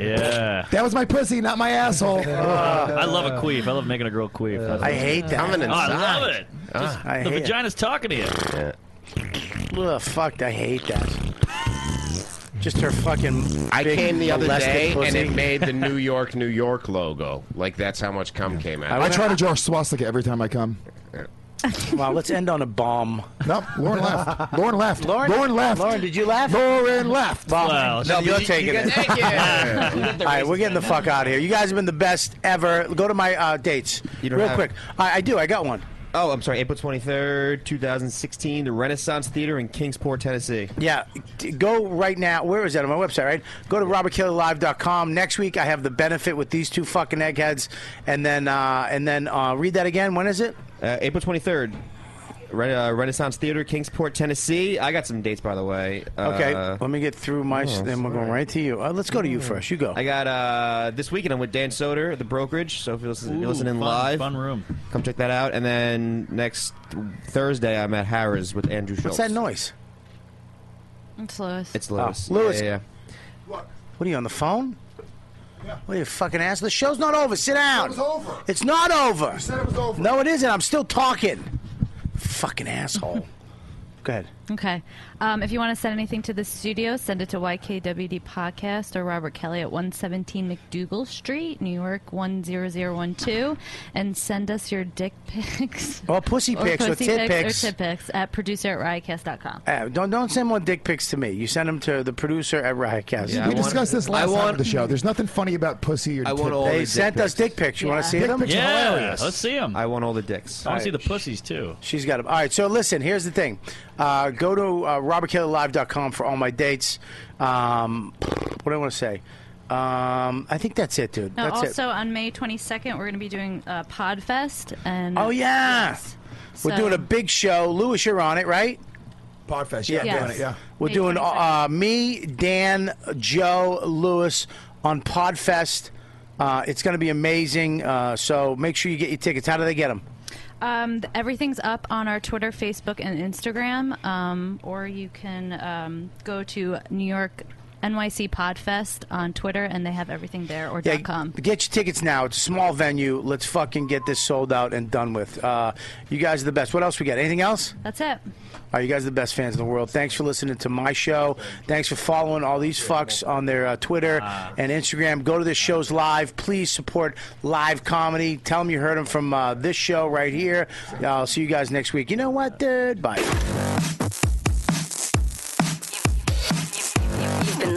[SPEAKER 12] Yeah.
[SPEAKER 6] That was my pussy, not my asshole.
[SPEAKER 12] I love a queef. I love making a girl queef. That's
[SPEAKER 7] I hate that. Coming
[SPEAKER 12] Oh, I
[SPEAKER 7] inside.
[SPEAKER 12] love it. Just,
[SPEAKER 7] I
[SPEAKER 12] the
[SPEAKER 7] hate it.
[SPEAKER 12] vagina's talking to you.
[SPEAKER 7] Ugh, fuck, I hate that. Just her fucking.
[SPEAKER 13] I
[SPEAKER 7] big
[SPEAKER 13] came the other
[SPEAKER 7] molested
[SPEAKER 13] day and
[SPEAKER 7] pussy.
[SPEAKER 13] it made the New York, New York logo. Like that's how much cum came out.
[SPEAKER 6] I, try to draw a swastika every time I come.
[SPEAKER 7] Wow, let's end on a bomb.
[SPEAKER 6] No, Lauren left. Lauren left.
[SPEAKER 7] Lauren,
[SPEAKER 6] Lauren left.
[SPEAKER 7] Lauren, did you laugh?
[SPEAKER 6] Lauren left.
[SPEAKER 7] Bomb.
[SPEAKER 12] Well,
[SPEAKER 7] no,
[SPEAKER 12] she-
[SPEAKER 7] you're
[SPEAKER 12] you-
[SPEAKER 7] taking
[SPEAKER 12] you
[SPEAKER 7] it.
[SPEAKER 12] guys- Thank you.
[SPEAKER 7] All right, we're getting the fuck out of here. You guys have been the best ever. Go to my uh, dates
[SPEAKER 9] You don't
[SPEAKER 7] real
[SPEAKER 9] have-
[SPEAKER 7] quick. I, I do. I got one.
[SPEAKER 9] Oh, I'm sorry, April 23rd, 2016, the Renaissance Theater in Kingsport, Tennessee.
[SPEAKER 7] Yeah, t- Uh, go right now. Where is that on my website? Right, go to robertkellylive.com. Next week, I have the benefit with these two fucking eggheads, and then uh, and then uh, read that again. When is it?
[SPEAKER 9] Uh, April 23rd. Re- uh, Renaissance Theater, Kingsport, Tennessee. I got some dates, by the way.
[SPEAKER 7] Okay,
[SPEAKER 9] Uh,
[SPEAKER 7] let me get through my.
[SPEAKER 9] oh,
[SPEAKER 7] then we're going right to you. Uh, let's go to you first. You go.
[SPEAKER 9] I got uh, this weekend. I'm with Dan Soder at the brokerage. So if you're listening, you're
[SPEAKER 12] Ooh,
[SPEAKER 9] listening
[SPEAKER 12] fun-
[SPEAKER 9] live,
[SPEAKER 12] fun room.
[SPEAKER 9] Come check that out. And then next Thursday, I'm at Harris with Andrew Schultz.
[SPEAKER 7] What's that noise?
[SPEAKER 11] It's Lois.
[SPEAKER 9] It's Lewis.
[SPEAKER 7] Oh, Lewis.
[SPEAKER 9] Yeah, yeah,
[SPEAKER 7] What are you on the phone? What are you fucking ass? The show's not over. Sit down.
[SPEAKER 6] It's over.
[SPEAKER 7] It's not over.
[SPEAKER 6] You said it was over.
[SPEAKER 7] No, it isn't. I'm still talking. Fucking asshole. go ahead.
[SPEAKER 11] Okay. Um, if you want to send anything to the studio, send it to YKWD Podcast or Robert Kelly at 117 McDougal Street, New York 10012. And send us your dick pics.
[SPEAKER 7] Or Oh, pussy pics or tit pics.
[SPEAKER 11] Or tit Oh, pics at producer at riotcast.com.
[SPEAKER 7] Uh, don't don't send more dick pics to me. You send them to the producer at Riotcast.
[SPEAKER 6] we discussed this last time of the show. There's nothing funny about pussy or.
[SPEAKER 7] I want
[SPEAKER 6] tit
[SPEAKER 7] all
[SPEAKER 6] pics.
[SPEAKER 7] the They dick sent us pics. dick pics. You wanna see
[SPEAKER 6] Dick
[SPEAKER 7] them?
[SPEAKER 6] pics are
[SPEAKER 7] Yeah.
[SPEAKER 6] hilarious.
[SPEAKER 12] Let's see them.
[SPEAKER 9] I want all the dicks.
[SPEAKER 12] I want to see the pussies too.
[SPEAKER 7] She's got them. All right. So listen, here's the thing. Uh, go to uh, robertkellylive.com for all my dates. Um, what do I want to say? Um, I think that's it, dude.
[SPEAKER 11] Now,
[SPEAKER 7] that's it.
[SPEAKER 11] also on May 22nd, we're going to be doing uh, Podfest. And
[SPEAKER 7] Oh yeah, we're
[SPEAKER 11] So-
[SPEAKER 7] doing a big show. Lewis, you're on it, right?
[SPEAKER 6] Podfest,
[SPEAKER 11] yeah, I'm Yes. doing it, yeah.
[SPEAKER 7] We're
[SPEAKER 11] May
[SPEAKER 7] doing uh, me, Dan, Joe, Lewis on Podfest. Uh, it's going to be amazing. Uh, so make sure you get your tickets. How do they get them?
[SPEAKER 11] Um, th- everything's up on our Twitter, Facebook, and Instagram. Um, or you can um, go to New York NYC Podfest on Twitter, and they have everything there. Or dot com.
[SPEAKER 7] Get your tickets now. It's a small venue. Let's fucking get this sold out and done with. Uh, you guys are the best. What else we got? Anything else?
[SPEAKER 11] That's it.
[SPEAKER 7] All right, you guys are the best fans in the world. Thanks for listening to my show. Thanks for following all these fucks on their uh, Twitter and Instagram. Go to the shows live. Please support live comedy. Tell them you heard them from uh, this show right here. I'll see you guys next week. You know what, dude? Bye.
[SPEAKER 20] You've been